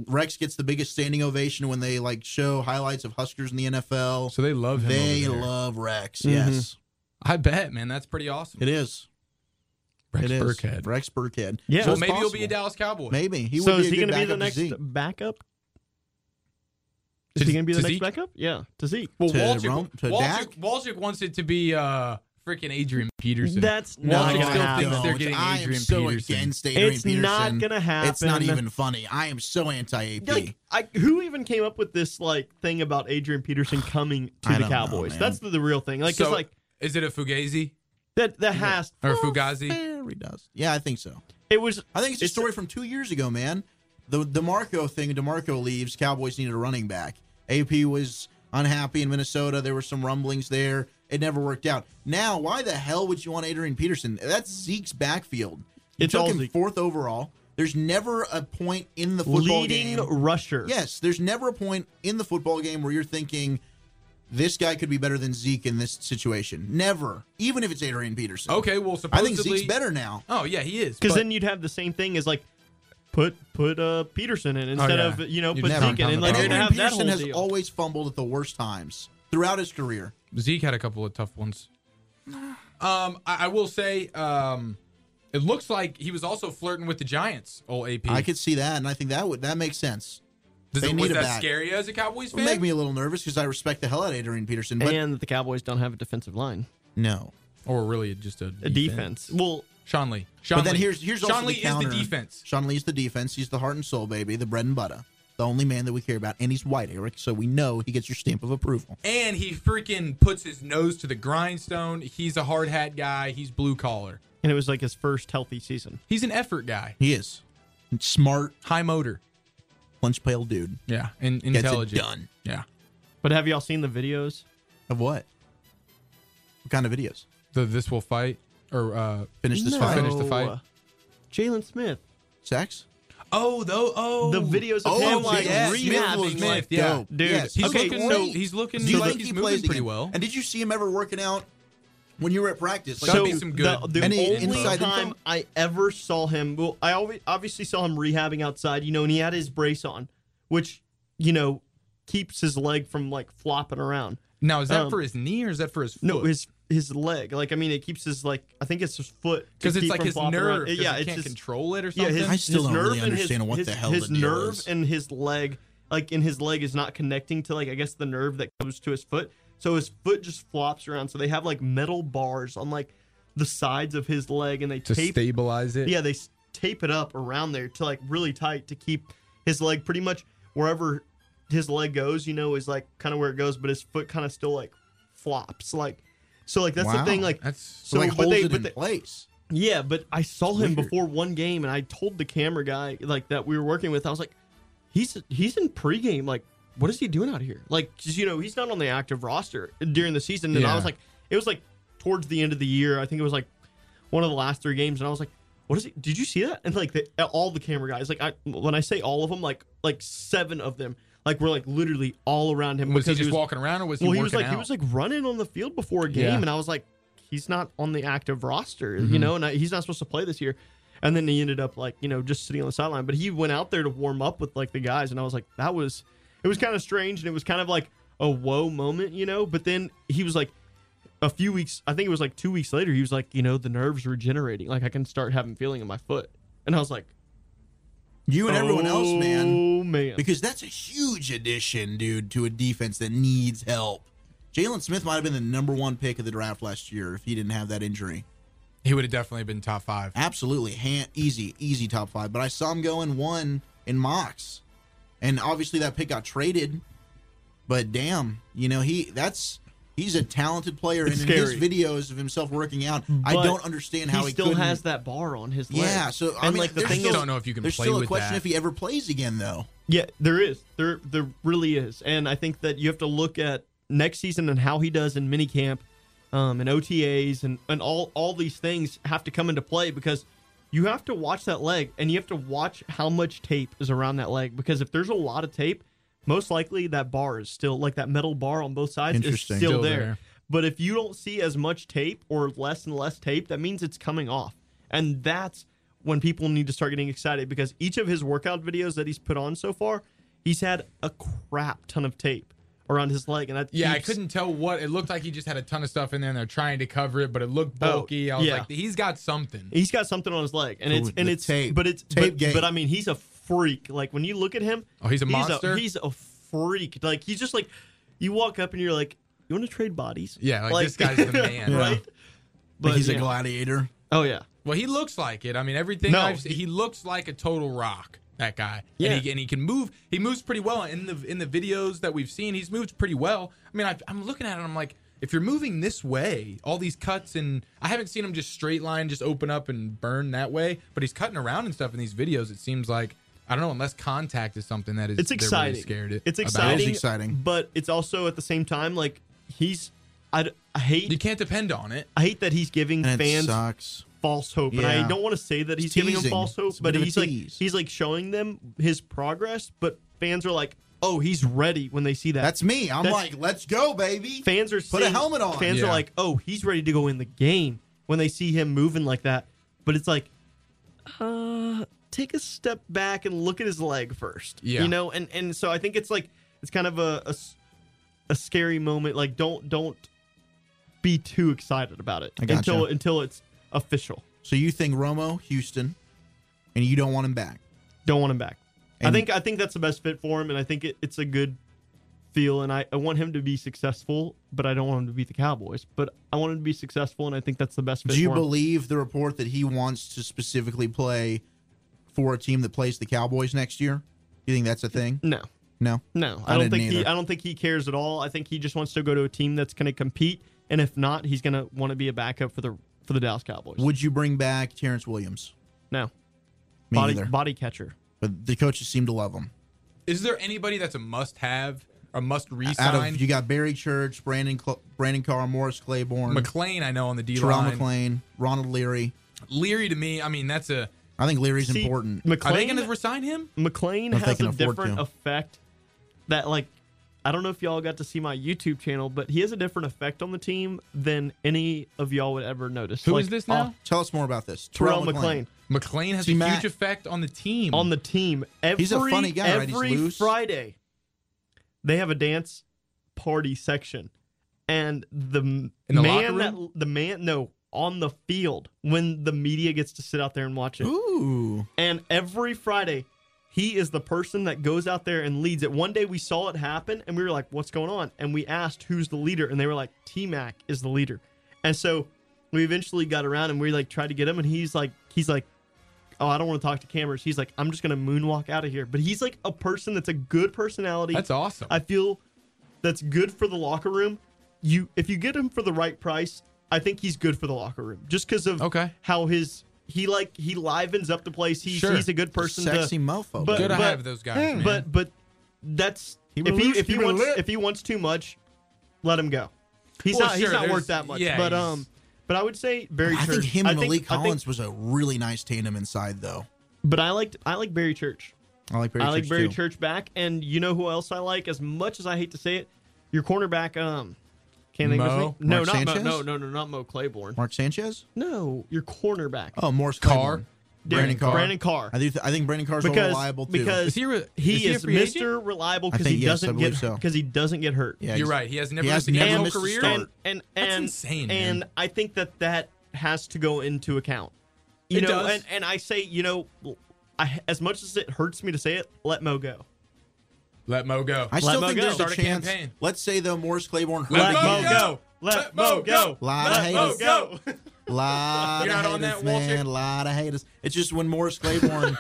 Speaker 6: Rex gets the biggest standing ovation when they like show highlights of Huskers in the NFL.
Speaker 8: So they love him.
Speaker 6: they
Speaker 8: over there. Mm-hmm.
Speaker 6: love Rex.
Speaker 7: Mhm.
Speaker 6: Yes,
Speaker 8: I bet, man. That's pretty awesome.
Speaker 6: it is.
Speaker 8: Rex
Speaker 6: it is.
Speaker 8: Burkhead.
Speaker 6: Rex Burkhead.
Speaker 7: Yeah.
Speaker 8: well,
Speaker 6: it's
Speaker 8: maybe he'll
Speaker 6: possible.
Speaker 8: be a Dallas Cowboy.
Speaker 6: Maybe he
Speaker 7: so
Speaker 6: would be
Speaker 7: is
Speaker 6: a
Speaker 7: he
Speaker 6: good
Speaker 7: going to be the
Speaker 6: backup
Speaker 7: next
Speaker 6: to Zeke.
Speaker 7: backup?
Speaker 8: To-
Speaker 7: Is he going to be the
Speaker 8: to
Speaker 7: next
Speaker 8: Zeke?
Speaker 7: backup? Yeah, to Zeke.
Speaker 8: Well,
Speaker 6: to
Speaker 8: Walchick,
Speaker 6: Rome- to Dak?
Speaker 8: Walchick, Walchick wants it to be uh, freaking Adrian Peterson.
Speaker 7: That's
Speaker 8: Walchick
Speaker 7: not
Speaker 6: I
Speaker 7: gonna
Speaker 8: still
Speaker 7: happen.
Speaker 8: thinks they're
Speaker 6: don't.
Speaker 8: getting
Speaker 6: I am
Speaker 8: Adrian
Speaker 6: so
Speaker 8: Peterson.
Speaker 6: against Adrian
Speaker 7: It's
Speaker 6: Peterson.
Speaker 7: not gonna
Speaker 6: It's not
Speaker 7: happen.
Speaker 6: even funny. I am so anti AP.
Speaker 7: Like, I, who even came up with this like thing about Adrian Peterson coming to
Speaker 6: I
Speaker 7: the
Speaker 6: don't know,
Speaker 7: Cowboys?
Speaker 6: man.
Speaker 7: That's the, the real thing. Like, 'cause,
Speaker 8: so,
Speaker 7: like
Speaker 8: is it a Fugazi
Speaker 7: that that has
Speaker 8: or Fugazi?
Speaker 6: Very does. Yeah, I think so.
Speaker 7: it was.
Speaker 6: I think it's a
Speaker 7: It's-
Speaker 6: story from two years ago, man. The DeMarco thing, DeMarco leaves, Cowboys needed a running back. AP was unhappy in Minnesota. There were some rumblings there. It never worked out. Now, why the hell would you want Adrian Peterson? That's Zeke's backfield. You
Speaker 7: It's
Speaker 6: took
Speaker 7: all
Speaker 6: him
Speaker 7: Zeke.
Speaker 6: fourth overall. There's never a point in the football
Speaker 7: leading
Speaker 6: game.
Speaker 7: rusher.
Speaker 6: Yes, there's never a point in the football game where you're thinking this guy could be better than Zeke in this situation. Never, even if it's Adrian Peterson.
Speaker 8: Okay, well,
Speaker 6: I
Speaker 8: supposedly
Speaker 6: think Zeke's better now.
Speaker 8: Oh yeah, he is.
Speaker 7: because
Speaker 8: but-
Speaker 7: then you'd have the same thing as like put put uh Peterson in instead
Speaker 8: yeah.
Speaker 7: of you know
Speaker 8: You'd
Speaker 7: put
Speaker 8: never
Speaker 7: Zeke in,
Speaker 8: come
Speaker 7: and
Speaker 8: to
Speaker 7: like
Speaker 8: that.
Speaker 7: you'd
Speaker 6: Adrian
Speaker 7: have that
Speaker 6: Peterson
Speaker 7: whole
Speaker 6: has
Speaker 7: deal.
Speaker 6: always fumbled at the worst times throughout his career.
Speaker 8: Zeke had a couple of tough ones. Um, I, I will say, um, it looks like he was also flirting with the Giants. Old AP.
Speaker 6: I could see that, and I think that would that makes sense.
Speaker 8: Does
Speaker 6: they
Speaker 8: it,
Speaker 6: need
Speaker 8: was
Speaker 6: a
Speaker 8: that
Speaker 6: back.
Speaker 8: scary as a Cowboys
Speaker 6: It would
Speaker 8: fan?
Speaker 6: make me a little nervous because I respect the hell out of Adrian Peterson, but
Speaker 7: and that the Cowboys don't have a defensive line,
Speaker 6: no.
Speaker 8: or really just a,
Speaker 7: a defense. Well,
Speaker 8: Sean Lee. Sean
Speaker 6: But then
Speaker 8: Lee.
Speaker 6: here's here's
Speaker 8: Sean
Speaker 6: also
Speaker 8: Lee
Speaker 6: the counter.
Speaker 8: is the defense.
Speaker 6: Sean Lee's the defense. He's the heart and soul baby, the bread and butter, the only man that we care about, and he's white, Eric. So we know he gets your stamp of approval.
Speaker 8: And he freaking puts his nose to the grindstone. He's a hard hat guy. He's blue collar.
Speaker 7: and it was like his first healthy season.
Speaker 8: He's an effort guy.
Speaker 6: He is smart,
Speaker 8: High motor.
Speaker 6: lunch pail dude.
Speaker 8: Yeah. And
Speaker 6: Gets
Speaker 8: intelligent.
Speaker 6: it done.
Speaker 8: Yeah.
Speaker 7: But have y'all seen the videos?
Speaker 6: Of what? What kind of videos?
Speaker 8: The this will fight or uh
Speaker 6: Finish this
Speaker 7: no.
Speaker 6: fight.
Speaker 8: Finish the fight.
Speaker 7: Jalen Smith.
Speaker 6: Sex?
Speaker 8: Oh, though. Oh,
Speaker 7: The videos of
Speaker 6: Oh,
Speaker 7: him
Speaker 6: my
Speaker 7: like
Speaker 6: yes,
Speaker 7: rehabbing,
Speaker 6: Smith was
Speaker 7: like,
Speaker 8: Smith, yeah.
Speaker 6: dope.
Speaker 7: Dude,
Speaker 6: Yes.
Speaker 8: He's
Speaker 7: Okay,
Speaker 8: looking.
Speaker 7: so-
Speaker 8: no, he's looking.
Speaker 6: Do you
Speaker 8: like
Speaker 6: think
Speaker 8: he's
Speaker 6: he
Speaker 8: moving
Speaker 6: plays
Speaker 8: pretty
Speaker 6: again?
Speaker 8: well.
Speaker 6: And did you see him ever working out when you were at practice?
Speaker 8: Like,
Speaker 7: so
Speaker 8: be some good-
Speaker 7: The, the
Speaker 6: Any
Speaker 7: only
Speaker 6: inside info?
Speaker 7: time I ever saw him, well, I always obviously saw him rehabbing outside, you know, and he had his brace on, which you know keeps his leg from like flopping around.
Speaker 8: Now is that
Speaker 7: Um,
Speaker 8: for his knee or is that for his foot?
Speaker 7: No, his his leg. Like I mean, it keeps his like I think it's his foot to
Speaker 8: because it's
Speaker 7: keep
Speaker 8: like
Speaker 7: from
Speaker 8: his
Speaker 7: flopping around.
Speaker 8: nerve.
Speaker 7: It-
Speaker 8: Yeah,
Speaker 7: yeah,
Speaker 8: he
Speaker 7: it's
Speaker 8: can't
Speaker 7: his,
Speaker 8: control it or
Speaker 7: yeah,
Speaker 8: something.
Speaker 7: his,
Speaker 6: I still
Speaker 7: his
Speaker 6: don't
Speaker 7: nerve
Speaker 6: really
Speaker 7: and his-
Speaker 6: understand what
Speaker 7: his,
Speaker 6: the hell
Speaker 7: his
Speaker 6: the deal
Speaker 7: nerve
Speaker 6: is.
Speaker 7: and his leg, like in his leg, is not connecting to like I guess the nerve that comes to his foot. So his foot just flops around. So they have like metal bars on like the sides of his leg, and they
Speaker 8: to
Speaker 7: tape
Speaker 8: stabilize it.
Speaker 7: yeah, they s- tape it up around there to like really tight to keep his leg pretty much wherever his leg goes, you know, is like kind of where it goes, but his foot kind of still like flops. Like, so like that's
Speaker 6: Wow,
Speaker 7: the thing. Like,
Speaker 8: that's
Speaker 6: so like
Speaker 7: but
Speaker 6: holds
Speaker 7: they-
Speaker 6: it
Speaker 7: but
Speaker 6: in
Speaker 7: they-
Speaker 6: place.
Speaker 7: yeah, but I saw him
Speaker 6: weird.
Speaker 7: before one game, and I told the camera guy like that we were working with. I was like, he's he's in pregame. Like, what is he doing out here? Like, 'cause, you know, he's not on the active roster during the season. And I
Speaker 8: Yeah.
Speaker 7: was like, it was like towards the end of the year. I think it was like one of the last three games, and I was like, what is it? Did you see that? And like the, all the camera guys, like I when I say all of them, like like seven of them, like were like literally all around him.
Speaker 8: Was he
Speaker 7: because
Speaker 8: just walking around or was he
Speaker 7: well, he
Speaker 8: working
Speaker 7: was like
Speaker 8: out?
Speaker 7: he was like running on the field before a game,
Speaker 8: Yeah. Mm-hmm.
Speaker 7: and I was like, he's not on the active roster, you know, and I, he's not supposed to play this year. And then he ended up like you know just sitting on the sideline, but he went out there to warm up with like the guys, and I was like, that was it was kind of strange, and it was kind of like a whoa moment, you know. But then he was like. A few weeks, I think it was like two weeks later, he was like, you know, the nerves regenerating. Like, I can start having feeling in my foot. And I was like,
Speaker 6: You and everyone else, man.
Speaker 7: Oh, man.
Speaker 6: Because that's a huge addition, dude, to a defense that needs help. Jalen Smith might have been the number one pick of the draft last year if he didn't have that injury.
Speaker 8: he would have definitely been top five.
Speaker 6: Absolutely, hand, easy, easy top five. But I saw him going one in mocks, and obviously that pick got traded. But damn, you know he that's he's a talented player,
Speaker 7: It's
Speaker 6: and in
Speaker 7: scary.
Speaker 6: his videos of himself working out, I
Speaker 7: But
Speaker 6: don't understand how
Speaker 7: he
Speaker 6: he
Speaker 7: still
Speaker 6: couldn't-
Speaker 7: has that bar on his leg.
Speaker 6: Yeah, so I
Speaker 7: and
Speaker 6: mean,
Speaker 7: like the
Speaker 6: there's
Speaker 7: thing
Speaker 6: still-
Speaker 7: is,
Speaker 8: don't know if you can
Speaker 6: There's
Speaker 8: play
Speaker 6: still a
Speaker 8: with
Speaker 6: question
Speaker 8: that.
Speaker 6: if he ever plays again, though.
Speaker 7: Yeah, there is. There there really is. And I think that you have to look at next season and how he does in minicamp um, and OTAs and, and all, all these things have to come into play because you have to watch that leg and you have to watch how much tape is around that leg because if there's a lot of tape, most likely that bar is still like that metal bar on both sides is
Speaker 6: Interesting.
Speaker 7: still,
Speaker 8: Still
Speaker 7: there.
Speaker 8: there.
Speaker 7: But if you don't see as much tape or less and less tape, that means it's coming off. And that's when people need to start getting excited because each of his workout videos that he's put on so far, he's had a crap ton of tape around his leg. And that
Speaker 8: Yeah, I
Speaker 7: keeps-
Speaker 8: couldn't tell what it looked like. He just had a ton of stuff in there, and they're trying to cover it, but it looked
Speaker 7: Oh,
Speaker 8: bulky. I was
Speaker 7: yeah.
Speaker 8: like, he's got something.
Speaker 7: He's got something on his leg, and
Speaker 6: Ooh,
Speaker 7: it's and
Speaker 6: the
Speaker 7: it's
Speaker 6: tape.
Speaker 7: but it's
Speaker 6: Tape
Speaker 7: but,
Speaker 6: game.
Speaker 7: but I mean, he's a freak. Like when you look at him,
Speaker 8: Oh, he's a monster?
Speaker 7: He's a, freak. Like he's just like you walk up and you're like, you want to trade bodies?
Speaker 8: Yeah, like, this guy's the man.
Speaker 7: right?
Speaker 6: But he's
Speaker 7: yeah.
Speaker 6: a gladiator.
Speaker 7: Oh yeah,
Speaker 8: Well, he looks like it. I mean, everything
Speaker 7: No,
Speaker 8: I've seen,
Speaker 7: he-
Speaker 8: he looks like a total rock. That guy,
Speaker 7: Yeah.
Speaker 8: and, he, and he can move. He moves pretty well in the in the videos that we've seen. He's moved pretty well. I mean, i I'm looking at it. I'm like, if you're moving this way, all these cuts and I haven't seen him just straight line, just open up and burn that way. But he's cutting around and stuff in these videos. It seems like I don't know, unless contact is something that is
Speaker 7: it's
Speaker 8: they're really
Speaker 7: exciting.
Speaker 8: scared it-
Speaker 7: it's
Speaker 8: about.
Speaker 7: exciting.
Speaker 6: It is exciting.
Speaker 7: but it's also at the same time like he's I, d- I
Speaker 8: You
Speaker 7: hate
Speaker 8: can't depend on it.
Speaker 7: I hate that he's giving
Speaker 6: And it
Speaker 7: fans
Speaker 6: sucks.
Speaker 7: false hope, and I
Speaker 6: Yeah.
Speaker 7: don't want to say that he's
Speaker 6: It's
Speaker 7: giving them
Speaker 6: teasing.
Speaker 7: false hope,
Speaker 6: It's a
Speaker 7: but
Speaker 6: bit of a
Speaker 7: he's like
Speaker 6: tease.
Speaker 7: he's like showing them his progress, but fans are like, oh, he's ready when they see that.
Speaker 6: That's me. I'm
Speaker 7: That's-
Speaker 6: like, let's go, baby.
Speaker 7: fans are
Speaker 6: put a
Speaker 7: seeing-
Speaker 6: helmet on.
Speaker 7: Fans are
Speaker 8: Yeah.
Speaker 7: like, oh, he's ready to go in the game when they see him moving like that. But it's like, uh, take a step back and look at his leg first.
Speaker 8: Yeah.
Speaker 7: you know, and and so I think it's like it's kind of a a s- a scary moment. Like, don't don't be too excited about it
Speaker 6: I gotcha.
Speaker 7: until until it's official.
Speaker 6: So you think Romo Houston, and you don't want him back?
Speaker 7: Don't want him back. I
Speaker 6: And-
Speaker 7: think I think that's the best fit for him, and I think it, it's a good feel. And I, I want him to be successful, but I don't want him to beat the Cowboys. But I want him to be successful, and I think that's the best fit.
Speaker 6: Do you
Speaker 7: for him.
Speaker 6: believe the report that he wants to specifically play for a team that plays the Cowboys next year? You think that's a thing?
Speaker 7: No,
Speaker 6: No.
Speaker 7: no.
Speaker 6: I
Speaker 7: I, don't
Speaker 6: didn't
Speaker 7: think he.
Speaker 6: either.
Speaker 7: I don't think he cares at all. I think he just wants to go to a team that's going to compete, and if not, he's going to want to be a backup for the for the Dallas Cowboys.
Speaker 6: Would you bring back Terrence Williams?
Speaker 7: no,
Speaker 6: Me
Speaker 7: body
Speaker 6: neither.
Speaker 7: body catcher.
Speaker 6: But the coaches seem to love him.
Speaker 8: Is there anybody that's a must-have, a
Speaker 6: Out of
Speaker 8: must-resign?
Speaker 6: you got Barry Church, Brandon Cl- Brandon Carr, Morris Claiborne,
Speaker 8: McLean, I know on the D
Speaker 6: um, Terrell
Speaker 8: line.
Speaker 6: McLean, Ronald Leary.
Speaker 8: Leary to me, I mean that's a
Speaker 6: I think Leary's
Speaker 7: See,
Speaker 6: important.
Speaker 8: Are they
Speaker 7: McLean,
Speaker 8: going to resign him?
Speaker 7: McLean
Speaker 6: If they
Speaker 7: has
Speaker 6: can
Speaker 7: a
Speaker 6: afford
Speaker 7: different
Speaker 6: to.
Speaker 7: effect that like I don't know if y'all got to see my YouTube channel, but he has a different effect on the team than any of y'all would ever notice.
Speaker 8: Who
Speaker 7: Like,
Speaker 8: is this now?
Speaker 7: off-
Speaker 6: Tell us more about this.
Speaker 7: Terrell McLean.
Speaker 8: McLean oh, has
Speaker 6: See,
Speaker 8: a
Speaker 6: Matt-
Speaker 8: huge effect on the team.
Speaker 7: on the team every
Speaker 6: He's a funny guy, right? He's
Speaker 7: every
Speaker 6: loose.
Speaker 7: Friday. They have a dance party section, and the, m-
Speaker 8: In the
Speaker 7: man
Speaker 8: locker
Speaker 7: that
Speaker 8: room?
Speaker 7: the man no on the field when the media gets to sit out there and watch it.
Speaker 6: Ooh.
Speaker 7: And every Friday, he is the person that goes out there and leads it. One day we saw it happen and we were like, what's going on? And we asked who's the leader. And they were like, T Mac is the leader. And so we eventually got around and we like tried to get him. And he's like, he's like, oh, I don't want to talk to cameras. He's like, I'm just going to moonwalk out of here. But he's like a person that's a good personality.
Speaker 8: That's awesome.
Speaker 7: I feel that's good for the locker room. You if you get him for the right price, I think he's good for the locker room. Just because of
Speaker 8: Okay.
Speaker 7: how his he like he livens up the place. He's
Speaker 8: Sure.
Speaker 7: he's a good person.
Speaker 6: Sexy
Speaker 7: to,
Speaker 6: mofo.
Speaker 7: but-
Speaker 8: Good to
Speaker 7: but- hmm,
Speaker 8: have those guys, man.
Speaker 7: But but that's
Speaker 6: He
Speaker 7: if
Speaker 6: been
Speaker 7: he
Speaker 6: loose,
Speaker 7: if
Speaker 6: he
Speaker 7: he
Speaker 6: been
Speaker 7: wants
Speaker 6: lit.
Speaker 7: if he wants too much, let him go. He's
Speaker 8: Well,
Speaker 7: not
Speaker 8: sure,
Speaker 7: he's not
Speaker 8: there's-
Speaker 7: worth that much.
Speaker 8: yeah,
Speaker 7: but
Speaker 8: he's-
Speaker 7: um, but I would say Barry.
Speaker 6: I
Speaker 7: Church.
Speaker 6: think him
Speaker 7: I
Speaker 6: and
Speaker 7: think-
Speaker 6: Malik
Speaker 7: I think-
Speaker 6: Collins was a really nice tandem inside, though.
Speaker 7: but I liked I like Barry Church.
Speaker 6: I like Barry
Speaker 7: I like
Speaker 6: Church,
Speaker 7: Barry
Speaker 6: too.
Speaker 7: Church back, and you know who else I like? As much as I hate to say it, your cornerback. Um, can't think of his
Speaker 8: Mo?
Speaker 7: name. No,
Speaker 6: Mark
Speaker 7: not Mo,
Speaker 6: Sanchez?
Speaker 7: no, no, no, not Mo Claiborne.
Speaker 6: Mark Sanchez?
Speaker 7: No, your cornerback.
Speaker 6: Oh, Morris
Speaker 8: Carr.
Speaker 6: Claiborne.
Speaker 7: Darren-
Speaker 6: Brandon Carr.
Speaker 7: Brandon Carr.
Speaker 6: I, do th- I think Brandon Carr's
Speaker 7: because
Speaker 6: reliable, too.
Speaker 7: because
Speaker 8: Is he re-
Speaker 7: he
Speaker 8: is he a
Speaker 7: is
Speaker 8: free agent?
Speaker 7: Mr.
Speaker 6: I
Speaker 7: Reliable because
Speaker 6: think
Speaker 7: he
Speaker 6: yes, I
Speaker 7: doesn't
Speaker 6: believe
Speaker 7: get
Speaker 6: so.
Speaker 7: because he doesn't get hurt.
Speaker 6: Yeah,
Speaker 8: You're
Speaker 6: he's-
Speaker 8: right. He has never
Speaker 6: He has
Speaker 8: missed a game
Speaker 6: never
Speaker 8: his
Speaker 6: missed a
Speaker 8: whole career.
Speaker 6: start.
Speaker 7: and and
Speaker 8: That's
Speaker 7: and,
Speaker 8: insane,
Speaker 7: and
Speaker 8: man.
Speaker 7: I think that that has to go into account. You
Speaker 8: It
Speaker 7: know,
Speaker 8: does.
Speaker 7: and and I say you know, I, as much as it hurts me to say it, let Mo go.
Speaker 8: Let Mo go.
Speaker 6: I still
Speaker 7: Mo
Speaker 6: think
Speaker 7: go.
Speaker 6: there's
Speaker 8: Start
Speaker 6: a
Speaker 8: a
Speaker 6: chance.
Speaker 8: campaign.
Speaker 6: Let's say, though, Morris Claiborne hurt
Speaker 8: Let
Speaker 7: Let
Speaker 8: Mo
Speaker 7: Mo
Speaker 6: again.
Speaker 8: go.
Speaker 7: go. Let Mo go.
Speaker 6: Lot of
Speaker 7: Let Mo
Speaker 6: haters.
Speaker 7: go.
Speaker 6: Lot
Speaker 8: You're
Speaker 6: of
Speaker 8: not on
Speaker 6: haters,
Speaker 8: that, Walter?
Speaker 6: man. Lot of haters. It's just when Morris Claiborne,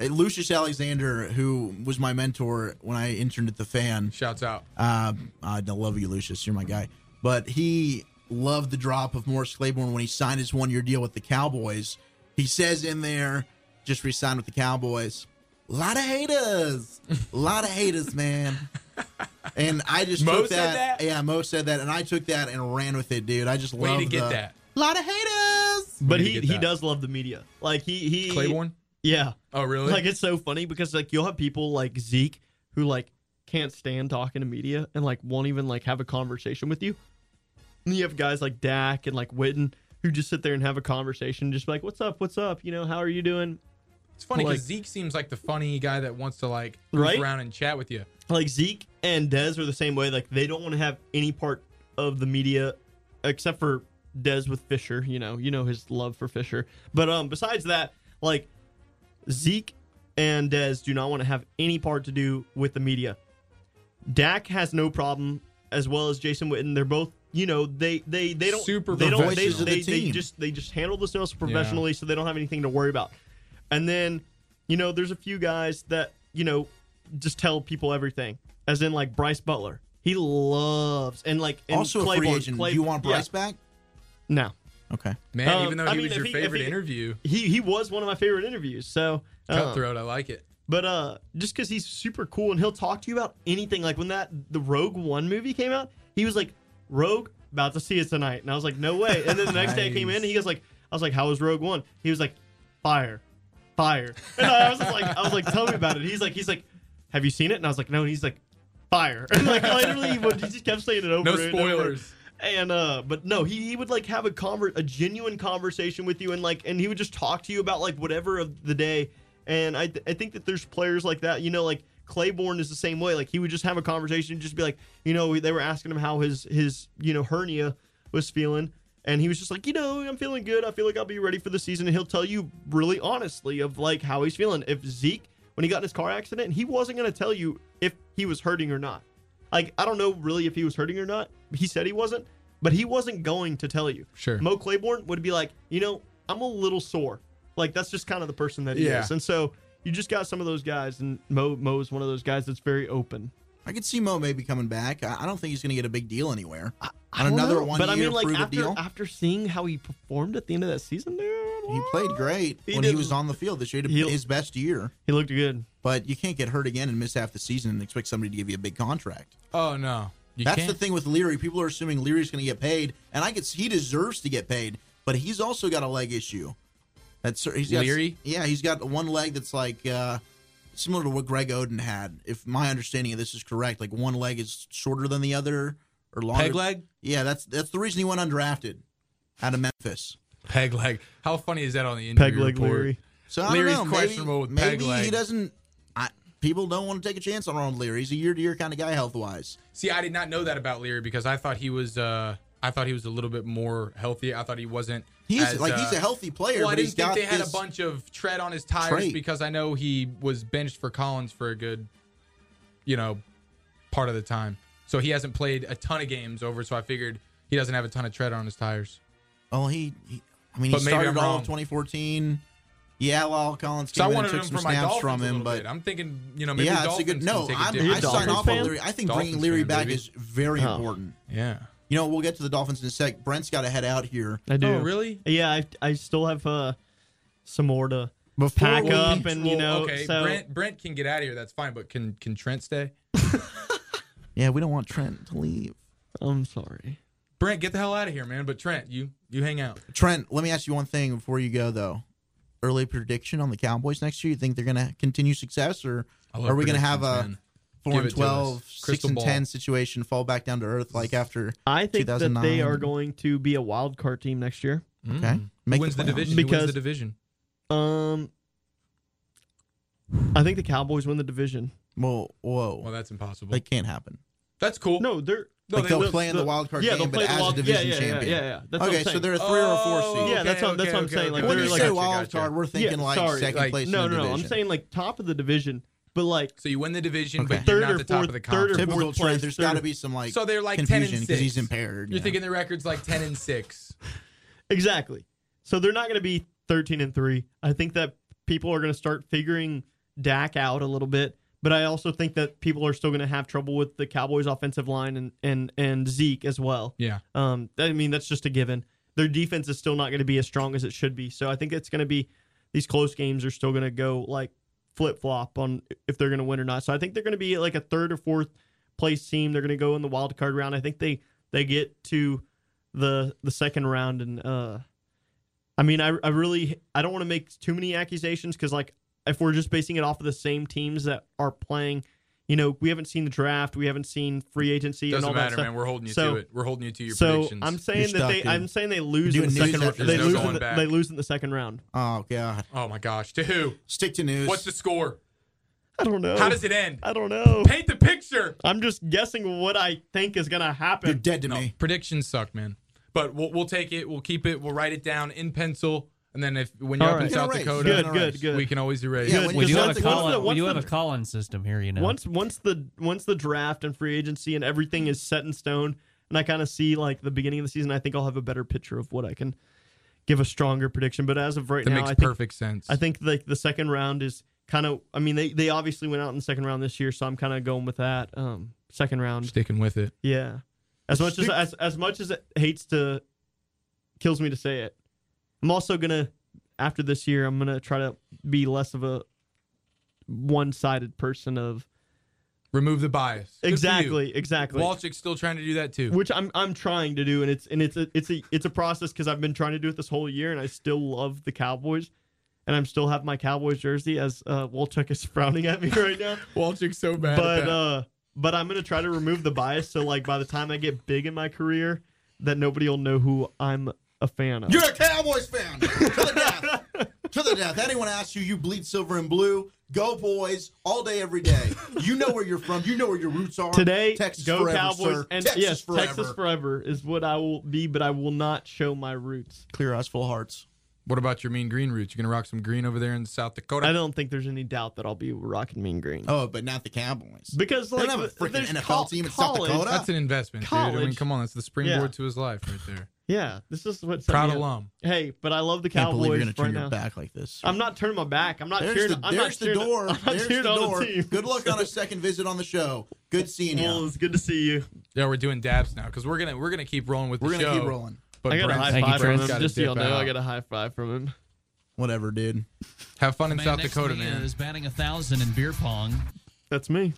Speaker 6: Uh, Lucius Alexander, who was my mentor when I interned at the Fan.
Speaker 8: Shouts out.
Speaker 6: Uh, I don't love you, Lucius. You're my guy. But he loved the drop of Morris Claiborne when he signed his one-year deal with the Cowboys. He says in there, just re-signed with the Cowboys. A lot of haters. A lot of haters, man. And I just
Speaker 8: Mo
Speaker 6: took
Speaker 8: said
Speaker 6: that,
Speaker 8: that?
Speaker 6: Yeah, Mo said that, and I took that and ran with it, dude. I just
Speaker 8: Way
Speaker 6: love
Speaker 8: to get
Speaker 6: the-
Speaker 8: that.
Speaker 6: lot of haters.
Speaker 7: But
Speaker 8: Way to
Speaker 7: he
Speaker 8: get
Speaker 7: he
Speaker 8: that.
Speaker 7: does love the media. Like he he
Speaker 8: Claiborne?
Speaker 7: Yeah.
Speaker 8: Oh, really?
Speaker 7: Like it's so funny because like you'll have people like Zeke who like can't stand talking to media and like won't even like have a conversation with you. And you have guys like Dak and like Witten who just sit there and have a conversation, just be like, "What's up? What's up? You know, how are you doing?"
Speaker 8: It's funny because
Speaker 7: Like-
Speaker 8: Zeke seems like the funny guy that wants to like goof
Speaker 7: Right?
Speaker 8: around and chat with you.
Speaker 7: Like Zeke and Dez are the same way. Like they don't want to have any part of the media except for Dez with Fisher. You know, you know his love for Fisher. But um, besides that, like Zeke and Dez do not want to have any part to do with the media. Dak has no problem, as well as Jason Witten. They're both, you know, they they they don't
Speaker 8: Super
Speaker 7: they don't they,
Speaker 6: professional.
Speaker 7: they,
Speaker 6: Voices of the
Speaker 7: they
Speaker 6: team.
Speaker 7: just they just handle this stuff professionally, so they don't have anything to worry about. And then, you know, there's a few guys that you know just tell people everything, as in like Bryce Butler. He loves and like and
Speaker 6: also a free
Speaker 7: Claiborne-
Speaker 6: agent.
Speaker 7: Clay-
Speaker 6: Do you want
Speaker 7: yeah.
Speaker 6: Bryce back?
Speaker 7: No,
Speaker 6: Okay.
Speaker 8: Man,
Speaker 7: Um,
Speaker 8: even though
Speaker 7: I
Speaker 8: he
Speaker 7: mean,
Speaker 8: was
Speaker 7: if
Speaker 8: your
Speaker 7: he- if
Speaker 8: favorite
Speaker 7: he-
Speaker 8: interview,
Speaker 7: he he was one of my favorite interviews. So uh,
Speaker 8: cutthroat, I like it.
Speaker 7: But uh, just because he's super cool and he'll talk to you about anything. Like when that the Rogue One movie came out, he was like, "Rogue, about to see it tonight," and I was like, "No way!" And then the next day I came in, and he goes like, "I was like, how was Rogue One?" He was like, "Fire, fire," and I was just like, "I was like, tell me about it." He's like, "He's like, have you seen it?" And I was like, "No," and he's like, "Fire," and like literally he, would, he just kept saying it over.
Speaker 8: No
Speaker 7: and over.
Speaker 8: spoilers.
Speaker 7: And uh, but no, he, he would like have a conver- a genuine conversation with you, and like, and he would just talk to you about like whatever of the day. And I th- I think that there's players like that, you know, like Claiborne is the same way. Like he would just have a conversation, and just be like, you know, they were asking him how his his you know hernia was feeling, and he was just like, you know, I'm feeling good. I feel like I'll be ready for the season. And he'll tell you really honestly of like how he's feeling. If Zeke, when he got in his car accident, he wasn't gonna tell you if he was hurting or not. Like I don't know really if he was hurting or not. He said he wasn't, but he wasn't going to tell you.
Speaker 8: Sure.
Speaker 7: Mo Claiborne would be like, you know, I'm a little sore. Like that's just kind of the person that he
Speaker 8: Yeah.
Speaker 7: is, and so you just got some of those guys, and Mo Mo is one of those guys that's very open.
Speaker 6: I could see Mo maybe coming back. I I don't think he's going to get a big deal anywhere.
Speaker 7: I
Speaker 6: On
Speaker 7: don't
Speaker 6: another
Speaker 7: know,
Speaker 6: one
Speaker 7: but I
Speaker 6: year
Speaker 7: mean, like
Speaker 6: prove
Speaker 7: after
Speaker 6: a deal.
Speaker 7: after seeing how he performed at the end of that season, dude,
Speaker 6: he played great
Speaker 7: He
Speaker 6: when he
Speaker 7: did-
Speaker 6: was on the field this year, He
Speaker 7: He'll-
Speaker 6: had his best year.
Speaker 7: he looked good.
Speaker 6: But you can't get hurt again and miss half the season and expect somebody to give you a big contract.
Speaker 8: Oh no, you
Speaker 6: That's
Speaker 8: can't.
Speaker 6: the thing with Leary. People are assuming Leary's going to get paid, and I could he deserves to get paid, but he's also got a leg issue. That's cer- he's got,
Speaker 9: Leary?
Speaker 6: Yeah, he's got one leg that's like uh, similar to what Greg Oden had. If my understanding of this is correct, like one leg is shorter than the other or longer.
Speaker 9: Peg leg?
Speaker 6: Yeah, that's that's the reason he went undrafted out of Memphis.
Speaker 9: Peg leg.
Speaker 8: How funny is that on the injury
Speaker 7: Peg leg
Speaker 8: report?
Speaker 7: Leary.
Speaker 6: So I
Speaker 9: Leary's
Speaker 6: don't know,
Speaker 9: questionable
Speaker 6: maybe,
Speaker 9: with peg
Speaker 6: maybe
Speaker 9: leg.
Speaker 6: he doesn't. I, people don't want to take a chance on Ronald Leary. He's a year to year kind of guy health wise.
Speaker 8: See, I did not know that about Leary because I thought he was. Uh, I thought he was a little bit more healthy. I thought he wasn't.
Speaker 6: He's
Speaker 8: as,
Speaker 6: like
Speaker 8: uh,
Speaker 6: he's a healthy player.
Speaker 8: Well, I
Speaker 6: but
Speaker 8: didn't
Speaker 6: he's
Speaker 8: think
Speaker 6: got
Speaker 8: they had a
Speaker 6: this-
Speaker 8: bunch of tread on his tires
Speaker 6: trait.
Speaker 8: because I know he was benched for Collins for a good, you know, part of the time. So he hasn't played a ton of games over. So I figured he doesn't have a ton of tread on his tires.
Speaker 6: Oh, he. he I mean,
Speaker 8: But
Speaker 6: he
Speaker 8: maybe
Speaker 6: started
Speaker 8: I'm
Speaker 6: all
Speaker 8: wrong.
Speaker 6: of 2014. Yeah, Lyle Collins
Speaker 8: So
Speaker 6: came
Speaker 8: I
Speaker 6: in and
Speaker 8: wanted him
Speaker 6: took some
Speaker 8: for my
Speaker 6: snaps
Speaker 8: Dolphins
Speaker 6: from
Speaker 8: a
Speaker 6: him,
Speaker 8: little
Speaker 6: but
Speaker 8: bit. I'm thinking, you know, maybe
Speaker 6: yeah,
Speaker 8: Dolphins
Speaker 6: that's a good.
Speaker 8: can
Speaker 6: No,
Speaker 8: take a
Speaker 6: I'm,
Speaker 8: different-
Speaker 6: I sign
Speaker 7: Dolphins
Speaker 6: off on
Speaker 7: fan? Oh.
Speaker 6: Leary. I think bringing
Speaker 8: Dolphins
Speaker 6: Leary
Speaker 8: fan,
Speaker 6: back
Speaker 8: baby.
Speaker 6: is very important.
Speaker 8: Yeah.
Speaker 6: You know, we'll get to the Dolphins in a sec. Brent's got a head out here.
Speaker 7: I do.
Speaker 8: Oh, really?
Speaker 7: Yeah, I, I still have uh, some more to
Speaker 6: Before
Speaker 7: pack
Speaker 6: we-
Speaker 7: up, and you
Speaker 8: Well,
Speaker 7: know,
Speaker 8: okay.
Speaker 7: so
Speaker 8: Brent Brent can get out of here. That's fine. But can can Trent stay?
Speaker 6: Yeah, we don't want Trent to leave.
Speaker 7: I'm sorry.
Speaker 8: Brent, get the hell out of here, man. But Trent, you you hang out.
Speaker 6: Trent, let me ask you one thing before you go though. Early prediction on the Cowboys next year. You think they're going to continue success, or
Speaker 8: I love
Speaker 6: are we going to have
Speaker 8: predictions,
Speaker 6: a
Speaker 8: man.
Speaker 6: four
Speaker 8: Give it
Speaker 6: and
Speaker 8: to
Speaker 6: 12,
Speaker 8: us.
Speaker 6: six
Speaker 8: Crystal
Speaker 6: and
Speaker 8: ball.
Speaker 6: ten situation fall back down to earth like after?
Speaker 7: I think that they
Speaker 6: 2009.
Speaker 7: are going to be a wild card team next year.
Speaker 6: Okay,
Speaker 8: Who
Speaker 6: Make
Speaker 8: wins the,
Speaker 6: playoffs.
Speaker 8: division? Who
Speaker 7: Because-
Speaker 8: wins the division?
Speaker 7: Um, I think the Cowboys win the division.
Speaker 6: Well, whoa,
Speaker 8: Well, that's impossible.
Speaker 6: that can't happen.
Speaker 8: that's cool.
Speaker 7: No, they're
Speaker 8: No,
Speaker 6: like
Speaker 8: they
Speaker 6: they'll
Speaker 8: will-
Speaker 6: play in the,
Speaker 7: the-
Speaker 6: wild card
Speaker 7: yeah, they'll
Speaker 6: game, but
Speaker 7: play the
Speaker 6: as
Speaker 7: wild-
Speaker 6: a division
Speaker 7: yeah, yeah, yeah,
Speaker 6: champion.
Speaker 7: yeah, yeah. That's what
Speaker 6: okay,
Speaker 7: I'm
Speaker 6: so
Speaker 7: saying.
Speaker 6: they're a three or a four seed.
Speaker 8: Oh,
Speaker 7: Yeah, that's
Speaker 8: okay,
Speaker 7: how- that's
Speaker 8: okay,
Speaker 7: what I'm
Speaker 8: okay,
Speaker 7: saying, like,
Speaker 8: okay,
Speaker 6: When
Speaker 7: they're
Speaker 6: you
Speaker 7: like-
Speaker 6: say
Speaker 7: Gotcha,
Speaker 6: wild
Speaker 8: gotcha.
Speaker 6: card, we're thinking like
Speaker 7: sorry,
Speaker 6: second
Speaker 8: like-
Speaker 6: place.
Speaker 7: no,
Speaker 6: in the
Speaker 7: no, no. I'm
Speaker 6: division.
Speaker 7: saying like top of the division, but like
Speaker 8: So you win the division,
Speaker 6: Okay.
Speaker 8: but you're
Speaker 7: Third
Speaker 8: not
Speaker 7: or
Speaker 8: the top
Speaker 7: fourth-
Speaker 8: of the
Speaker 7: third
Speaker 8: conference.
Speaker 7: or
Speaker 6: typical
Speaker 7: fourth
Speaker 6: Trent.
Speaker 7: place,
Speaker 6: There's
Speaker 7: third-
Speaker 6: got to be some like
Speaker 8: So they're like 10 and
Speaker 6: confusion because he's
Speaker 8: six.
Speaker 6: impaired.
Speaker 8: You're
Speaker 6: yeah.
Speaker 8: thinking the record's like ten and six.
Speaker 7: Exactly. So they're not going to be 13 and 3. I think that people are going to start figuring Dak out a little bit, but I also think that people are still going to have trouble with the Cowboys offensive line and and and Zeke as well.
Speaker 8: Yeah.
Speaker 7: Um I mean that's just a given. Their defense is still not going to be as strong as it should be. So I think it's going to be these close games are still going to go like flip-flop on if they're going to win or not. So I think they're going to be like a third or fourth place team. They're going to go in the wild card round. I think they they get to the the second round and uh I mean I I really I don't want to make too many accusations cuz like if we're just basing it off of the same teams that are playing, you know, we haven't seen the draft, we haven't seen free agency and
Speaker 8: Doesn't
Speaker 7: all that
Speaker 8: matter,
Speaker 7: stuff.
Speaker 8: man. We're holding you
Speaker 7: So-
Speaker 8: to it. We're holding you to your
Speaker 7: So
Speaker 8: predictions.
Speaker 7: I'm
Speaker 6: You're
Speaker 7: saying that
Speaker 6: stuck,
Speaker 7: they
Speaker 6: dude.
Speaker 7: I'm saying they lose in
Speaker 6: You're
Speaker 7: the
Speaker 6: doing
Speaker 7: second
Speaker 6: news
Speaker 7: round.
Speaker 6: after
Speaker 7: They
Speaker 6: this.
Speaker 7: lose
Speaker 6: Going
Speaker 7: in the,
Speaker 8: back.
Speaker 7: they lose in the second round.
Speaker 6: Oh god,
Speaker 8: oh my gosh, to who?
Speaker 6: stick to news.
Speaker 8: What's the score?
Speaker 7: I don't know.
Speaker 8: How does it end?
Speaker 7: I don't know.
Speaker 8: Paint the picture.
Speaker 7: I'm just guessing what I think is going to
Speaker 6: You're
Speaker 7: happen.
Speaker 6: dead to me.
Speaker 8: Predictions suck, man. But we'll, we'll take it. We'll keep it. We'll write it down in pencil, and then if when you're
Speaker 7: All
Speaker 8: up in
Speaker 7: right.
Speaker 8: South
Speaker 6: Erase.
Speaker 8: Dakota,
Speaker 7: Good,
Speaker 6: All
Speaker 7: good,
Speaker 6: right.
Speaker 7: good.
Speaker 8: we can always erase.
Speaker 6: Yeah, when
Speaker 1: We
Speaker 6: Because
Speaker 1: do have
Speaker 6: once
Speaker 1: a
Speaker 6: the- once
Speaker 1: call.
Speaker 7: the-
Speaker 1: we do
Speaker 7: once
Speaker 1: have a
Speaker 7: the-
Speaker 1: call in system here. You know,
Speaker 7: once once the once the draft and free agency and everything is set in stone and I kind of see like the beginning of the season, I think I'll have a better picture of what I can give a stronger prediction. But as of right
Speaker 8: that
Speaker 7: now,
Speaker 8: makes
Speaker 7: I think
Speaker 8: perfect sense.
Speaker 7: I think like the second round is kind of I mean they they obviously went out in the second round this year, so I'm kind of going with that um second round.
Speaker 8: sticking with it.
Speaker 7: Yeah. As much as as as much as it hates to kills me to say it. I'm also going to after this year I'm going to try to be less of a one-sided person of
Speaker 8: Remove the bias. Good for you.
Speaker 7: Exactly, exactly.
Speaker 8: Walchick's still trying to do that too.
Speaker 7: which I'm I'm trying to do, and it's and it's a it's a it's a process because I've been trying to do it this whole year, and I still love the Cowboys, and I'm still have my Cowboys jersey as uh, Wolchuk is frowning at me right now.
Speaker 8: Walchick's so bad. at
Speaker 7: but
Speaker 8: that.
Speaker 7: uh, but I'm gonna try to remove the bias, so like by the time I get big in my career, that nobody will know who I'm a fan of.
Speaker 6: You're a Cowboys fan to the death. to the death. Anyone asks you, you bleed silver and blue. Go boys, all day, every day. You know where you're from. You know where your roots are.
Speaker 7: Today,
Speaker 6: Texas
Speaker 7: go
Speaker 6: forever,
Speaker 7: Cowboys,
Speaker 6: sir.
Speaker 7: and
Speaker 6: Texas
Speaker 7: yes,
Speaker 6: forever.
Speaker 7: Texas forever is what I will be, but I will not show my roots.
Speaker 6: Clear eyes, full hearts.
Speaker 8: what about your mean green roots? You gonna rock some green over there in South Dakota?
Speaker 7: I don't think there's any doubt that I'll be rocking mean green.
Speaker 6: Oh, but not the Cowboys.
Speaker 7: Because
Speaker 6: don't
Speaker 7: like
Speaker 6: have a freaking
Speaker 7: there's
Speaker 6: NFL
Speaker 7: col-
Speaker 6: team in South
Speaker 7: college-
Speaker 6: Dakota.
Speaker 8: That's an investment, dude. I mean,
Speaker 7: College.
Speaker 8: come on, that's the springboard
Speaker 7: Yeah.
Speaker 8: to his life right there.
Speaker 7: Yeah, this is what's
Speaker 8: Proud alum.
Speaker 7: Hey, but I love the
Speaker 6: Can't believe you're
Speaker 7: Cowboys
Speaker 6: gonna turn
Speaker 7: right
Speaker 6: your
Speaker 7: now.
Speaker 6: back like this.
Speaker 7: I'm not turning my back. I'm not
Speaker 6: there's the,
Speaker 7: cheering. I'm
Speaker 6: there's
Speaker 7: not
Speaker 6: the
Speaker 7: cheering-
Speaker 6: door.
Speaker 7: I'm not
Speaker 6: There's the
Speaker 7: cheering on
Speaker 6: door.
Speaker 7: team.
Speaker 6: Good luck on a second visit on the show. Good seeing
Speaker 7: Well,
Speaker 6: you.
Speaker 7: it's good to see you.
Speaker 8: Yeah, we're doing dabs now because we're gonna we're gonna keep rolling with
Speaker 6: We're
Speaker 8: the
Speaker 6: gonna
Speaker 8: show.
Speaker 6: keep rolling.
Speaker 8: But
Speaker 7: I got a
Speaker 8: Brent's
Speaker 7: high
Speaker 1: Thank you,
Speaker 7: five from
Speaker 1: Brent.
Speaker 7: him.
Speaker 8: gotta
Speaker 7: Just so
Speaker 8: dip
Speaker 7: y'all know,
Speaker 8: out.
Speaker 7: I got a high five from him.
Speaker 6: Whatever, dude.
Speaker 8: Have fun in South Dakota, man.
Speaker 1: Is batting a thousand in beer pong.
Speaker 7: That's me.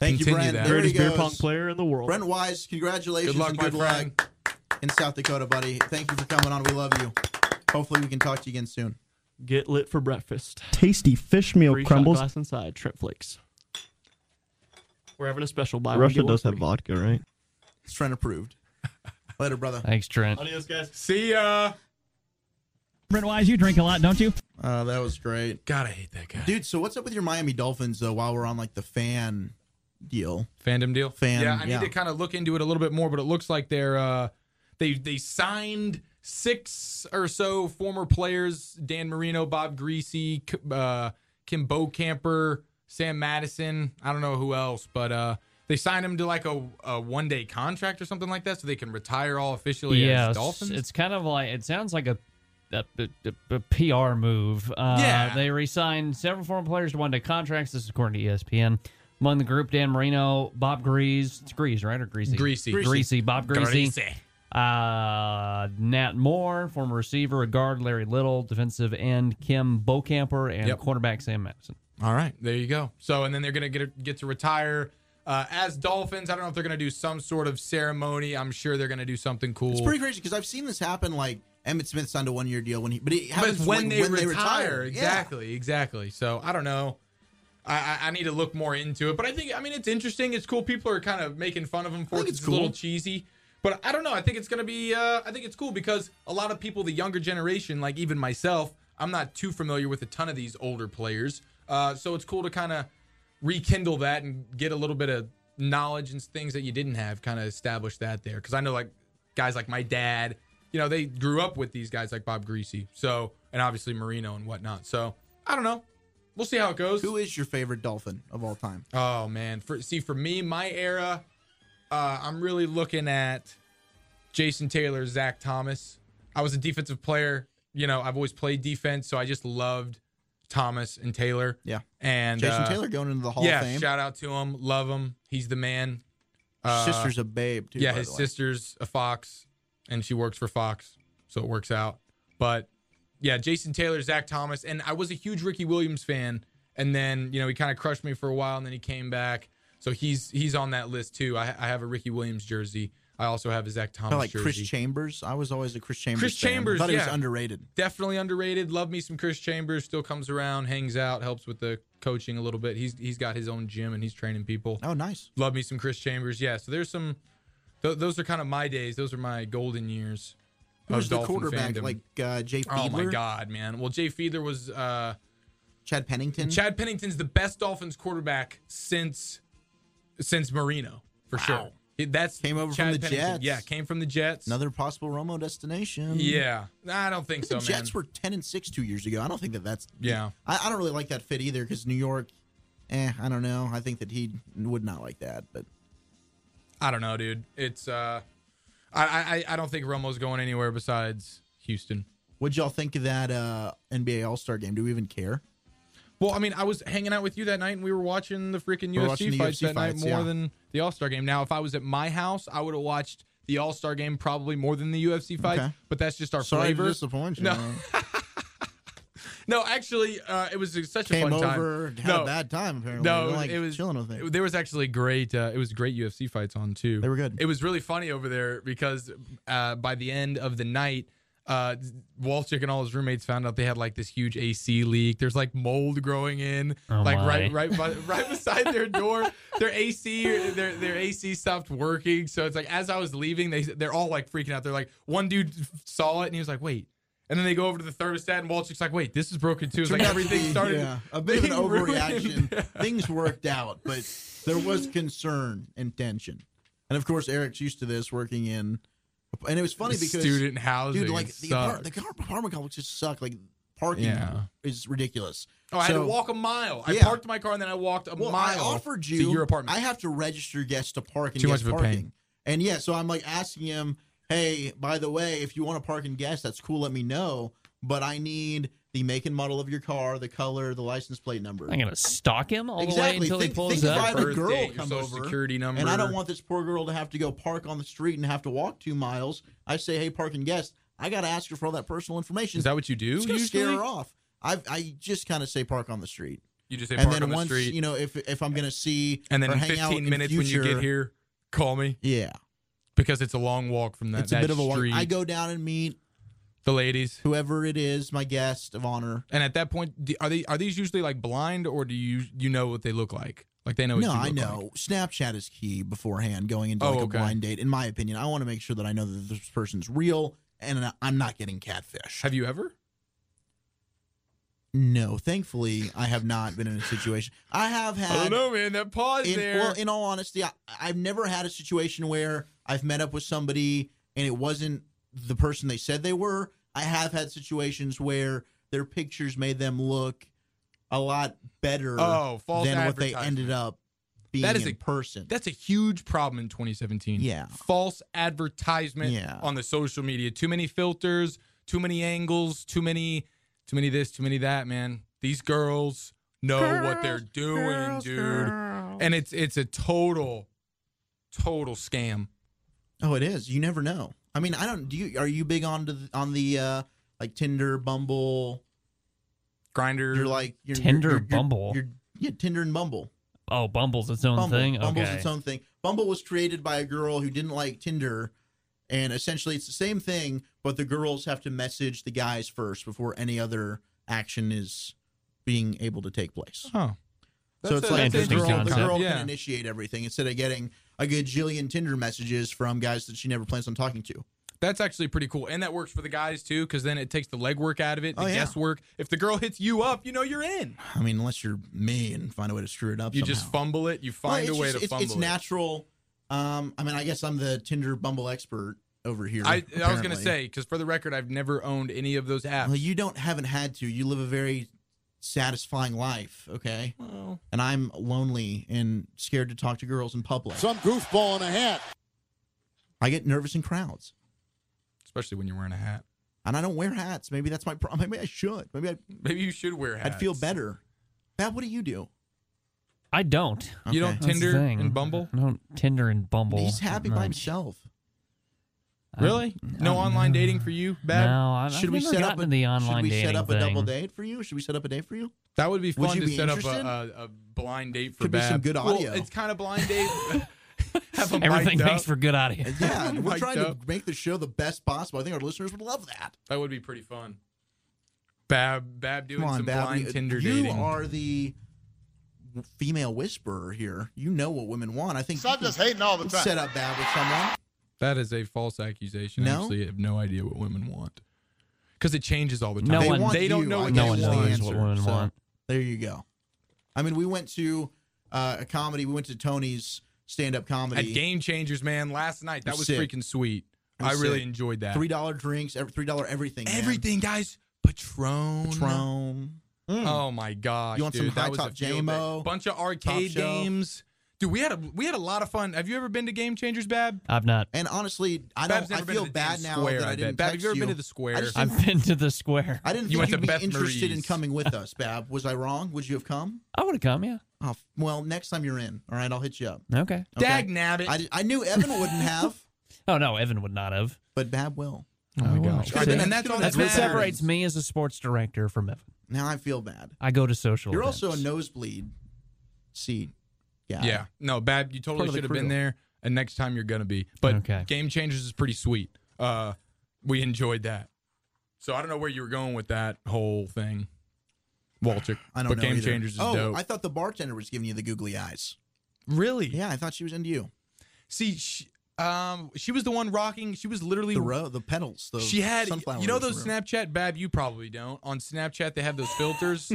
Speaker 6: Thank you,
Speaker 8: Continue
Speaker 6: Brent.
Speaker 8: that.
Speaker 6: There
Speaker 7: Greatest
Speaker 6: he
Speaker 7: beer
Speaker 6: goes.
Speaker 7: pong player in the world.
Speaker 6: Brent Wise, congratulations.
Speaker 8: Good luck,
Speaker 6: and
Speaker 8: my
Speaker 6: good luck
Speaker 8: friend.
Speaker 6: in South Dakota, buddy. Thank you for coming on. We love you. Hopefully, we can talk to you again soon.
Speaker 7: Get lit for breakfast.
Speaker 5: Tasty fish meal
Speaker 7: Free
Speaker 5: crumbles.
Speaker 7: shot glass inside. Trip flakes. We're having a special buy. one,
Speaker 9: Russia
Speaker 7: get one
Speaker 9: does have
Speaker 7: free.
Speaker 9: vodka, right?
Speaker 6: It's Trent approved. Later, brother.
Speaker 1: Thanks, Trent.
Speaker 7: Adios, guys.
Speaker 8: See ya.
Speaker 10: Brent Wise, you drink a lot, don't you?
Speaker 6: Uh, that was great.
Speaker 8: God, I hate that guy.
Speaker 6: Dude, so what's up with your Miami Dolphins though? While we're on like the fan deal,
Speaker 8: Fandom deal.
Speaker 6: Fan,
Speaker 8: Yeah, I need
Speaker 6: yeah.
Speaker 8: to kind of look into it a little bit more, but it looks like they're uh, they they signed six or so former players: Dan Marino, Bob Greasy, K- uh, Kim Bocamper, Sam Madison. I don't know who else, but uh, they signed them to like a, a one day contract or something like that, so they can retire all officially
Speaker 1: Yeah,
Speaker 8: as
Speaker 1: it's,
Speaker 8: Dolphins.
Speaker 1: it's kind of like it sounds like a a, a- a PR move. Uh,
Speaker 8: Yeah.
Speaker 1: they re-signed several former players to one-day contracts. This is according to E ESPN. Among the group, Dan Marino, Bob Grease, it's Grease, right, or Greasy?
Speaker 8: Greasy.
Speaker 1: Greasy, Bob Greasy, Uh, Nat Moore, former receiver, a guard, Larry Little, defensive end, Kim Bocamper, and
Speaker 8: Yep.
Speaker 1: cornerback Sam Madison.
Speaker 8: All right, there you go. So, and then they're gonna get get to retire uh, as Dolphins. I don't know if they're gonna do some sort of ceremony. I'm sure they're gonna do something cool.
Speaker 6: it's pretty crazy because I've seen this happen. Like Emmett Smith signed a one-year deal when he, but it
Speaker 8: But
Speaker 6: happens
Speaker 8: it's when,
Speaker 6: like,
Speaker 8: they, retire.
Speaker 6: Yeah.
Speaker 8: Exactly, exactly. So I don't know. I, I, I need to look more into it, but I think I mean it's interesting. It's cool. People are kind of making fun of him for
Speaker 6: I
Speaker 8: it.
Speaker 6: think
Speaker 8: It's,
Speaker 6: it's
Speaker 8: a little
Speaker 6: cool.
Speaker 8: cheesy, but I don't know. I think it's gonna be. Uh, I think it's cool because a lot of people, the younger generation, like even myself, I'm not too familiar with a ton of these older players. Uh, so it's cool to kind of rekindle that and get a little bit of knowledge and things that you didn't have. Kind of establish that there because I know like guys like my dad, you know, they grew up with these guys like Bob Greasy, so and obviously Marino and whatnot. So I don't know. We'll see how it goes.
Speaker 6: Who is your favorite Dolphin of all time?
Speaker 8: Oh man, for see for me, my era, uh, I'm really looking at Jason Taylor, Zach Thomas. I was a defensive player. You know, I've always played defense, so I just loved Thomas and Taylor.
Speaker 6: Yeah.
Speaker 8: and
Speaker 6: Jason
Speaker 8: uh,
Speaker 6: Taylor going into the Hall
Speaker 8: yeah,
Speaker 6: of Fame.
Speaker 8: shout out to him. Love him. He's the man.
Speaker 6: His sister's a babe too.
Speaker 8: yeah,
Speaker 6: by
Speaker 8: his
Speaker 6: the way.
Speaker 8: sister's a Fox, and she works for Fox, so it works out. But yeah, Jason Taylor, Zach Thomas, and I was a huge Ricky Williams fan, and then you know he kind of crushed me for a while, and then he came back, so he's he's on that list too. I, I have a Ricky Williams jersey. I also have a Zach Thomas
Speaker 6: Kinda like
Speaker 8: jersey.
Speaker 6: Chris Chambers. I was always a Chris Chambers.
Speaker 8: Chris
Speaker 6: fan.
Speaker 8: Chambers,
Speaker 6: I thought he
Speaker 8: yeah.
Speaker 6: was underrated.
Speaker 8: Definitely underrated. Love me some Chris Chambers. Still comes around, hangs out, helps with the coaching a little bit. He's he's got his own gym and he's training people.
Speaker 6: Oh, nice.
Speaker 8: Love me some Chris Chambers. Yeah, so there's some. Th- those are kind of my days. Those are my golden years.
Speaker 6: Who
Speaker 8: of
Speaker 6: was the
Speaker 8: Dolphin
Speaker 6: quarterback?
Speaker 8: fandom.
Speaker 6: Like uh, Jay Fiedler,
Speaker 8: oh my god, man. Well, Jay Fiedler was. Uh,
Speaker 6: Chad Pennington.
Speaker 8: Chad Pennington's the best Dolphins quarterback since since Marino for sure. He- That's
Speaker 6: Came over from
Speaker 8: Chad
Speaker 6: the
Speaker 8: Pennington.
Speaker 6: Jets.
Speaker 8: Yeah, came from the Jets.
Speaker 6: Another possible Romo destination.
Speaker 8: Yeah, Nah, I don't think
Speaker 6: the
Speaker 8: so, man.
Speaker 6: Jets were ten and six two years ago. I don't think that that's
Speaker 8: Yeah.
Speaker 6: I, I don't really like that fit either because New York. Eh, I don't know. I think that he would not like that. But
Speaker 8: I don't know, dude. It's uh, I I I don't think Romo's going anywhere besides Houston.
Speaker 6: what'd y'all think of that uh, NBA All Star game? Do we even care?
Speaker 8: Well, I mean, I was hanging out with you that night, and we were watching the freaking
Speaker 6: were
Speaker 8: UFC
Speaker 6: watching the
Speaker 8: fights
Speaker 6: UFC
Speaker 8: that night
Speaker 6: fights,
Speaker 8: more
Speaker 6: yeah.
Speaker 8: than the All Star game. Now, if I was at my house, I would have watched the All Star game probably more than the UFC fights.
Speaker 6: Okay.
Speaker 8: But that's just our
Speaker 6: Sorry
Speaker 8: flavor.
Speaker 6: to disappoint you.
Speaker 8: No.
Speaker 6: man.
Speaker 8: No, actually, uh, it was such a
Speaker 6: Came
Speaker 8: fun time.
Speaker 6: over, had
Speaker 8: no,
Speaker 6: a bad time apparently.
Speaker 8: No,
Speaker 6: They're, like,
Speaker 8: it was
Speaker 6: chilling with it.
Speaker 8: There was actually great. Uh, it was great UFC fights on too.
Speaker 6: They were good.
Speaker 8: It was really funny over there because uh, by the end of the night, uh, Walchick and all his roommates found out they had like this huge AC leak. There's like mold growing in,
Speaker 1: Oh,
Speaker 8: like
Speaker 1: my.
Speaker 8: right, right, by, right beside their door. Their AC, their their AC stopped working. So it's like as I was leaving, they they're all like freaking out. They're like, one dude saw it and he was like, wait. And then they go over to the thermostat, and Walchick's like, "Wait, this is broken too." It's like everything started.
Speaker 6: Yeah, a bit of an
Speaker 8: being ruined.
Speaker 6: overreaction. Things worked out, but there was concern and tension. And of course, Eric's used to this working in, and it was funny because
Speaker 8: student housing.
Speaker 6: dude, like
Speaker 8: it
Speaker 6: the, apart-
Speaker 8: sucks.
Speaker 6: the car- apartment complex just suck. Like parking
Speaker 8: Yeah.
Speaker 6: is ridiculous.
Speaker 8: Oh, I had
Speaker 6: So-
Speaker 8: to walk a mile. I
Speaker 6: Yeah.
Speaker 8: parked my car and then I walked a
Speaker 6: Well,
Speaker 8: mile.
Speaker 6: I offered you
Speaker 8: to your apartment.
Speaker 6: I have to register guests to park and
Speaker 8: Too
Speaker 6: guest
Speaker 8: much of a pain.
Speaker 6: parking. And yeah, so I'm like asking him, hey, by the way, if you want to park and guest, that's cool. Let me know, but I need the make and model of your car, the color, the license plate number.
Speaker 1: I'm gonna stalk him all the way
Speaker 6: Exactly.
Speaker 1: until
Speaker 6: Think-
Speaker 1: he pulls
Speaker 6: think if
Speaker 1: up.
Speaker 6: I had a
Speaker 8: Birth
Speaker 6: girl
Speaker 8: date, your
Speaker 6: come
Speaker 8: social
Speaker 6: over,
Speaker 8: security number.
Speaker 6: And I don't want this poor girl to have to go park on the street and have to walk two miles. I say, hey, park and guest. I got to ask her for all that personal information.
Speaker 8: Is that what you do?
Speaker 6: It's gonna scare
Speaker 8: usually?
Speaker 6: her off. I I just kind of say park on the street,
Speaker 8: You just say
Speaker 6: and
Speaker 8: park
Speaker 6: then
Speaker 8: on the
Speaker 6: once
Speaker 8: street,
Speaker 6: you know if if I'm gonna see
Speaker 8: and then
Speaker 6: or
Speaker 8: in
Speaker 6: hang out
Speaker 8: 15
Speaker 6: in
Speaker 8: minutes when you
Speaker 6: future-
Speaker 8: get here, call me
Speaker 6: yeah,
Speaker 8: because it's a long walk from that.
Speaker 6: it's a
Speaker 8: that
Speaker 6: bit of a walk.
Speaker 8: street.
Speaker 6: I go down and meet
Speaker 8: The ladies.
Speaker 6: Whoever it is, my guest of honor.
Speaker 8: And at that point, do- are they are these usually like blind or do you you know what they look like? Like they know. What
Speaker 6: no,
Speaker 8: you
Speaker 6: I
Speaker 8: look
Speaker 6: know.
Speaker 8: like.
Speaker 6: Snapchat is key beforehand going into
Speaker 8: Oh,
Speaker 6: like
Speaker 8: okay.
Speaker 6: a blind date. In my opinion, I want to make sure that I know that this person's real and I'm not getting catfish.
Speaker 8: Have you ever?
Speaker 6: No, thankfully, I have not been in a situation. I have had.
Speaker 8: I don't know, man. That pause
Speaker 6: in,
Speaker 8: Oh, there.
Speaker 6: Well, in all honesty, I, I've never had a situation where I've met up with somebody and it wasn't the person they said they were. I have had situations where their pictures made them look a lot better
Speaker 8: Oh, false
Speaker 6: than what they
Speaker 8: advertisement.
Speaker 6: ended up being
Speaker 8: That is
Speaker 6: in
Speaker 8: a-
Speaker 6: person.
Speaker 8: That's a huge problem in 2017.
Speaker 6: Yeah.
Speaker 8: False advertisement
Speaker 6: Yeah.
Speaker 8: on the social media. Too many filters, too many angles, too many too many this, too many that, man. These girls know what they're doing, dude. And it's it's a total total scam.
Speaker 6: oh, it is. You never know. I mean, I don't. Do you? Are you big on the on the uh, like Tinder, Bumble?
Speaker 8: Grinder.
Speaker 6: You're like you're,
Speaker 1: Tinder,
Speaker 6: you're- you're-
Speaker 1: Bumble?
Speaker 6: You're, yeah, Tinder and Bumble.
Speaker 1: Oh, Bumble's its own
Speaker 6: Bumble.
Speaker 1: thing.
Speaker 6: Bumble's
Speaker 1: okay.
Speaker 6: its own thing. Bumble was created by a girl who didn't like Tinder, and essentially it's the same thing, but the girls have to message the guys first before any other action is being able to take place.
Speaker 8: oh.
Speaker 6: so it's like the
Speaker 1: interesting
Speaker 6: girl, the
Speaker 1: concept.
Speaker 6: girl
Speaker 8: Yeah.
Speaker 6: can initiate everything instead of getting a gajillion Tinder messages from guys that she never plans on talking to.
Speaker 8: That's actually pretty cool. And that works for the guys too, because then it takes the legwork out of it, the
Speaker 6: Oh, yeah.
Speaker 8: guesswork. If the girl hits you up, you know you're in.
Speaker 6: I mean, unless you're me and find a way to screw it up.
Speaker 8: You just
Speaker 6: somehow.
Speaker 8: fumble it, you
Speaker 6: Well,
Speaker 8: find
Speaker 6: it's
Speaker 8: a way
Speaker 6: just-
Speaker 8: to
Speaker 6: it's,
Speaker 8: fumble
Speaker 6: It's
Speaker 8: it.
Speaker 6: natural. Um, I mean, I guess I'm the Tinder Bumble expert over here.
Speaker 8: I, I was gonna
Speaker 6: apparently.
Speaker 8: say because for the record, I've never owned any of those apps.
Speaker 6: Well, you don't haven't had to. You live a very satisfying life, okay? And I'm lonely and scared to talk to girls in public.
Speaker 3: Some goofball in a hat.
Speaker 6: I get nervous in crowds,
Speaker 8: Especially when you're wearing a hat.
Speaker 6: and I don't wear hats. Maybe that's my problem. Maybe I should. Maybe I'd,
Speaker 8: Maybe you should wear hats.
Speaker 6: I'd feel better. Bab, what do you do?
Speaker 1: I don't.
Speaker 8: You
Speaker 6: Okay.
Speaker 8: don't
Speaker 1: That's the
Speaker 8: Tinder
Speaker 1: thing.
Speaker 8: and Bumble.
Speaker 1: I don't Tinder and Bumble.
Speaker 6: He's happy
Speaker 1: that
Speaker 6: by
Speaker 1: much.
Speaker 6: himself.
Speaker 8: Really? No online dating for you,
Speaker 1: No,
Speaker 8: Bab?
Speaker 1: I, I've
Speaker 6: Should we
Speaker 1: never
Speaker 6: set up
Speaker 1: gotten
Speaker 6: a,
Speaker 1: to the online
Speaker 6: should we
Speaker 1: dating
Speaker 6: set up
Speaker 1: thing.
Speaker 6: a double date for you? Should we set up a date for you?
Speaker 8: That would be
Speaker 6: Would
Speaker 8: fun
Speaker 6: you
Speaker 8: to
Speaker 6: be
Speaker 8: set up
Speaker 6: interested?
Speaker 8: a, a, a blind date for
Speaker 6: Could be
Speaker 8: Bab.
Speaker 6: some good audio.
Speaker 8: Well, it's kind of blind date. Have 'em
Speaker 1: Everything
Speaker 8: mic'd
Speaker 1: makes
Speaker 8: up.
Speaker 1: for good audio.
Speaker 6: Yeah, we're
Speaker 8: Mic'd
Speaker 6: trying
Speaker 8: up.
Speaker 6: to make the show the best possible. I think our listeners would love that.
Speaker 8: That would be pretty fun. Bab, Bab doing
Speaker 6: Come on,
Speaker 8: some
Speaker 6: Bab,
Speaker 8: blind
Speaker 6: you-
Speaker 8: Tinder
Speaker 6: you
Speaker 8: dating.
Speaker 6: are the female whisperer here. You know what women want. I think
Speaker 3: Stop
Speaker 6: you
Speaker 3: just hating all the
Speaker 6: can
Speaker 3: time.
Speaker 6: set up Bab with someone.
Speaker 8: that is a false accusation. I
Speaker 6: No?
Speaker 8: actually have no idea what women want because it changes all the time.
Speaker 1: No
Speaker 8: they
Speaker 1: one-
Speaker 8: want- they don't
Speaker 6: you,
Speaker 8: know
Speaker 6: I
Speaker 8: what
Speaker 6: guess,
Speaker 8: they
Speaker 1: one
Speaker 6: is
Speaker 8: want.
Speaker 1: knows
Speaker 6: the
Speaker 1: what
Speaker 6: answer.
Speaker 1: women
Speaker 6: So,
Speaker 1: want.
Speaker 6: There you go. I mean, we went to uh, a comedy. We went to Tony's stand-up
Speaker 8: at
Speaker 6: comedy.
Speaker 8: Game Changers, man, last night. That
Speaker 6: I'm
Speaker 8: was
Speaker 6: sick.
Speaker 8: freaking sweet.
Speaker 6: I'm
Speaker 8: I really
Speaker 6: sick.
Speaker 8: enjoyed that.
Speaker 6: Three dollar drinks. ev- Three dollar everything. man.
Speaker 8: Everything, guys. Patron.
Speaker 6: Patron. Mm.
Speaker 8: Oh my gosh.
Speaker 6: You want
Speaker 8: dude,
Speaker 6: some
Speaker 8: that
Speaker 6: high
Speaker 8: was
Speaker 6: top
Speaker 8: a field
Speaker 6: J-Mo?
Speaker 8: day. Bunch of arcade
Speaker 6: Top shelf?
Speaker 8: games. Dude, we had a we had a lot of fun. Have you ever been to Game Changers, Bab?
Speaker 1: I've not.
Speaker 6: And honestly, I
Speaker 8: Bab's
Speaker 6: don't. I
Speaker 8: never been
Speaker 6: feel
Speaker 8: to the
Speaker 6: bad
Speaker 8: damn
Speaker 6: now
Speaker 8: square,
Speaker 6: that I
Speaker 8: I bet.
Speaker 6: didn't.
Speaker 8: Bab, have
Speaker 6: text
Speaker 8: you ever been to the square?
Speaker 6: I, just didn't,
Speaker 1: I've been to the square.
Speaker 6: I didn't
Speaker 8: You went
Speaker 6: think you'd
Speaker 8: to
Speaker 6: be
Speaker 8: Beth
Speaker 6: interested in
Speaker 8: Marie's.
Speaker 6: coming with us, Bab. Was I wrong? Would you have come?
Speaker 1: I would have come, yeah.
Speaker 6: Oh, f- well, next time you're in, all right, I'll hit you up.
Speaker 1: Okay.
Speaker 6: Okay.
Speaker 8: Dag nabbit.
Speaker 6: I, I knew Evan wouldn't have,
Speaker 1: Oh no, Evan would not have.
Speaker 6: but Bab will.
Speaker 1: Oh my gosh.
Speaker 8: And that's all that
Speaker 1: That's what
Speaker 8: matters.
Speaker 1: separates me as a sports director from Evan.
Speaker 6: Now I feel bad.
Speaker 1: I go to social.
Speaker 6: You're
Speaker 1: events.
Speaker 6: also a nosebleed seat. Yeah.
Speaker 8: yeah. No, Bab, you
Speaker 6: Part
Speaker 8: totally
Speaker 6: of the
Speaker 8: should have been
Speaker 6: crew.
Speaker 8: there. And next time you're gonna be. But
Speaker 1: Okay.
Speaker 8: Game Changers is pretty sweet. Uh we enjoyed that. So I don't know where you were going with that whole thing. Walchick.
Speaker 6: I don't
Speaker 8: but
Speaker 6: know.
Speaker 8: Game
Speaker 6: either.
Speaker 8: Changers is
Speaker 6: oh,
Speaker 8: dope.
Speaker 6: I thought the bartender was giving you the googly eyes.
Speaker 8: really?
Speaker 6: Yeah, I thought she was into you.
Speaker 8: See, she, um, she was the one rocking. She was literally.
Speaker 6: The row, the petals, the
Speaker 8: she had,
Speaker 6: sunflower.
Speaker 8: you know,
Speaker 6: leaves
Speaker 8: those
Speaker 6: were-
Speaker 8: Snapchat bab. You probably don't. On Snapchat, they have those filters.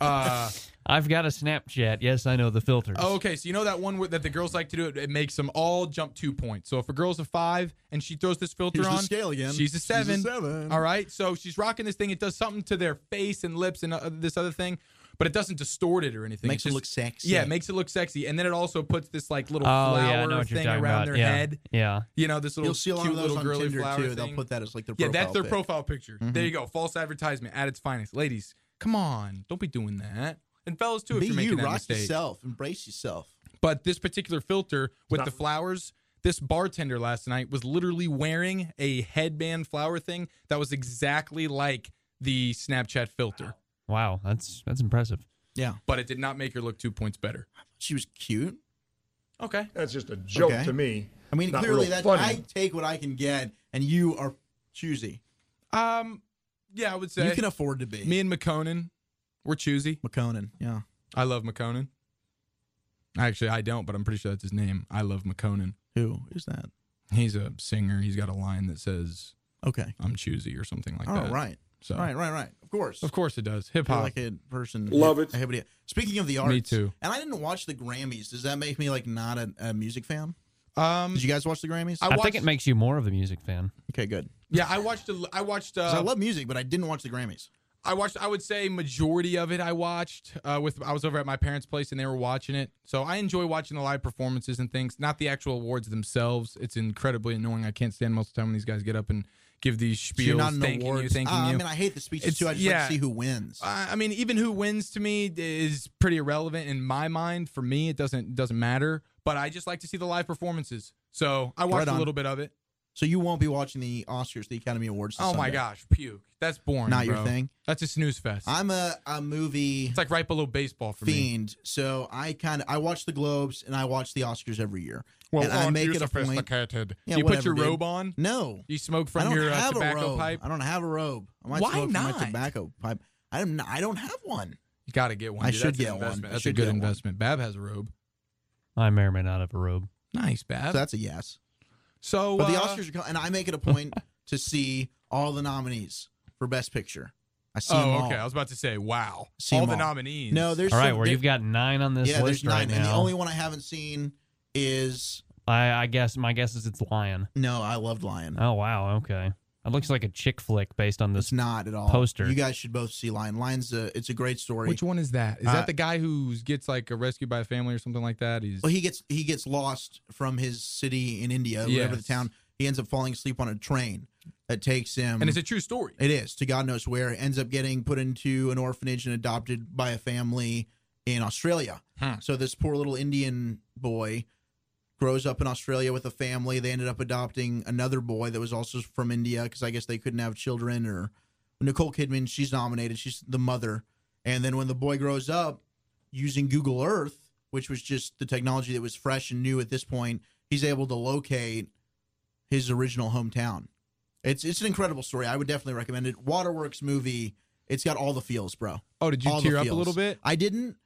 Speaker 8: uh,
Speaker 1: I've got a Snapchat. Yes, I know the filters.
Speaker 8: oh, okay, so you know that one with, that the girls like to do. It, it makes them all jump two points. So if a girl's a five and she throws this filter
Speaker 6: Here's the
Speaker 8: on,
Speaker 6: scale again.
Speaker 8: She's a
Speaker 6: She's a
Speaker 8: seven.
Speaker 6: seven.
Speaker 8: All right, so she's rocking this thing. It does something to their face and lips and uh, this other thing, but it doesn't distort it or anything.
Speaker 6: Makes
Speaker 8: It's
Speaker 6: it
Speaker 8: just-
Speaker 6: look sexy.
Speaker 8: Yeah, it makes it look sexy, and then it also puts this like little
Speaker 1: Oh
Speaker 8: flower
Speaker 1: yeah, I know what you're
Speaker 8: thing
Speaker 1: talking
Speaker 8: around
Speaker 1: about.
Speaker 8: their
Speaker 1: yeah.
Speaker 8: head.
Speaker 1: Yeah.
Speaker 8: You know, this little
Speaker 6: You'll see a lot
Speaker 8: cute
Speaker 6: of those
Speaker 8: little
Speaker 6: on
Speaker 8: girly
Speaker 6: Tinder
Speaker 8: flower
Speaker 6: too.
Speaker 8: Thing.
Speaker 6: They'll put that as like their
Speaker 8: yeah,
Speaker 6: profile
Speaker 8: that's their
Speaker 6: pic. Mm-hmm.
Speaker 8: profile picture. There you go. False advertisement at its finest. Ladies, come on, don't be doing that. And fellas too, if
Speaker 6: Be
Speaker 8: you're making
Speaker 6: you,
Speaker 8: that
Speaker 6: rock
Speaker 8: mistake.
Speaker 6: yourself, embrace yourself.
Speaker 8: But this particular filter with the flowers, this bartender last night was literally wearing a headband flower thing that was exactly like the Snapchat filter,
Speaker 1: Wow, that's that's impressive.
Speaker 6: Yeah,
Speaker 8: but it did not make her look two points better.
Speaker 6: she was cute.
Speaker 8: Okay.
Speaker 9: That's just a joke
Speaker 6: Okay.
Speaker 9: to me.
Speaker 6: I mean,
Speaker 9: Not
Speaker 6: clearly
Speaker 9: real
Speaker 6: that
Speaker 9: funny.
Speaker 6: I take what I can get, and you are choosy.
Speaker 8: Um, yeah, I would say
Speaker 6: You can afford to be.
Speaker 8: me and McConan, we're choosy.
Speaker 6: McConan. Yeah.
Speaker 8: I love McConan. Actually, I don't, but I'm pretty sure that's his name. I love McConan.
Speaker 6: Who? Who's that?
Speaker 8: He's a singer. He's got a line that says
Speaker 6: Okay.
Speaker 8: "I'm choosy" or something like
Speaker 6: All
Speaker 8: that.
Speaker 6: right.
Speaker 8: So,
Speaker 6: Right, right, right. Of course.
Speaker 8: of course, it does. Hip
Speaker 6: You're
Speaker 8: hop.
Speaker 6: like a person.
Speaker 9: Love it.
Speaker 6: I have it. Speaking of the arts.
Speaker 8: too.
Speaker 6: And I didn't watch the Grammys. Does that make me like not a, a music fan?
Speaker 8: um,
Speaker 6: Did you guys watch the Grammys?
Speaker 8: I
Speaker 1: I
Speaker 8: watched-
Speaker 1: think it makes you more of a music fan.
Speaker 6: okay, good.
Speaker 8: yeah, I watched. A, I watched.
Speaker 6: 'Cause I
Speaker 8: Uh,
Speaker 6: love music, but I didn't watch the Grammys.
Speaker 8: I watched. I would say majority of it. I watched uh, with. I was over at my parents' place and they were watching it. So I enjoy watching the live performances and things, not the actual awards themselves. It's incredibly annoying. I can't stand most of the time when these guys get up and give these
Speaker 6: So
Speaker 8: spiels.
Speaker 6: you're not an
Speaker 8: thanking you,
Speaker 6: awards.
Speaker 8: thanking
Speaker 6: Ah,
Speaker 8: you.
Speaker 6: I mean, I hate the speeches
Speaker 8: It's-
Speaker 6: too. I just
Speaker 8: yeah.
Speaker 6: like to see who wins.
Speaker 8: I I mean, even who wins to me is pretty irrelevant in my mind. For me, it doesn't doesn't matter. But I just like to see the live performances. So I watched
Speaker 6: Right on.
Speaker 8: a little bit of it.
Speaker 6: so you won't be watching the Oscars, the Academy Awards. this
Speaker 8: Oh my
Speaker 6: Sunday.
Speaker 8: gosh, puke. That's boring.
Speaker 6: Not your
Speaker 8: bro.
Speaker 6: thing?
Speaker 8: That's a snooze fest.
Speaker 6: I'm a, a movie
Speaker 8: it's like right below baseball for me.
Speaker 6: fiend, so I kind of I watch the Globes and I watch the Oscars every year. and I
Speaker 8: aren't
Speaker 6: make
Speaker 8: you
Speaker 6: it a point.
Speaker 8: sophisticated?
Speaker 6: Yeah,
Speaker 8: Do you put
Speaker 6: whatever,
Speaker 8: your
Speaker 6: dude.
Speaker 8: robe on?
Speaker 6: No,
Speaker 8: Do you smoke
Speaker 6: I
Speaker 8: from
Speaker 6: don't
Speaker 8: your uh,
Speaker 6: have a
Speaker 8: tobacco
Speaker 6: robe.
Speaker 8: pipe?
Speaker 6: I don't have a robe. I might
Speaker 8: Why
Speaker 6: smoke
Speaker 8: not?
Speaker 6: from my tobacco pipe. I don't. I don't have one.
Speaker 8: You got to get one.
Speaker 6: I
Speaker 8: dude.
Speaker 6: should
Speaker 8: That's
Speaker 6: get
Speaker 8: an
Speaker 6: one.
Speaker 8: investment.
Speaker 6: I
Speaker 8: That's a
Speaker 6: should
Speaker 8: good
Speaker 6: get one.
Speaker 8: investment. Bab has a robe.
Speaker 1: I may or may not have a robe.
Speaker 8: Nice,
Speaker 6: So
Speaker 8: Bab.
Speaker 6: that's a yes.
Speaker 8: so
Speaker 6: But the
Speaker 8: uh,
Speaker 6: Oscars are coming, and I make it a point to see all the nominees for Best Picture. I see them
Speaker 7: Oh,
Speaker 6: all.
Speaker 7: okay. I was about to say, wow.
Speaker 6: See
Speaker 7: all
Speaker 6: them
Speaker 7: the
Speaker 6: all.
Speaker 7: nominees.
Speaker 6: No, there's
Speaker 1: All right,
Speaker 6: some-
Speaker 1: where
Speaker 6: there-
Speaker 1: you've got nine on this
Speaker 6: yeah,
Speaker 1: list
Speaker 6: there's nine,
Speaker 1: right now.
Speaker 6: and the only one I haven't seen is
Speaker 1: I, I guess my guess is it's Lion.
Speaker 6: no. I loved Lion.
Speaker 8: Uh,
Speaker 1: Oh wow, okay. That looks like a chick flick based on
Speaker 6: It's
Speaker 1: this.
Speaker 6: not at all.
Speaker 1: Poster.
Speaker 6: You guys should both see Lion. Lion's a, it's a great story.
Speaker 7: Which one is that? Is
Speaker 6: Uh,
Speaker 7: that the guy who gets like rescued by a family or something like that? He's
Speaker 6: Well, he gets he gets lost from his city in India, whatever the
Speaker 7: Yes.
Speaker 6: town. He ends up falling asleep on a train that takes him.
Speaker 7: and it's a true story.
Speaker 6: it is to God knows where. Ends up getting put into an orphanage and adopted by a family in Australia.
Speaker 7: Huh.
Speaker 6: So this poor little Indian boy grows up in Australia with a family. They ended up adopting another boy that was also from India because I guess they couldn't have children. Or Nicole Kidman, she's nominated. She's the mother. And then when the boy grows up, using Google Earth, which was just the technology that was fresh and new at this point, he's able to locate his original hometown. It's it's an incredible story. I would definitely recommend it. Waterworks movie. It's got all the feels, bro.
Speaker 7: Oh, did you
Speaker 6: All the
Speaker 7: tear up a
Speaker 6: feels.
Speaker 7: little bit?
Speaker 6: I didn't,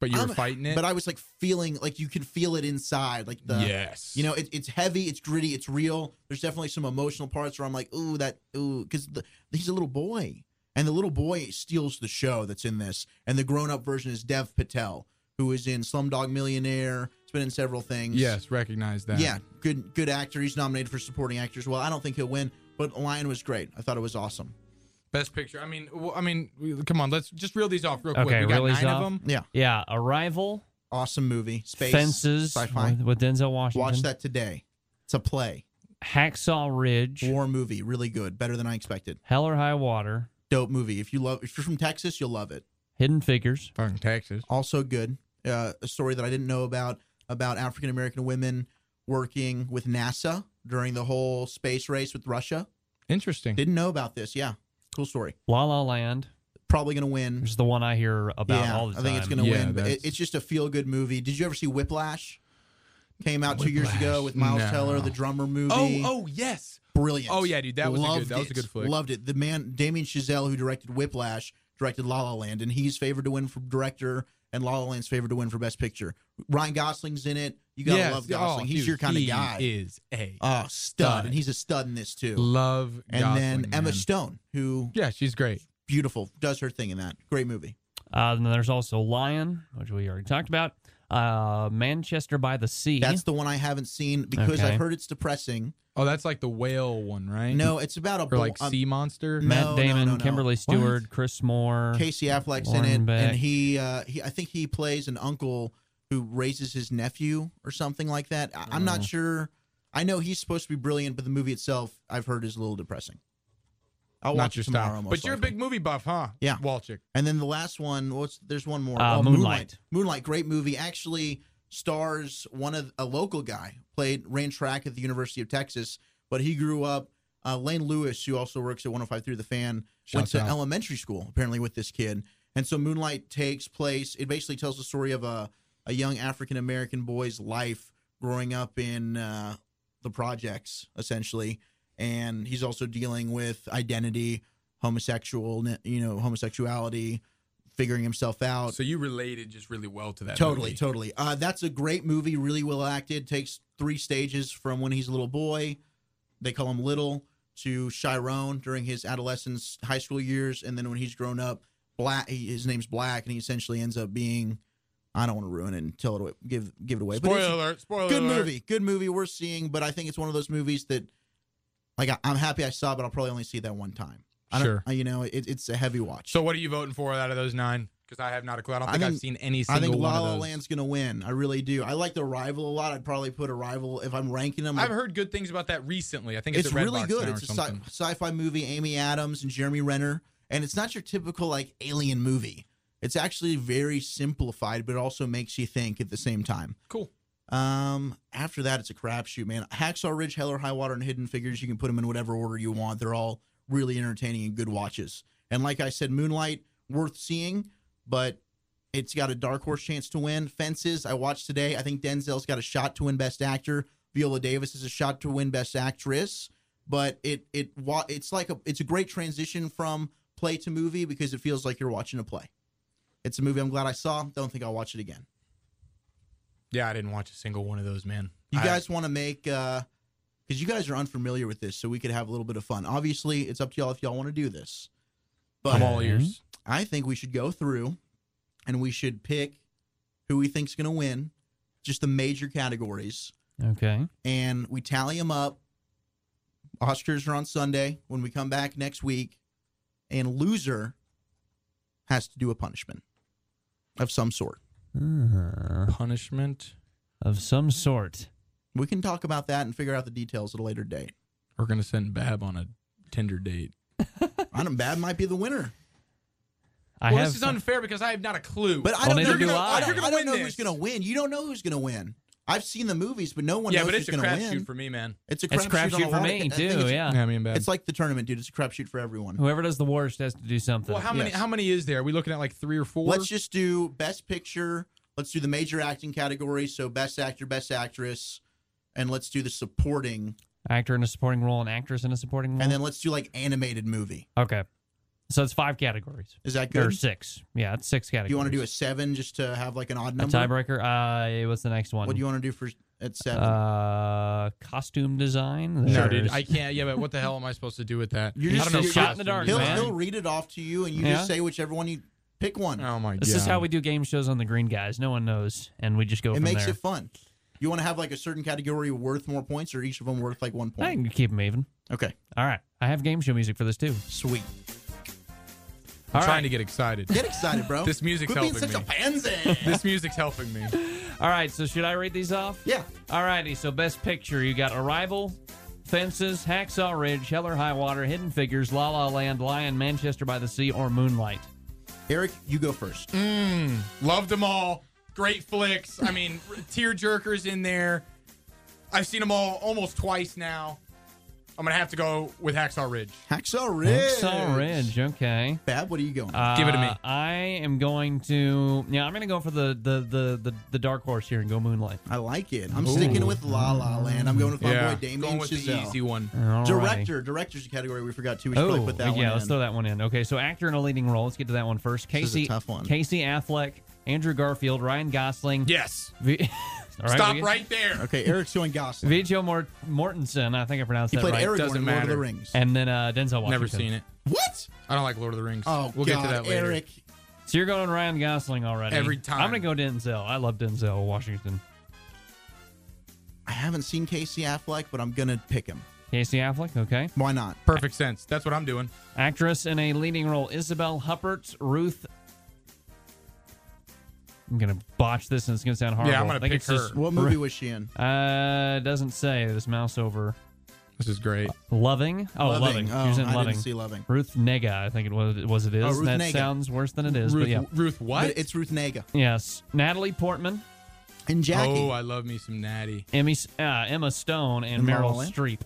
Speaker 7: But you were
Speaker 6: I'm-
Speaker 7: fighting it.
Speaker 6: but I was like feeling like you could feel it inside, like the
Speaker 7: yes.
Speaker 6: you know, it, it's heavy, it's gritty, it's real. There's definitely some emotional parts where I'm like, ooh, that, ooh, because he's a little boy, and the little boy steals the show that's in this, and the grown-up version is Dev Patel, who is in Slumdog Millionaire. He's been in several things.
Speaker 7: Yes, recognize that.
Speaker 6: yeah, good, good actor. He's nominated for supporting actor as well. I don't think he'll win, but Lion was great. I thought it was awesome.
Speaker 7: Best picture. I mean, well, I mean, we- come on. Let's just reel these off real quick.
Speaker 1: Okay,
Speaker 7: We got
Speaker 1: reel these
Speaker 7: nine
Speaker 1: off.
Speaker 7: of them.
Speaker 6: Yeah,
Speaker 1: Yeah, Arrival,
Speaker 6: awesome movie. Space
Speaker 1: Fences
Speaker 6: sci-fi.
Speaker 1: with, with Denzel Washington.
Speaker 6: Watch that today. It's a play,
Speaker 1: Hacksaw Ridge,
Speaker 6: war movie, really good, better than I expected.
Speaker 1: Hell or High Water,
Speaker 6: Dope movie. If you love, if you're from Texas, you'll love it.
Speaker 1: Hidden Figures,
Speaker 7: Fucking Texas.
Speaker 6: also good. Uh, a story that I didn't know about about African American women working with NASA during the whole space race with Russia.
Speaker 7: Interesting.
Speaker 6: Didn't know about this. Yeah, cool story.
Speaker 1: La La Land,
Speaker 6: Probably gonna win.
Speaker 1: which is the one I hear about
Speaker 6: yeah,
Speaker 1: all the
Speaker 6: I
Speaker 1: time.
Speaker 6: think it's gonna
Speaker 7: Yeah,
Speaker 6: win. But it,
Speaker 7: that's-
Speaker 6: it's just a feel good movie. Did you ever see Whiplash? Came out two years ago with Miles
Speaker 7: No.
Speaker 6: Teller, the drummer movie.
Speaker 7: Oh, oh yes.
Speaker 6: brilliant!
Speaker 7: oh, yeah, dude, that was a good-
Speaker 6: Loved
Speaker 7: that was a
Speaker 6: it.
Speaker 7: good flick.
Speaker 6: Loved it. The man Damien Chazelle, who directed Whiplash, directed La La Land, and he's favored to win for director, and La La Land's favored to win for best picture. Ryan Gosling's in it. You gotta
Speaker 7: Yes.
Speaker 6: love Gosling.
Speaker 7: Oh,
Speaker 6: he's
Speaker 7: dude,
Speaker 6: your kind of
Speaker 7: he
Speaker 6: guy.
Speaker 7: Is a
Speaker 6: oh, stud.
Speaker 7: stud.
Speaker 6: and he's a stud in this too.
Speaker 7: love.
Speaker 6: And then
Speaker 7: Gosling,
Speaker 6: Emma
Speaker 7: man.
Speaker 6: Stone, who
Speaker 7: Yeah, she's great.
Speaker 6: beautiful, does her thing in that great movie.
Speaker 1: Uh, and then there's also Lion, which we already talked about. Uh, Manchester by the Sea.
Speaker 6: That's the one I haven't seen because
Speaker 1: Okay.
Speaker 6: I've heard it's depressing.
Speaker 7: Oh, that's like the whale one, right?
Speaker 6: No, it's about a
Speaker 7: or
Speaker 6: bull-
Speaker 7: like
Speaker 6: um,
Speaker 7: sea monster.
Speaker 6: no,
Speaker 1: Matt
Speaker 6: no,
Speaker 1: Damon,
Speaker 6: no, no.
Speaker 1: Kimberly Stewart, Chris Moore.
Speaker 6: Casey Affleck's
Speaker 1: Lauren
Speaker 6: in it,
Speaker 1: Beck.
Speaker 6: and he, uh, he, I think he plays an uncle who raises his nephew or something like that. I, I'm
Speaker 7: Oh.
Speaker 6: not sure. I know he's supposed to be brilliant, but the movie itself, I've heard, is a little depressing. I'll
Speaker 7: Not
Speaker 6: watch
Speaker 7: your
Speaker 6: it tomorrow.
Speaker 7: style.
Speaker 6: most
Speaker 7: But you're a
Speaker 6: likely.
Speaker 7: big movie buff, huh?
Speaker 6: Yeah.
Speaker 7: Walchick.
Speaker 6: And then the last one, what's there's one more. Oh,
Speaker 1: Uh, Moonlight.
Speaker 6: Moonlight. Moonlight, great movie. Actually, stars one of a local guy played ran track at the University of Texas, but he grew up. Uh, Lane Lewis, who also works at 105.3 The Fan, went
Speaker 7: Shouts
Speaker 6: to
Speaker 7: out.
Speaker 6: elementary school apparently with this kid, and so Moonlight takes place. It basically tells the story of a a young African American boy's life growing up in uh, the projects, essentially, and he's also dealing with identity, homosexual, you know, homosexuality, figuring himself out.
Speaker 8: So you related just really well to that.
Speaker 6: Totally,
Speaker 8: movie.
Speaker 6: totally. Uh, that's a great movie. Really well acted. Takes three stages from when he's a little boy, they call him Little, to Chiron during his adolescence, high school years, and then when he's grown up, Black. He, his name's Black, and he essentially ends up being. I don't want to ruin it and tell it away, give give it away. but
Speaker 8: Spoiler
Speaker 6: it's-
Speaker 8: alert! Spoiler
Speaker 6: good
Speaker 8: alert.
Speaker 6: movie. Good movie worth seeing, but I think it's one of those movies that like I, I'm happy I saw, but I'll probably only see that one time. I don't,
Speaker 8: Sure.
Speaker 6: I- you know, it, it's a heavy watch.
Speaker 8: So what are you voting for out of those nine? Because I have not a clue. I don't think, I
Speaker 6: think-
Speaker 8: have seen any
Speaker 6: I
Speaker 8: single
Speaker 6: think
Speaker 8: one
Speaker 6: La
Speaker 8: of
Speaker 6: La
Speaker 8: those.
Speaker 6: Land's gonna win. I really do. I like the rival a lot. I'd probably put a rival if I'm ranking them.
Speaker 8: I've heard good things about that recently. I think it's,
Speaker 6: it's
Speaker 8: at Red
Speaker 6: really
Speaker 8: Box
Speaker 6: good.
Speaker 8: now
Speaker 6: It's
Speaker 8: or
Speaker 6: a
Speaker 8: something.
Speaker 6: sci- sci-fi movie. Amy Adams and Jeremy Renner, and it's not your typical like alien movie. It's actually very simplified, but it also makes you think at the same time.
Speaker 8: cool.
Speaker 6: Um, after that, it's a crapshoot, man. Hacksaw Ridge, Hell or High Water, and Hidden Figures. You can put them in whatever order you want. They're all really entertaining and good watches. And like I said, Moonlight worth seeing, but it's got a dark horse chance to win. Fences, I watched today. I think Denzel's got a shot to win Best Actor. Viola Davis is a shot to win Best Actress. But it it wa- it's like a it's a great transition from play to movie because it feels like you're watching a play. It's a movie I'm glad I saw. Don't think I'll watch it again.
Speaker 8: Yeah, I didn't watch a single one of those, man.
Speaker 6: You
Speaker 8: I-
Speaker 6: guys want to make because you guys are unfamiliar with this, so we could have a little bit of fun. Obviously, it's up to y'all if y'all want to do this. But
Speaker 8: I'm all ears.
Speaker 6: I think we should go through and we should pick who we think's going to win, just the major categories,
Speaker 1: Okay.
Speaker 6: and we tally them up. Oscars are on Sunday. When we come back next week, and loser has to do a punishment of some sort. Uh-huh.
Speaker 8: Punishment.
Speaker 1: Of some sort.
Speaker 6: We can talk about that and figure out the details at a later date.
Speaker 8: We're gonna send Bab on a Tinder date.
Speaker 6: I don't. Bad might be the winner.
Speaker 1: I
Speaker 8: well,
Speaker 1: have
Speaker 8: this is unfair because I have not a clue.
Speaker 6: But
Speaker 1: Well,
Speaker 6: I don't know,
Speaker 1: neither do
Speaker 6: gonna,
Speaker 1: I.
Speaker 6: I don't-
Speaker 1: You're
Speaker 8: gonna
Speaker 6: I don't
Speaker 8: win
Speaker 6: know
Speaker 8: this.
Speaker 6: who's going to win. You don't know who's going to win. I've seen the movies, but no one
Speaker 8: yeah,
Speaker 6: knows
Speaker 8: but
Speaker 6: who's
Speaker 8: it's a
Speaker 6: going to win.
Speaker 8: crapshoot for me, man.
Speaker 6: It's a
Speaker 1: it's
Speaker 6: crapshoot
Speaker 1: crapshoot
Speaker 6: on a
Speaker 1: for
Speaker 6: lot of- I
Speaker 1: me
Speaker 6: think
Speaker 1: too.
Speaker 6: it's-
Speaker 1: Yeah.
Speaker 8: Yeah, me and Bab.
Speaker 6: It's like the tournament, dude. It's a crapshoot for everyone.
Speaker 1: Whoever does the worst has to do something.
Speaker 8: well, how many?
Speaker 6: Yes.
Speaker 8: How many is there? Are we looking at like three or 4
Speaker 6: Let's just do best picture. Let's do the major acting category. So best actor, best actress, and let's do the supporting.
Speaker 1: Actor in a supporting role and actress in a supporting role.
Speaker 6: And then let's do like animated movie.
Speaker 1: okay. So it's five categories.
Speaker 6: Is that
Speaker 1: Or
Speaker 6: good?
Speaker 1: six. Yeah, it's six categories.
Speaker 6: Do you want to do a seven just to have like an odd
Speaker 1: a
Speaker 6: number?
Speaker 1: tiebreaker? Uh, what's the next one?
Speaker 6: What do you want to do for at seven?
Speaker 1: uh, costume design.
Speaker 8: No, dude,
Speaker 1: There's-
Speaker 8: I can't. Yeah, but what the hell am I supposed to do with that?
Speaker 6: You're
Speaker 8: I
Speaker 6: just
Speaker 8: don't know
Speaker 6: still shot
Speaker 1: in the dark,
Speaker 6: he'll,
Speaker 1: man.
Speaker 6: he'll read it off to you, and you
Speaker 1: Yeah.
Speaker 6: just say whichever one you pick one.
Speaker 8: Oh my god!
Speaker 1: This is how we do game shows on the Green Guys. No one knows, and we just go
Speaker 6: It
Speaker 1: from
Speaker 6: makes
Speaker 1: there.
Speaker 6: it fun. You want to have like a certain category worth more points, or each of them worth like one
Speaker 1: I
Speaker 6: point?
Speaker 1: can keep them even.
Speaker 6: Okay,
Speaker 1: All right, I have game show music for this too.
Speaker 6: sweet.
Speaker 8: I'm
Speaker 1: All
Speaker 8: trying
Speaker 1: right.
Speaker 8: to get excited.
Speaker 6: Get excited, bro.
Speaker 8: This music's
Speaker 6: Quit being
Speaker 8: helping
Speaker 6: such
Speaker 8: me.
Speaker 6: a pansy.
Speaker 8: This music's helping me.
Speaker 1: All right, so should I read these off?
Speaker 6: yeah,
Speaker 1: All righty, so best picture you got Arrival, Fences, Hacksaw Ridge, Hell or High Water, Hidden Figures, La La Land, Lion, Manchester by the Sea, or Moonlight.
Speaker 6: Eric, you go first.
Speaker 8: Loved them all. Great flicks. I mean, tear jerkers in there. I've seen them all almost twice now. I'm gonna have to go with Hacksaw Ridge.
Speaker 6: Hacksaw Ridge.
Speaker 1: Hacksaw Ridge, okay.
Speaker 6: Bab, what are you going?
Speaker 1: Uh,
Speaker 8: Give it to me.
Speaker 1: I am going to. Yeah, I'm going to go for the the, the the the dark horse here and go Moonlight.
Speaker 6: I like it. I'm sticking with La La Land. I'm going with my boy Damien
Speaker 8: going with the
Speaker 6: Chazelle.
Speaker 8: easy one.
Speaker 1: Alrighty.
Speaker 6: Director, director's a category we forgot too. We should probably
Speaker 1: Oh,
Speaker 6: put that
Speaker 1: yeah,
Speaker 6: one
Speaker 1: let's
Speaker 6: in.
Speaker 1: throw that one in. Okay, so actor in a leading role. Let's get to that one first.
Speaker 6: This is a
Speaker 1: Casey,
Speaker 6: tough one.
Speaker 1: Casey Affleck, Andrew Garfield, Ryan Gosling.
Speaker 8: Yes.
Speaker 1: V- All right,
Speaker 8: Stop
Speaker 1: we-
Speaker 8: right there.
Speaker 6: Okay, Eric's going Gosling.
Speaker 1: Viggo Mort- Mortensen, I think I pronounced
Speaker 6: He
Speaker 1: that
Speaker 6: played
Speaker 1: right.
Speaker 6: Eric
Speaker 8: doesn't
Speaker 6: in Lord of the
Speaker 8: matter.
Speaker 6: Rings.
Speaker 1: And then uh, Denzel Washington.
Speaker 8: Never seen it.
Speaker 6: What?
Speaker 8: I don't like Lord of the Rings.
Speaker 6: Oh,
Speaker 8: we'll
Speaker 6: God,
Speaker 8: get to that later.
Speaker 6: Eric.
Speaker 1: So you're going Ryan Gosling already.
Speaker 8: Every time.
Speaker 1: I'm going to go Denzel. I love Denzel Washington.
Speaker 6: I haven't seen Casey Affleck, but I'm gonna pick him.
Speaker 1: Casey Affleck, okay.
Speaker 6: Why not?
Speaker 8: Perfect sense. That's what I'm doing.
Speaker 1: Actress in a leading role Isabel Huppert, Ruth. I'm going to botch this and it's going to sound horrible.
Speaker 8: Yeah, I'm gonna
Speaker 1: I think
Speaker 8: pick
Speaker 1: it's just-
Speaker 8: her.
Speaker 6: What movie was she in?
Speaker 1: Uh, doesn't say. This mouse over.
Speaker 8: This is great.
Speaker 1: Loving. Oh, loving.
Speaker 6: Oh,
Speaker 1: She was in
Speaker 6: I
Speaker 1: loving.
Speaker 6: didn't see Loving.
Speaker 1: Ruth Nega, I think it was. It was it is.
Speaker 6: Oh, Ruth
Speaker 1: that
Speaker 6: Negga.
Speaker 1: sounds worse than it is.
Speaker 8: Ruth,
Speaker 1: But yeah.
Speaker 8: Ruth what?
Speaker 6: But it's Ruth Nega
Speaker 1: Yes. Natalie Portman,
Speaker 6: and Jackie.
Speaker 8: oh, I love me some Natty.
Speaker 1: Emmy, uh, Emma Stone, and
Speaker 6: And La La
Speaker 1: Meryl
Speaker 6: Land?
Speaker 1: Streep.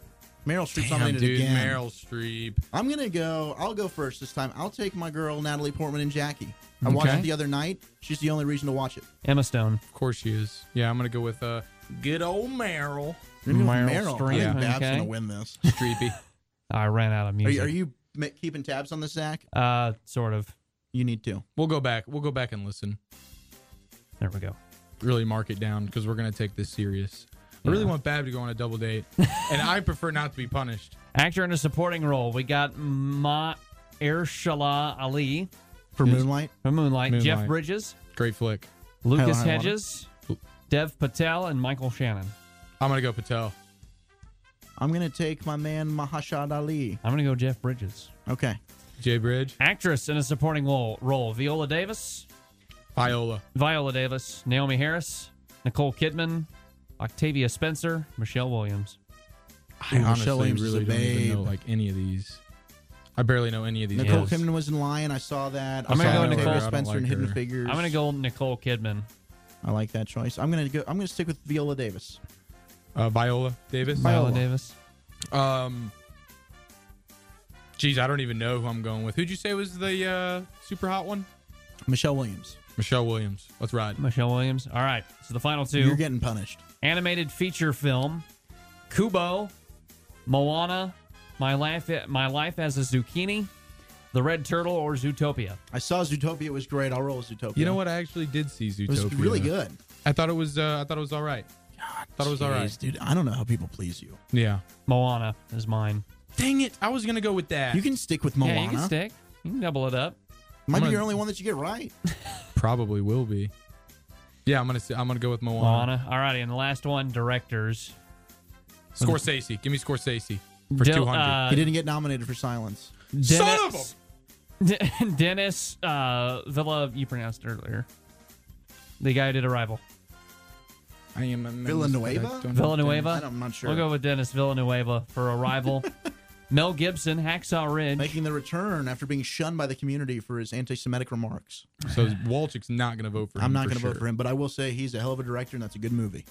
Speaker 6: Meryl Streep
Speaker 8: Damn,
Speaker 6: nominated
Speaker 8: dude,
Speaker 6: again.
Speaker 8: Meryl Streep.
Speaker 6: I'm gonna go. I'll go first this time. I'll take my girl Natalie Portman and Jackie. I watched
Speaker 8: Okay.
Speaker 6: it the other night. She's the only reason to watch it.
Speaker 1: Emma Stone.
Speaker 8: Of course she is. Yeah, I'm gonna go with uh, good old Meryl.
Speaker 6: Maybe it was
Speaker 1: Meryl
Speaker 6: Meryl.
Speaker 1: Streep,
Speaker 6: I think Bab's
Speaker 1: okay.
Speaker 6: gonna win this.
Speaker 8: Creepy.
Speaker 1: I ran out of
Speaker 6: Are you,
Speaker 1: music.
Speaker 6: are you ma- keeping tabs on this, Zach?
Speaker 1: Uh, sort of.
Speaker 6: You need to.
Speaker 8: we'll go back. We'll go back and listen.
Speaker 1: There we go.
Speaker 8: Really mark it down because we're gonna take this serious. I really want Bab to go on a double date, and I prefer not to be punished.
Speaker 1: Actor in a supporting role. We got Ma Ershala Ali
Speaker 6: For Moonlight,
Speaker 1: from Moonlight, Jeff
Speaker 8: Moonlight.
Speaker 1: Bridges,
Speaker 8: Great flick.
Speaker 1: Lucas
Speaker 6: Highlight water.
Speaker 1: Hedges, Dev Patel, and Michael Shannon.
Speaker 8: I'm gonna go Patel.
Speaker 6: I'm gonna take my man Mahashad Ali.
Speaker 1: I'm going to go Jeff Bridges.
Speaker 6: Okay.
Speaker 8: Jay Bridge.
Speaker 1: Actress in a supporting role, role Viola Davis,
Speaker 8: Viola.
Speaker 1: Viola Davis, Naomi Harris, Nicole Kidman, Octavia Spencer, Michelle Williams.
Speaker 8: I
Speaker 6: Ooh,
Speaker 8: honestly
Speaker 6: Michelle Williams is
Speaker 8: really
Speaker 6: a
Speaker 8: don't even
Speaker 6: babe.
Speaker 8: know like any of these. I barely know any of these.
Speaker 6: Nicole
Speaker 1: Yes.
Speaker 6: Kidman was in Lion. I saw that. I
Speaker 1: I'm gonna
Speaker 6: saw
Speaker 1: go Nicole.
Speaker 6: Octavia
Speaker 1: I don't
Speaker 6: Spencer
Speaker 8: like
Speaker 6: in Hidden
Speaker 8: her.
Speaker 6: Figures.
Speaker 1: I'm going to go Nicole Kidman.
Speaker 6: I like that choice. I'm gonna go. I'm gonna stick with Viola Davis.
Speaker 8: Uh, Viola Davis.
Speaker 1: Viola Davis.
Speaker 8: Um. Geez, I don't even know who I'm going with. Who'd you say was the uh, super hot one?
Speaker 6: Michelle Williams.
Speaker 8: Michelle Williams. Let's ride.
Speaker 1: Michelle Williams. All right. So the final 2
Speaker 6: You're getting punished.
Speaker 1: animated feature film Kubo, Moana, My Life My Life as a Zucchini, The Red Turtle or Zootopia.
Speaker 6: I saw Zootopia was great. I'll roll with Zootopia.
Speaker 8: You know what? I actually did see Zootopia.
Speaker 6: It was really good.
Speaker 8: I thought it was. Uh, I thought it was all right. thought it was all right.
Speaker 6: Jeez, dude. I don't know how people please you.
Speaker 8: Yeah.
Speaker 1: Moana is mine.
Speaker 8: Dang it! I was gonna go with that.
Speaker 6: You can stick with Moana.
Speaker 1: Yeah, you can stick. You can double it up.
Speaker 6: Might
Speaker 8: I'm
Speaker 6: be
Speaker 8: gonna-
Speaker 6: your only one that you get right.
Speaker 8: probably will be. Yeah, I'm gonna. s- I'm gonna go with Moana.
Speaker 1: Moana. All righty, and the last one, directors.
Speaker 8: Scorsese. Give me Scorsese for
Speaker 1: Del-
Speaker 8: two hundred.
Speaker 1: uh,
Speaker 6: he didn't get nominated for Silence.
Speaker 8: Son of
Speaker 1: Dennis, De- Dennis uh, Villa, you pronounced it earlier. The guy who did Arrival.
Speaker 8: I am a menace,
Speaker 6: Villanueva?
Speaker 8: but I don't
Speaker 1: Villanueva?
Speaker 6: I don't- I'm not sure.
Speaker 1: We'll go with Dennis Villanueva for Arrival. Mel Gibson, Hacksaw Ridge.
Speaker 6: Making the return after being shunned by the community for his anti-Semitic remarks.
Speaker 8: understand. So Walchick's not gonna vote Mm, for him.
Speaker 6: I'm not going
Speaker 8: for
Speaker 6: to vote for him, but I will say he's a hell of a director, and that's a good movie.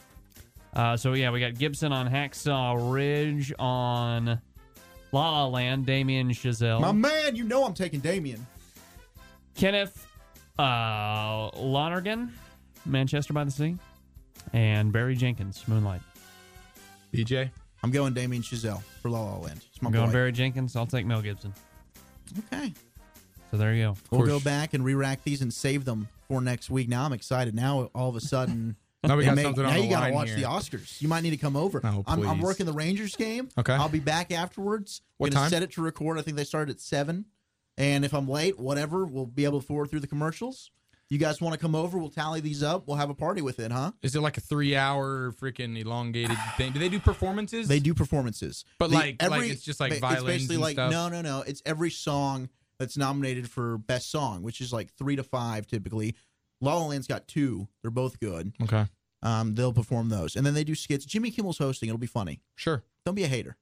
Speaker 1: Uh, so yeah, we got Gibson on Hacksaw Ridge on La La Land, Damien
Speaker 8: Oh.
Speaker 1: Chazelle,
Speaker 6: My man, you know I'm taking Damien.
Speaker 1: Kenneth uh, Lonergan, Manchester by the Sea, and Barry Jenkins, Moonlight.
Speaker 8: BJ.
Speaker 6: I'm going Damien Chazelle for La La Land. It's my
Speaker 1: I'm going
Speaker 6: boy.
Speaker 1: Barry Jenkins. I'll take Mel Gibson.
Speaker 6: okay.
Speaker 1: So there you go.
Speaker 6: We'll
Speaker 8: course.
Speaker 6: go back and re-rack these and save them for next week. Now I'm excited. Now all of a sudden,
Speaker 8: Now we
Speaker 6: it
Speaker 8: got
Speaker 6: may-
Speaker 8: something on
Speaker 6: now
Speaker 8: the
Speaker 6: you gotta
Speaker 8: line
Speaker 6: watch
Speaker 8: here.
Speaker 6: the Oscars. You might need to come over.
Speaker 8: Oh,
Speaker 6: I'm, I'm
Speaker 8: please.
Speaker 6: working the Rangers game.
Speaker 8: Okay.
Speaker 6: I'll be back afterwards.
Speaker 8: What
Speaker 6: gonna
Speaker 8: time?
Speaker 6: Set it to record. I think they start at seven. And if I'm late, whatever, we'll be able to forward through the commercials. You guys want to come over? We'll tally these up. We'll have a party with it, huh?
Speaker 8: Is it like a three-hour freaking elongated thing? Do they do performances?
Speaker 6: They do performances,
Speaker 8: But, like- like, it's just, like,
Speaker 6: ba-
Speaker 8: violins
Speaker 6: It's basically
Speaker 8: and
Speaker 6: like
Speaker 8: stuff?
Speaker 6: no, no, no. It's every song that's nominated for best song, which is like three to five typically. La La Land's got two. They're both good.
Speaker 8: Okay.
Speaker 6: Um, they'll perform those, and then they do skits. Jimmy Kimmel's hosting. It'll be funny.
Speaker 8: Sure.
Speaker 6: Don't be a hater.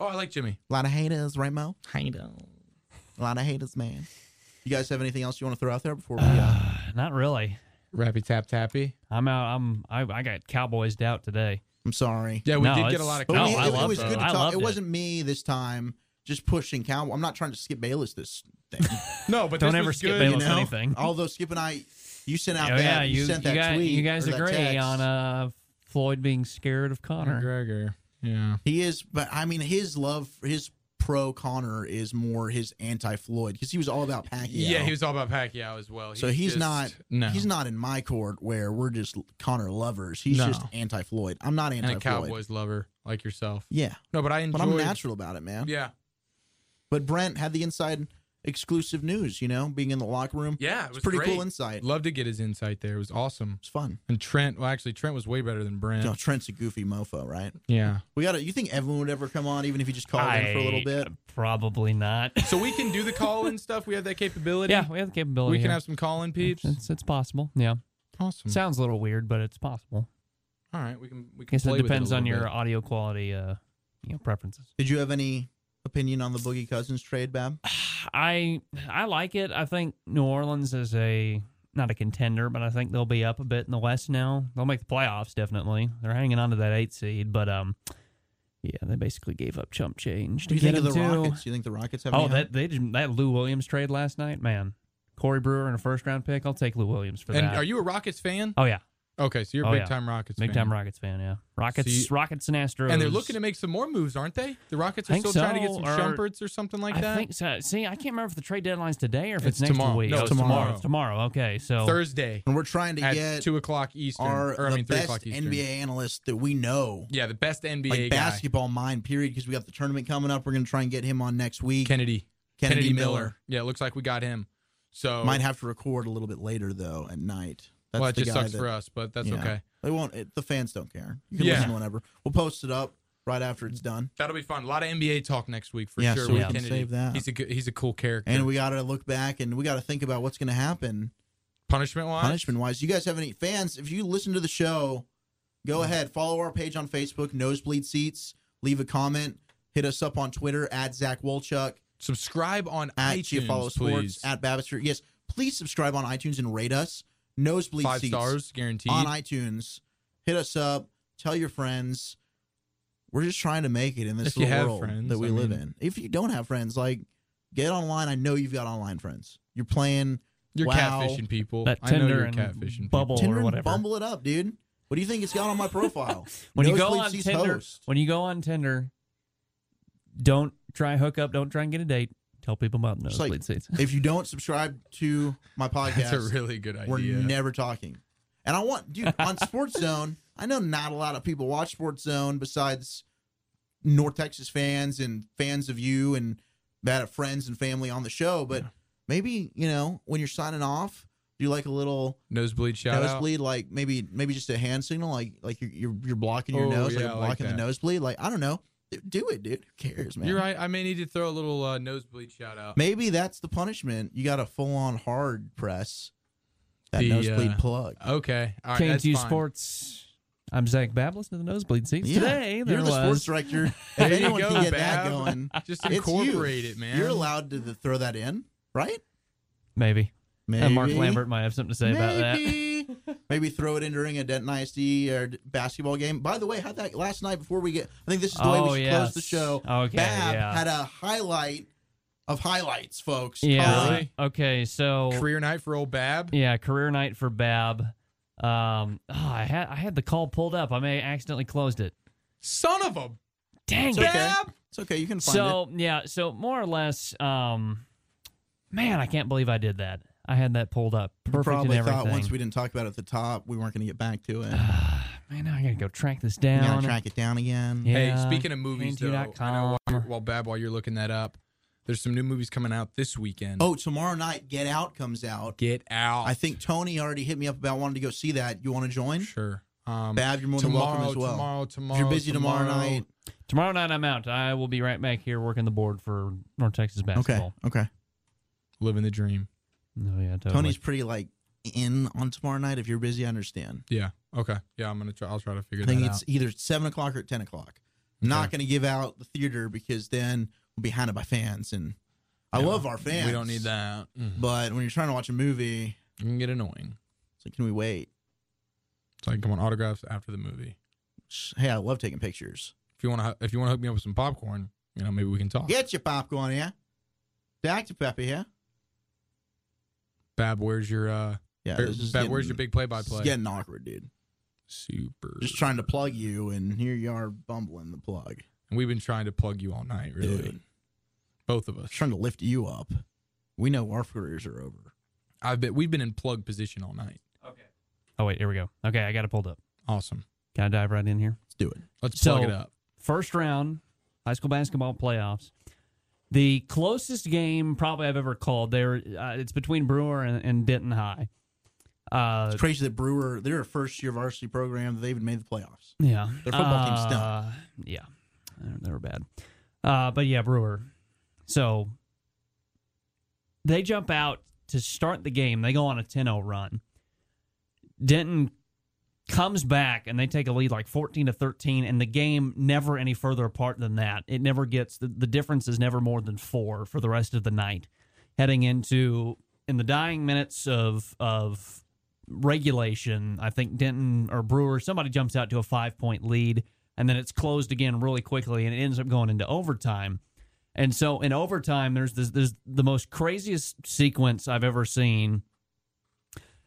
Speaker 8: Oh, I like Jimmy.
Speaker 6: A lot of haters, right, Mo? A lot of haters, man. You guys have anything else you want to throw out there before we? Uh,
Speaker 1: Not really.
Speaker 8: Rappy tap tappy.
Speaker 1: I'm out. I'm. I, I got Cowboys out today.
Speaker 6: I'm sorry.
Speaker 8: Yeah, we
Speaker 1: No,
Speaker 8: did get a
Speaker 1: it's-
Speaker 8: lot of.
Speaker 1: But
Speaker 6: But
Speaker 1: No,
Speaker 6: we-
Speaker 1: I
Speaker 6: it, it
Speaker 1: loved
Speaker 6: was
Speaker 1: it.
Speaker 6: good to
Speaker 1: I
Speaker 6: talk.
Speaker 1: loved
Speaker 6: It
Speaker 1: it.
Speaker 6: wasn't me this time. Just pushing cow. I'm not trying to skip Bayless this thing.
Speaker 8: No, but
Speaker 1: Don't
Speaker 8: this
Speaker 1: ever
Speaker 8: was
Speaker 1: skip
Speaker 8: good,
Speaker 1: Bayless
Speaker 8: you know?
Speaker 1: anything.
Speaker 6: Although Skip and I, you sent out
Speaker 1: Oh
Speaker 6: that.
Speaker 1: yeah,
Speaker 6: you,
Speaker 1: you
Speaker 6: sent
Speaker 1: you
Speaker 6: that
Speaker 1: guys,
Speaker 6: tweet.
Speaker 1: you guys
Speaker 6: or that
Speaker 1: agree
Speaker 6: text.
Speaker 1: on uh, Floyd being scared of Connor.
Speaker 8: McGregor. Yeah.
Speaker 6: He is, but I mean, his love, his pro Connor is more his anti Floyd because he was all about Pacquiao.
Speaker 8: Yeah, he was all about Pacquiao as well.
Speaker 6: So he's
Speaker 8: just-
Speaker 6: not.
Speaker 8: No.
Speaker 6: He's not in my court where we're just Connor lovers. He's
Speaker 8: No.
Speaker 6: just anti Floyd. I'm not
Speaker 8: and
Speaker 6: anti
Speaker 8: a
Speaker 6: Floyd.
Speaker 8: Cowboys lover like yourself.
Speaker 6: Yeah,
Speaker 8: No, but I enjoyed.
Speaker 6: but I'm natural about it, man.
Speaker 8: Yeah.
Speaker 6: But Brent had the inside exclusive news. You know, being in the locker room.
Speaker 8: Yeah, it
Speaker 6: it's
Speaker 8: was
Speaker 6: pretty cool
Speaker 8: great.
Speaker 6: insight.
Speaker 8: Love to get his insight there. It was awesome.
Speaker 6: It's fun.
Speaker 8: And Trent, well, actually, Trent was way better than Brent.
Speaker 6: No, Trent's a goofy mofo, right?
Speaker 8: Yeah.
Speaker 6: We got to You think Evan would ever come on, even if he just called in for a little bit?
Speaker 1: Probably not.
Speaker 8: So we can do the call in stuff. We have that capability.
Speaker 1: yeah, we have the capability.
Speaker 8: We can
Speaker 1: here.
Speaker 8: have some call in peeps.
Speaker 1: It's, it's possible. Yeah.
Speaker 8: Awesome.
Speaker 1: Sounds a little weird, but it's possible.
Speaker 8: All right, we can. We
Speaker 1: I
Speaker 8: can.
Speaker 1: guess
Speaker 8: play
Speaker 1: it depends
Speaker 8: with a
Speaker 1: on
Speaker 8: little
Speaker 1: your
Speaker 8: bit.
Speaker 1: audio quality uh, you know, preferences.
Speaker 6: Did you have any opinion on the Boogie Cousins trade, Bab?
Speaker 1: I I like it. I think New Orleans is a not a contender, but I think they'll be up a bit in the West now. They'll make the playoffs definitely. They're hanging on to that eight seed, but um, yeah, they basically gave up chump change to
Speaker 6: Do you
Speaker 1: get
Speaker 6: think of the
Speaker 1: them too.
Speaker 6: Rockets? Do you think the Rockets have?
Speaker 1: Oh,
Speaker 6: any
Speaker 1: that they didn't, that Lou Williams trade last night, man. Corey Brewer and a first round pick, I'll take Lou Williams for
Speaker 8: And
Speaker 1: that.
Speaker 8: are you a Rockets fan?
Speaker 1: Oh yeah,
Speaker 8: Okay, so you're a
Speaker 1: Oh,
Speaker 8: big
Speaker 1: yeah.
Speaker 8: time Rockets
Speaker 1: big
Speaker 8: fan.
Speaker 1: time Rockets fan. Yeah, Rockets,
Speaker 8: So you-
Speaker 1: Rockets and Astros.
Speaker 8: And they're looking to make some more moves, aren't they? The Rockets are
Speaker 1: Think
Speaker 8: still trying to get
Speaker 1: so,
Speaker 8: some
Speaker 1: or-
Speaker 8: Shumperts or something like
Speaker 1: I
Speaker 8: that.
Speaker 1: think so. See, I can't remember if the trade deadline's today or if it's,
Speaker 8: It's
Speaker 1: next
Speaker 8: tomorrow.
Speaker 1: week.
Speaker 8: No,
Speaker 1: Oh,
Speaker 8: it's tomorrow.
Speaker 1: It's tomorrow. Okay, so
Speaker 8: Thursday
Speaker 6: And we're trying to
Speaker 8: at
Speaker 6: get
Speaker 8: two o'clock Eastern,
Speaker 6: our
Speaker 8: or I
Speaker 6: the
Speaker 8: mean three
Speaker 6: best
Speaker 8: o'clock Eastern.
Speaker 6: NBA analyst that we know,
Speaker 8: Yeah, the best NBA
Speaker 6: like
Speaker 8: guy,
Speaker 6: basketball mind, period, because we got the tournament coming up. We're going to try and get him on next week.
Speaker 8: Kennedy.
Speaker 6: Kennedy
Speaker 8: Miller.
Speaker 6: Miller.
Speaker 8: Yeah, it looks like we got him. So
Speaker 6: Might have to record a little bit later though at night. That's
Speaker 8: well, it
Speaker 6: the
Speaker 8: just
Speaker 6: guy
Speaker 8: sucks
Speaker 6: that-
Speaker 8: for us, but that's
Speaker 6: yeah.
Speaker 8: okay.
Speaker 6: They won't. It, the fans don't care. You can
Speaker 8: Yeah.
Speaker 6: listen whenever. We'll post it up right after it's done.
Speaker 8: That'll be fun. A lot of NBA talk next week for
Speaker 6: Yeah,
Speaker 8: sure.
Speaker 6: so we
Speaker 8: with
Speaker 6: can
Speaker 8: Kennedy.
Speaker 6: save that.
Speaker 8: He's a good, he's a cool character.
Speaker 6: And we got to look back and we got to think about what's going to happen
Speaker 8: punishment wise,
Speaker 6: punishment wise. You guys have any fans? If you listen to the show,
Speaker 8: Mm-hmm.
Speaker 6: go ahead, follow our page on Facebook, Nosebleed Seats. Leave a comment. Hit us up on Twitter at Zach Wolchuk
Speaker 8: subscribe on
Speaker 6: at
Speaker 8: iTunes,
Speaker 6: Giafalo
Speaker 8: please.
Speaker 6: Sports at Babister. Yes, please subscribe on iTunes and rate us. Nosebleed
Speaker 8: Five
Speaker 6: Seats
Speaker 8: stars guaranteed.
Speaker 6: on iTunes. Hit us up. Tell your friends. We're just trying to make it in this
Speaker 8: If you
Speaker 6: little
Speaker 8: have
Speaker 6: world
Speaker 8: friends,
Speaker 6: that we
Speaker 8: I
Speaker 6: live
Speaker 8: mean-
Speaker 6: in. If you don't have friends, like get online. I know you've got online friends. You're playing
Speaker 8: You're
Speaker 6: wow.
Speaker 8: catfishing people.
Speaker 1: that
Speaker 8: I know
Speaker 1: Tinder
Speaker 8: you're
Speaker 1: and
Speaker 8: catfishing people.
Speaker 1: Bubble
Speaker 6: Tinder
Speaker 1: or
Speaker 6: and
Speaker 1: whatever.
Speaker 6: Bumble it up, dude. What do you think it's got on my profile?
Speaker 1: when you
Speaker 6: No
Speaker 1: go
Speaker 6: Sleep
Speaker 1: on
Speaker 6: Seats
Speaker 1: Tinder,
Speaker 6: host.
Speaker 1: when you go on Tinder, don't try hook up. Don't try and get a date. Tell people about
Speaker 6: It's like-
Speaker 1: nosebleed seats.
Speaker 6: if you don't subscribe to my podcast,
Speaker 8: That's a really good idea.
Speaker 6: we're never talking. And I want, dude, on Sports Zone, I know not a lot of people watch Sports Zone besides North Texas fans and fans of you and that of friends and family on the show. But maybe, you know, when you're signing off, do like a little
Speaker 8: Nosebleed shout out.
Speaker 6: nosebleed, like maybe maybe just a hand signal, like like you're you're, you're blocking your
Speaker 8: Oh,
Speaker 6: nose, like
Speaker 8: yeah, I
Speaker 6: you're
Speaker 8: like
Speaker 6: blocking
Speaker 8: that.
Speaker 6: the nosebleed. Like I don't know, Do- do it, dude. Who cares, man?
Speaker 8: You're right. I may need to throw a little uh, nosebleed shout out.
Speaker 6: Maybe that's the punishment. You got a full on hard press that
Speaker 8: The,
Speaker 6: nosebleed
Speaker 8: uh,
Speaker 6: plug.
Speaker 8: Okay. All right. that's
Speaker 1: KNTU
Speaker 8: fine.
Speaker 1: Sports. I'm Zach Babb. Listen to the nosebleed seats
Speaker 6: Yeah,
Speaker 1: today. There
Speaker 6: you're
Speaker 1: was
Speaker 6: the sports director. If
Speaker 8: There you
Speaker 6: anyone
Speaker 8: go,
Speaker 6: can get
Speaker 8: Bab.
Speaker 6: that going,
Speaker 8: Just
Speaker 6: it's you.
Speaker 8: incorporate it, man.
Speaker 6: You're allowed to th- throw that in, right?
Speaker 1: maybe.
Speaker 6: Maybe.
Speaker 1: And Mark Lambert might have something to say about that.
Speaker 6: Maybe. Maybe throw it in during a Denton ISD or d- basketball game. By the way, had that last night before we get. I think this is the way
Speaker 1: Oh,
Speaker 6: we should
Speaker 1: yes.
Speaker 6: close the show.
Speaker 1: Okay,
Speaker 6: Bab
Speaker 1: yeah.
Speaker 6: had a highlight of highlights, folks.
Speaker 1: Yeah.
Speaker 8: Really?
Speaker 1: Okay. So
Speaker 8: Career night for old Bab.
Speaker 1: Yeah, career night for Bab. Um, oh, I had I had the call pulled up. I may have accidentally closed it.
Speaker 8: Son of a
Speaker 1: Dang
Speaker 6: It's
Speaker 1: it!
Speaker 6: okay. It's okay. You can find it.
Speaker 1: So yeah, so more or less, um, man, I can't believe I did that. I had that pulled up,
Speaker 6: You
Speaker 1: perfect and
Speaker 6: probably
Speaker 1: everything.
Speaker 6: thought once we didn't talk about it at the top, we weren't going to get back to it.
Speaker 1: man, now I gotta go track this
Speaker 6: You got
Speaker 1: down.
Speaker 6: to track it down again.
Speaker 1: Yeah,
Speaker 8: Hey, speaking of movies, though, I know
Speaker 1: TNT.com.
Speaker 8: while, while Bab, while you're looking that up, there's some new movies coming out this weekend.
Speaker 6: Oh, tomorrow night, Get Out comes out.
Speaker 8: Get Out.
Speaker 6: I think Tony already hit me up about wanting to go see that. You want to join?
Speaker 8: Sure. Um,
Speaker 6: Bab, you're more than
Speaker 8: tomorrow,
Speaker 6: welcome as well.
Speaker 8: Tomorrow,
Speaker 6: if
Speaker 8: tomorrow.
Speaker 6: you're busy tomorrow, night,
Speaker 1: tomorrow night I'm out. I will be right back here working the board for North Texas basketball.
Speaker 6: okay, okay.
Speaker 8: Living the dream.
Speaker 1: Oh yeah, totally.
Speaker 6: Tony's pretty like in on tomorrow night. If you're busy, I understand.
Speaker 8: Yeah. Okay. Yeah, I'm gonna try. I'll try to figure
Speaker 6: I think
Speaker 8: that
Speaker 6: it's
Speaker 8: out.
Speaker 6: either seven o'clock or ten o'clock. I'm Not going to give out the theater because then we'll be hounded by fans, and I
Speaker 8: Yeah.
Speaker 6: love our fans.
Speaker 8: We don't need that. Mm.
Speaker 6: But when you're trying to watch a movie,
Speaker 8: It can get annoying.
Speaker 6: it's like, can we wait?
Speaker 8: It's like, come on, autographs after the movie.
Speaker 6: Hey, I love taking pictures.
Speaker 8: If you want to, if you want to hook me up with some popcorn, you know, maybe we can talk.
Speaker 6: Get your popcorn here. Dr. Pepper here.
Speaker 8: Bab, where's your uh?
Speaker 6: Yeah,
Speaker 8: Bab,
Speaker 6: this is
Speaker 8: Bab, where's your
Speaker 6: getting-
Speaker 8: big play-by-play?
Speaker 6: It's getting awkward, dude.
Speaker 8: Super.
Speaker 6: Just trying to plug you, and here you are bumbling the plug.
Speaker 8: And we've been trying to plug you all night, really.
Speaker 6: Dude.
Speaker 8: Both of us.
Speaker 6: Trying to lift you up. We know our careers are over.
Speaker 8: I've been we've been in plug position all night.
Speaker 1: oh wait, here we go. Okay, I got it pulled up.
Speaker 8: Awesome.
Speaker 1: Can I dive right in here?
Speaker 6: Let's do it.
Speaker 8: Let's
Speaker 1: So-
Speaker 8: plug it up.
Speaker 1: first round high school basketball playoffs. The closest game probably I've ever called there. Uh, it's between Brewer and, and Denton High. Uh,
Speaker 6: It's crazy that Brewer, they're a first year varsity program that they even made the playoffs.
Speaker 1: yeah,
Speaker 6: Their football team's
Speaker 1: uh,
Speaker 6: done.
Speaker 1: Yeah, They're- they were bad. Uh, but yeah, Brewer. So they jump out to start the game. They go on a 10-0 run. Denton comes back and they take a lead like 14 to 13 and the game never any further apart than that it never gets the, the difference is never more than four for the rest of the night heading into in the dying minutes of of regulation i think denton or brewer somebody jumps out to a five point lead and then it's closed again really quickly and it ends up going into overtime And so in overtime, there's this there's the most craziest sequence I've ever seen.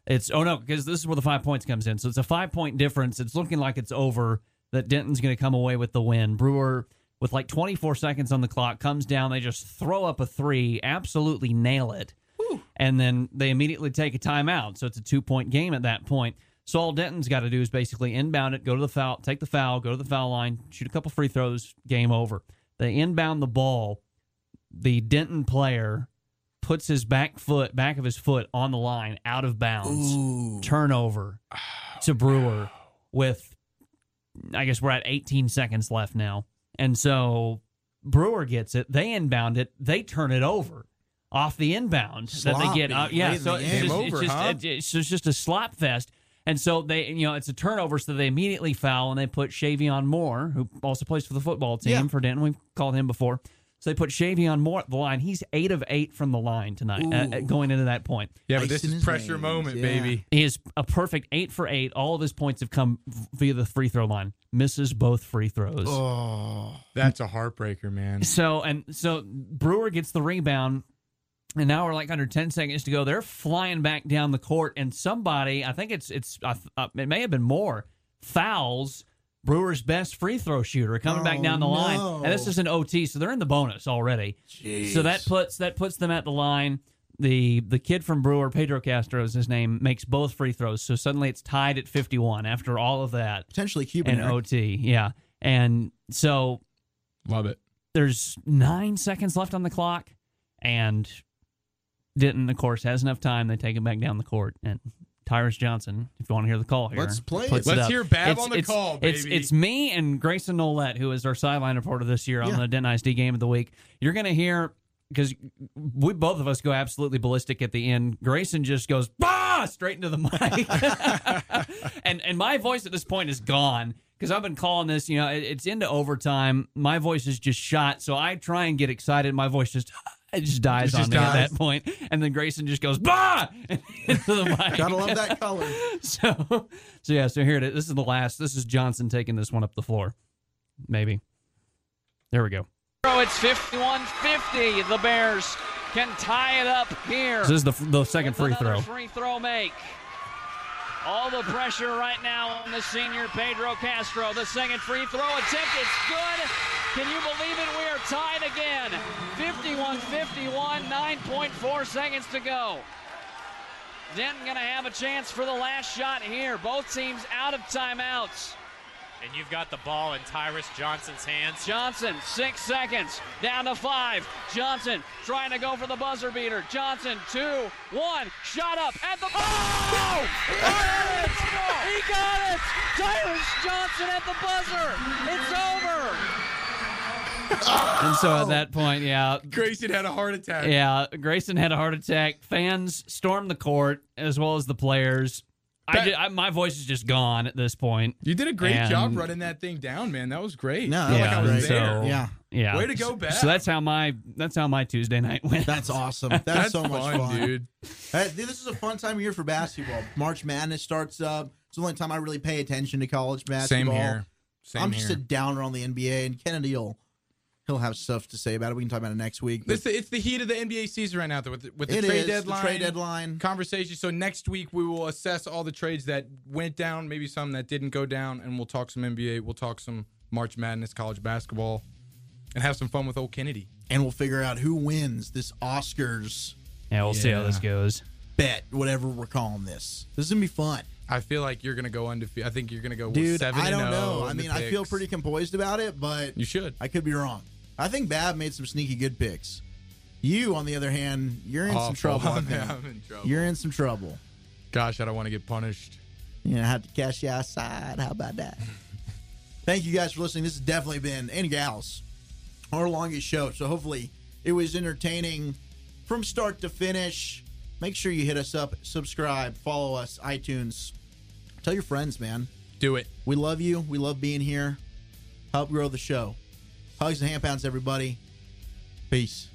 Speaker 1: It's oh no, because this is where the five points comes in. So it's a five point difference. It's looking like it's over. That Denton's going to come away with the win. Brewer with like 24 seconds on the clock comes down. They just throw up a three, absolutely nail it, and then they immediately take a timeout. So it's a two point game at that point. So all Denton's got to do is basically inbound it, go to the foul, take the foul, go to the foul line, shoot a couple free throws, game over. They inbound the ball. The Denton player puts his back foot, back of his foot on the line, out of bounds, turnover to Brewer with, I guess we're at 18 seconds left now. And so Brewer gets it. They inbound it. They turn it over off the inbound that they get.
Speaker 6: Sloppy.
Speaker 1: yeah,
Speaker 6: Late in
Speaker 1: so
Speaker 6: the
Speaker 1: it's
Speaker 6: game.
Speaker 1: just,
Speaker 6: Game
Speaker 1: it's
Speaker 6: over,
Speaker 1: just-
Speaker 6: huh?
Speaker 1: it- it's just- it's just a slop fest. And so they, you know, it's a turnover, so they immediately foul and they put Shavion Moore, who also plays for the football team
Speaker 6: Yeah.
Speaker 1: for Denton. We've called him before. So they put Shavion Moore at the line. He's eight of eight from the line tonight, uh, uh, going into that point.
Speaker 8: Yeah, but
Speaker 6: Ice
Speaker 8: this
Speaker 6: in
Speaker 8: is
Speaker 6: his
Speaker 8: pressure
Speaker 6: veins,
Speaker 8: moment,
Speaker 6: yeah.
Speaker 8: baby.
Speaker 1: He is a perfect eight for eight. All of his points have come v- via the free throw line. Misses both free throws.
Speaker 8: That's a heartbreaker, man.
Speaker 1: So and so Brewer gets the rebound, and now we're like under ten seconds to go. They're flying back down the court, and somebody, I think it's it's I th- uh, it may have been more fouls Brewer's best free throw shooter coming back
Speaker 6: Oh,
Speaker 1: down the
Speaker 6: no.
Speaker 1: line, and this is an OT, so they're in the bonus already. So that puts that puts them at the line. The the kid from Brewer, Pedro Castro is his name, makes both free throws. So suddenly it's tied at fifty one after all of that
Speaker 6: Potentially Cuban.
Speaker 1: and
Speaker 6: there.
Speaker 1: OT. Yeah. And so
Speaker 8: Love it.
Speaker 1: there's nine seconds left on the clock, and Denton, of course, has enough time. They take him back down the court, and Tyrus Johnson, if you want to hear the call here,
Speaker 6: Let's play it.
Speaker 1: puts
Speaker 8: Let's
Speaker 1: up.
Speaker 8: hear Bab
Speaker 1: It's-
Speaker 8: on the
Speaker 1: it's-
Speaker 8: call,
Speaker 1: It's,
Speaker 8: baby.
Speaker 1: it's me and Grayson Nolette, who is our sideline reporter this year on
Speaker 6: Yeah.
Speaker 1: the Denton ISD Game of the Week. You're going to hear because we both of us go absolutely ballistic at the end. Grayson just goes bah straight into the mic, and and my voice at this point is gone because I've been calling this. You know, it, it's into overtime. My voice is just shot, so I try and get excited. My voice just. It just dies
Speaker 8: It
Speaker 1: on
Speaker 8: just
Speaker 1: me at
Speaker 8: dies.
Speaker 1: that point, and then Grayson just goes bah into the mic.
Speaker 6: Gotta love that color.
Speaker 1: So, so yeah. So here it is. This is the last. This is Johnson taking this one up the floor. Maybe. There we go.
Speaker 9: It's 51 50. The Bears can tie it up here.
Speaker 1: So this is the the second free
Speaker 9: Another
Speaker 1: throw.
Speaker 9: Free throw make. All the pressure right now on the senior Pedro Castro. The second free throw attempt. It's good. Can you believe it? We are tied again. 51 51, 9.4 seconds to go. Denton going to have a chance for the last shot here. Both teams out of timeouts.
Speaker 11: And you've got the ball in Tyrus Johnson's hands.
Speaker 9: Johnson, six seconds, down to five. Johnson trying to go for the buzzer beater. Johnson, two, one, shot up at the. Oh! He got it! He got it! Tyrus Johnson at the buzzer! It's over!
Speaker 1: And so at that point, yeah,
Speaker 8: Grayson had a heart attack.
Speaker 1: yeah. Grayson had a heart attack. Fans stormed the court as well as the players. I,
Speaker 8: That-
Speaker 1: ju- I my voice is just gone at this point.
Speaker 8: You did a great
Speaker 1: And-
Speaker 8: job running that thing down, man. That was great.
Speaker 6: No,
Speaker 8: I felt like
Speaker 1: Yeah,
Speaker 8: I was
Speaker 1: so-
Speaker 8: there.
Speaker 6: Yeah.
Speaker 1: Yeah.
Speaker 8: Way to go, Bab.
Speaker 1: So that's how my that's how my Tuesday night went.
Speaker 6: That's awesome. That's,
Speaker 8: That's
Speaker 6: so much fun,
Speaker 8: dude.
Speaker 6: Uh, dude, this is a fun time of year for basketball. March Madness starts up. It's the only time I really pay attention to college
Speaker 8: Same
Speaker 6: basketball.
Speaker 8: here. Same
Speaker 6: I'm
Speaker 8: here.
Speaker 6: just a downer on the NBA, and Kennedy'll he'll have stuff to say about it. We can talk about it next week.
Speaker 8: It's the, it's the heat of the NBA season right now, though, with the, with the
Speaker 6: It
Speaker 8: trade
Speaker 6: is, the
Speaker 8: deadline.
Speaker 6: trade deadline.
Speaker 8: conversation. So next week we will assess all the trades that went down, maybe some that didn't go down, and we'll talk some NBA. We'll talk some March Madness, college basketball, and have some fun with old Kennedy.
Speaker 6: and we'll figure out who wins this Oscars
Speaker 1: yeah, we'll see how
Speaker 8: Yeah.
Speaker 1: this goes.
Speaker 6: bet, whatever we're calling this. This is gonna be fun,
Speaker 8: I feel like you're gonna go undefeated. I think you're gonna go
Speaker 6: dude.
Speaker 8: seven.
Speaker 6: I
Speaker 8: and
Speaker 6: don't
Speaker 8: oh
Speaker 6: know. I
Speaker 8: in the
Speaker 6: mean, I feel
Speaker 8: picks.
Speaker 6: pretty composed about it, but
Speaker 8: You should.
Speaker 6: I could be wrong. I think Bab made some sneaky good picks. You, on the other hand, you're in some
Speaker 8: Awful.
Speaker 6: trouble. I
Speaker 8: I'm,
Speaker 6: think.
Speaker 8: I'm in trouble.
Speaker 6: You're in some trouble.
Speaker 8: Gosh, I don't want to get punished.
Speaker 6: You know, I have to cash you outside. How about that? Thank you guys for listening. This has definitely been, and gals, our longest show. So hopefully it was entertaining from start to finish. Make sure you hit us up, subscribe, follow us, iTunes. Tell your friends, man.
Speaker 8: Do it.
Speaker 6: We love you. We love being here. Help grow the show. Hugs and hand pounds, everybody. Peace.